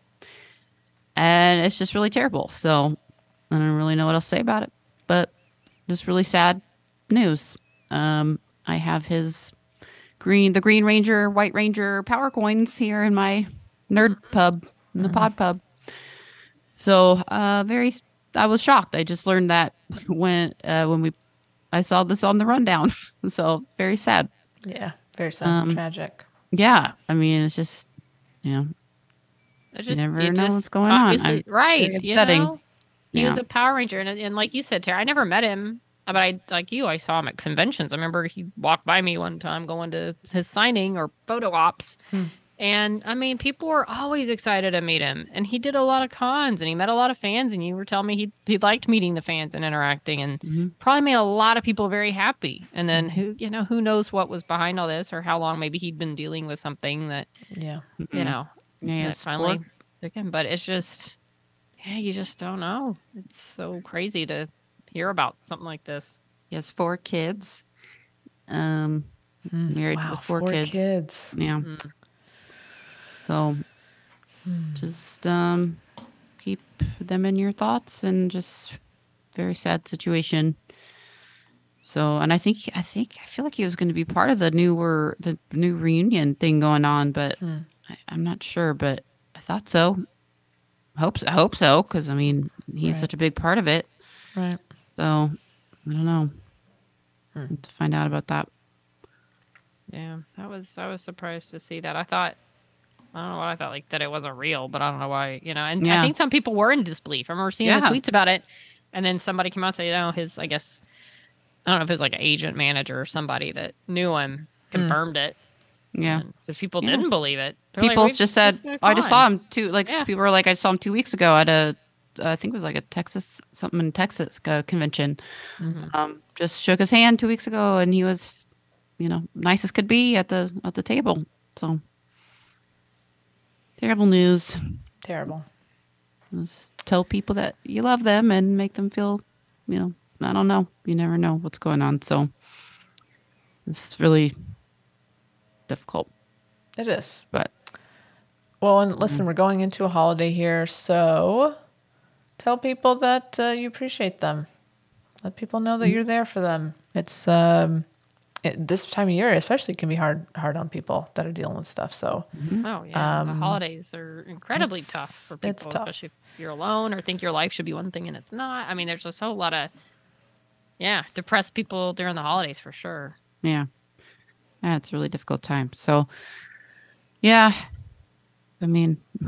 [SPEAKER 3] and it's just really terrible. So I don't really know what else to say about it, but just really sad news. Um, I have his green, the Green Ranger, White Ranger power coins here in my nerd pub, in the pod pub. So uh, very, I was shocked. I just learned that when uh, when we, I saw this on the rundown. so very sad.
[SPEAKER 4] Yeah, very sad,
[SPEAKER 3] Um,
[SPEAKER 4] tragic.
[SPEAKER 3] Yeah, I mean it's just, you know,
[SPEAKER 2] They're
[SPEAKER 3] You never
[SPEAKER 2] you
[SPEAKER 3] know what's going on.
[SPEAKER 2] obviously-
[SPEAKER 3] I'm- it's
[SPEAKER 2] Right.
[SPEAKER 3] very
[SPEAKER 2] You
[SPEAKER 3] upsetting.
[SPEAKER 2] know? He was
[SPEAKER 3] Yeah.
[SPEAKER 2] a Power Ranger, and, and like you said, Tara, I never met him, but I like you. I saw him at conventions. I remember he walked by me one time going to his signing or photo ops, and I mean, people were always excited to meet him. And he did a lot of cons, and he met a lot of fans. And you were telling me he he liked meeting the fans and interacting, and probably made a lot of people very happy. And then who you know who knows what was behind all this or how long maybe he'd been dealing with something that
[SPEAKER 4] Yeah.
[SPEAKER 2] you know,
[SPEAKER 3] Yeah,
[SPEAKER 2] that
[SPEAKER 3] it's
[SPEAKER 2] finally
[SPEAKER 3] sport.
[SPEAKER 2] took him. But it's just, yeah, you just don't know. It's so crazy to hear about something like this.
[SPEAKER 3] He has four kids. Um, married
[SPEAKER 2] wow,
[SPEAKER 3] with four,
[SPEAKER 2] four
[SPEAKER 3] kids.
[SPEAKER 2] kids.
[SPEAKER 3] Yeah.
[SPEAKER 2] Mm.
[SPEAKER 3] So, just um, keep them in your thoughts, and just very sad situation. So, and I think I think I feel like he was going to be part of the newer the new reunion thing going on, but I, I'm not sure. But I thought so. Hope I hope so because I mean he's
[SPEAKER 4] Right.
[SPEAKER 3] such a big part of it.
[SPEAKER 4] Right.
[SPEAKER 3] So I don't know. Have To find out about that.
[SPEAKER 2] Yeah, that was I was surprised to see that. I thought I don't know what I thought like that it wasn't real, but I don't know why you know. And I
[SPEAKER 3] Yeah.
[SPEAKER 2] think some people were in disbelief. I remember seeing the
[SPEAKER 3] Yeah.
[SPEAKER 2] tweets about it, and then somebody came out and said, you know, his I guess I don't know if it was like an agent manager or somebody that knew him confirmed it
[SPEAKER 3] Mm. Yeah.
[SPEAKER 2] because people
[SPEAKER 3] Yeah.
[SPEAKER 2] didn't believe it. They're like,
[SPEAKER 3] people
[SPEAKER 2] "We-
[SPEAKER 3] just said,
[SPEAKER 2] it's not
[SPEAKER 3] "Oh, I just
[SPEAKER 2] gone."
[SPEAKER 3] saw him two. Like
[SPEAKER 2] Yeah.
[SPEAKER 3] people were like, I saw him two weeks ago at a, I think it was like a Texas something in Texas uh, convention.
[SPEAKER 2] Mm-hmm.
[SPEAKER 3] Um, just shook his hand two weeks ago, and he was, you know, nice as could be at the at the table. So terrible news.
[SPEAKER 4] Terrible.
[SPEAKER 3] Just tell people that you love them and make them feel, you know, I don't know. You never know what's going on. So it's really difficult,
[SPEAKER 4] It is.
[SPEAKER 3] but
[SPEAKER 4] Well, and
[SPEAKER 3] Mm.
[SPEAKER 4] listen, we're going into a holiday here, so tell people that uh, you appreciate them. Let people know
[SPEAKER 3] Mm.
[SPEAKER 4] that you're there for them. It's um, it, this time of year, especially, can be hard hard on people that are dealing with stuff. So,
[SPEAKER 3] Mm-hmm.
[SPEAKER 2] Oh yeah, the
[SPEAKER 4] um,
[SPEAKER 2] holidays are incredibly
[SPEAKER 4] it's-
[SPEAKER 2] tough for people,
[SPEAKER 4] it's tough.
[SPEAKER 2] especially if you're alone or think your life should be one thing and it's not. I mean, there's just a whole lot of yeah, depressed people during the holidays for sure.
[SPEAKER 3] Yeah. Yeah, it's a really difficult time. So, yeah. I mean,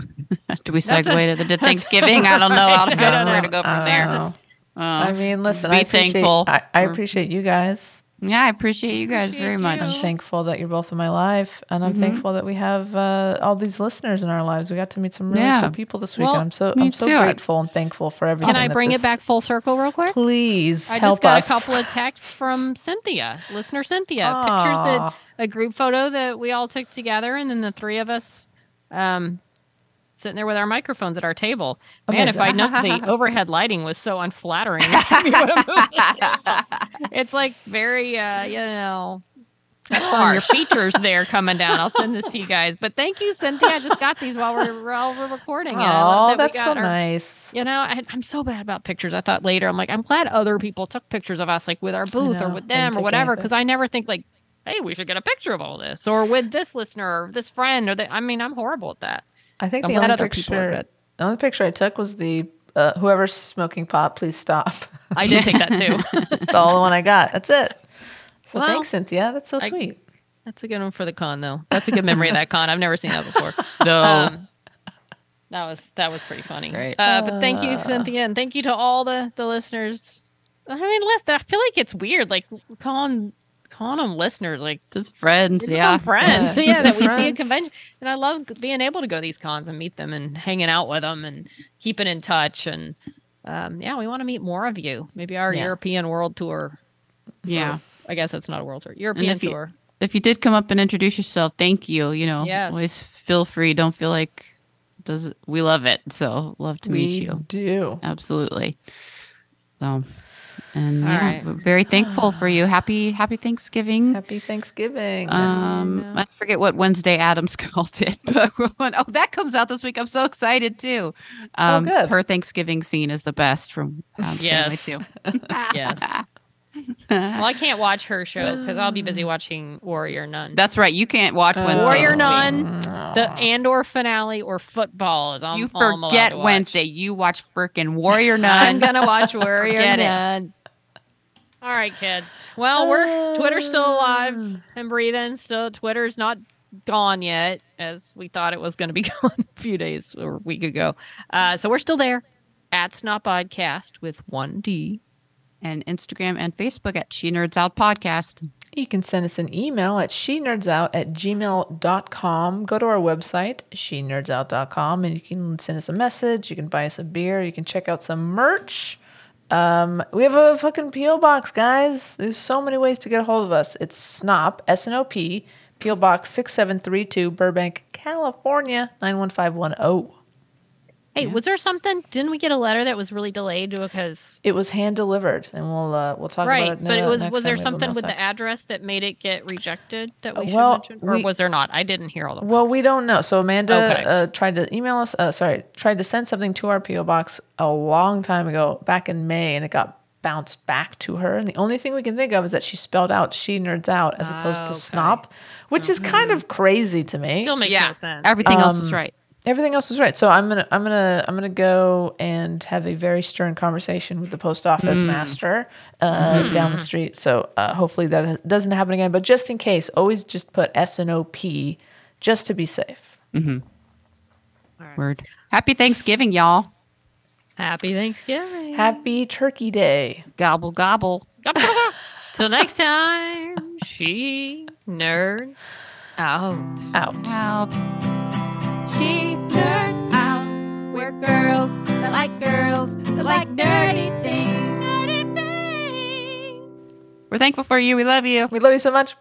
[SPEAKER 3] do we
[SPEAKER 4] That's
[SPEAKER 3] segue to
[SPEAKER 4] a-
[SPEAKER 3] the to
[SPEAKER 4] that's
[SPEAKER 3] Thanksgiving? I don't know. I don't
[SPEAKER 4] right.
[SPEAKER 3] know where to go
[SPEAKER 4] I
[SPEAKER 3] from
[SPEAKER 4] don't
[SPEAKER 3] there.
[SPEAKER 4] know.
[SPEAKER 3] Uh,
[SPEAKER 4] I mean, listen,
[SPEAKER 3] be
[SPEAKER 4] I appreciate,
[SPEAKER 3] thankful.
[SPEAKER 4] I, I
[SPEAKER 3] for-
[SPEAKER 4] appreciate you guys.
[SPEAKER 3] Yeah, I appreciate you guys very much.
[SPEAKER 4] I'm thankful that you're both in my life, and I'm
[SPEAKER 2] Mm-hmm.
[SPEAKER 3] Mhm.
[SPEAKER 4] thankful that we have uh, all these listeners in our lives. We got to meet some really
[SPEAKER 3] Yeah.
[SPEAKER 4] cool people this weekend.
[SPEAKER 2] Well,
[SPEAKER 4] I'm so
[SPEAKER 2] me
[SPEAKER 4] I'm so
[SPEAKER 2] too. I-
[SPEAKER 4] grateful and thankful for everything.
[SPEAKER 2] Can I
[SPEAKER 4] that
[SPEAKER 2] bring
[SPEAKER 4] this-
[SPEAKER 2] it back full circle real quick?
[SPEAKER 4] Please
[SPEAKER 2] I
[SPEAKER 4] help
[SPEAKER 2] just got
[SPEAKER 4] us.
[SPEAKER 2] a couple of texts from Cynthia, listener Cynthia. Pictures that
[SPEAKER 4] Aw.
[SPEAKER 2] a group photo that we all took together, and then the three of us um, sitting there with our microphones at our table. Man, if I
[SPEAKER 3] Amazing.
[SPEAKER 2] know the overhead lighting was so unflattering, I would have moved the table. it's like very, uh, you know. Some of your features there coming down. I'll send this to you guys. But thank you, Cynthia. I just got these while we're while we're recording. and I love
[SPEAKER 4] Oh,
[SPEAKER 2] that we
[SPEAKER 4] that's so
[SPEAKER 2] got our-
[SPEAKER 4] nice.
[SPEAKER 2] you know, I, I'm so bad about pictures. I thought later, I'm like, I'm glad other people took pictures of us, like with our booth or
[SPEAKER 3] know,
[SPEAKER 2] with
[SPEAKER 3] and
[SPEAKER 2] them or
[SPEAKER 3] took
[SPEAKER 2] whatever,
[SPEAKER 3] anything.
[SPEAKER 2] because I never think like, hey, we should get a picture of all this or with this listener or this friend or the, I mean, I'm horrible at that.
[SPEAKER 4] I think
[SPEAKER 2] I'm
[SPEAKER 4] the
[SPEAKER 2] glad
[SPEAKER 4] only
[SPEAKER 2] other people are
[SPEAKER 4] picture
[SPEAKER 2] good.
[SPEAKER 4] the only picture I took was the uh, whoever's smoking pot, please stop.
[SPEAKER 2] I did take that too.
[SPEAKER 4] That's all the one I got. That's it. So
[SPEAKER 2] Well,
[SPEAKER 4] thanks, Cynthia. That's so
[SPEAKER 2] I-
[SPEAKER 4] sweet.
[SPEAKER 2] That's a good one for the con though. That's a good memory of that con. I've never seen that before. Um,
[SPEAKER 3] No.
[SPEAKER 2] that was that was pretty funny.
[SPEAKER 3] Great.
[SPEAKER 2] Uh, but thank you,
[SPEAKER 3] Uh.
[SPEAKER 2] Cynthia, and thank you to all the the listeners. I mean, listen, I feel like it's weird. Like con
[SPEAKER 5] calling them listeners, like
[SPEAKER 3] Just friends,
[SPEAKER 5] Become
[SPEAKER 3] yeah.
[SPEAKER 5] friends. Yeah, that we see at
[SPEAKER 3] Friends.
[SPEAKER 5] convention, and I love being able to go to these cons and meet them and hanging out with them and keeping in touch. And um, yeah, we want to meet more of you. Maybe our
[SPEAKER 3] Yeah.
[SPEAKER 5] European world tour.
[SPEAKER 3] Yeah.
[SPEAKER 5] Or, I guess that's not a world tour.
[SPEAKER 3] And
[SPEAKER 5] European
[SPEAKER 3] if you,
[SPEAKER 5] tour.
[SPEAKER 3] If you did come up and introduce yourself, thank you. You know,
[SPEAKER 5] Yes.
[SPEAKER 3] always feel free. Don't feel like does it, we love it. So love to meet
[SPEAKER 4] We
[SPEAKER 3] you.
[SPEAKER 4] do.
[SPEAKER 3] Absolutely. So and
[SPEAKER 4] All
[SPEAKER 3] yeah,
[SPEAKER 4] right.
[SPEAKER 3] we're very thankful for you. Happy happy Thanksgiving.
[SPEAKER 4] Happy Thanksgiving.
[SPEAKER 3] Um, I forget what Wednesday Adams called it, but oh, that comes out this week. I'm so excited too. Um,
[SPEAKER 4] good.
[SPEAKER 3] her Thanksgiving scene is the best from um,
[SPEAKER 5] Yes.
[SPEAKER 3] Family
[SPEAKER 5] yes. Well, I can't watch her show because I'll be busy watching Warrior Nun.
[SPEAKER 3] That's right. You can't watch Wednesday.
[SPEAKER 5] Warrior
[SPEAKER 3] this week.
[SPEAKER 5] Nun, the and/or finale or football is on.
[SPEAKER 3] You forget Wednesday. You watch freaking Warrior Nun.
[SPEAKER 5] I'm gonna watch Warrior
[SPEAKER 3] Forget it.
[SPEAKER 5] Nun. All right, kids. Well, we're Twitter's still alive and breathing. Still, Twitter's not gone yet, as we thought it was going to be gone a few days or a week ago. Uh, so we're still there at Snot Podcast with one D,
[SPEAKER 3] and Instagram and Facebook at She Nerds Out Podcast.
[SPEAKER 4] You can send us an email at she nerds out at gmail.com. Go to our website, she nerds out.com, and you can send us a message. You can buy us a beer. You can check out some merch. Um, we have a fucking P.O. box, guys. There's so many ways to get a hold of us. It's SNOP, S N O P, P.O. Box 6732, Burbank, California, 91510.
[SPEAKER 5] Hey, was there something? Didn't we get a letter that was really delayed because?
[SPEAKER 4] It was hand delivered, and we'll uh, we'll talk
[SPEAKER 5] right,
[SPEAKER 4] about it.
[SPEAKER 5] but it
[SPEAKER 4] ne-
[SPEAKER 5] was
[SPEAKER 4] next
[SPEAKER 5] was there
[SPEAKER 4] time we have a
[SPEAKER 5] something
[SPEAKER 4] mail
[SPEAKER 5] with
[SPEAKER 4] sack.
[SPEAKER 5] the address that made it get rejected that
[SPEAKER 4] Uh,
[SPEAKER 5] we should
[SPEAKER 4] well,
[SPEAKER 5] mention, or
[SPEAKER 4] we-
[SPEAKER 5] was there not? I didn't hear all the.
[SPEAKER 4] Well, we don't know. So Amanda
[SPEAKER 5] Okay.
[SPEAKER 4] uh, tried to email us. Uh, sorry, tried to send something to our PO box a long time ago, back in May, and it got bounced back to her. And the only thing we can think of is that she spelled out "she nerds out" as opposed to "snop," which is kind of crazy to me.
[SPEAKER 5] Still makes no sense.
[SPEAKER 3] Everything else is
[SPEAKER 4] Um,
[SPEAKER 3] right.
[SPEAKER 4] Everything else was right. So I'm gonna I'm gonna I'm gonna go and have a very stern conversation with the post office
[SPEAKER 3] Mm.
[SPEAKER 4] master uh,
[SPEAKER 3] Mm.
[SPEAKER 4] down the street. So uh, hopefully that doesn't happen again. But just in case, always just put S and O P, just to be safe.
[SPEAKER 3] Mm-hmm. Word. Happy Thanksgiving, y'all.
[SPEAKER 5] Happy Thanksgiving.
[SPEAKER 4] Happy Turkey Day.
[SPEAKER 3] Gobble gobble.
[SPEAKER 5] Till next time, she nerds out.
[SPEAKER 4] Out.
[SPEAKER 3] Out.
[SPEAKER 14] She nerds out. We're girls that like girls that like nerdy things. Nerdy things.
[SPEAKER 3] We're thankful for you. We love you.
[SPEAKER 4] We love you so much.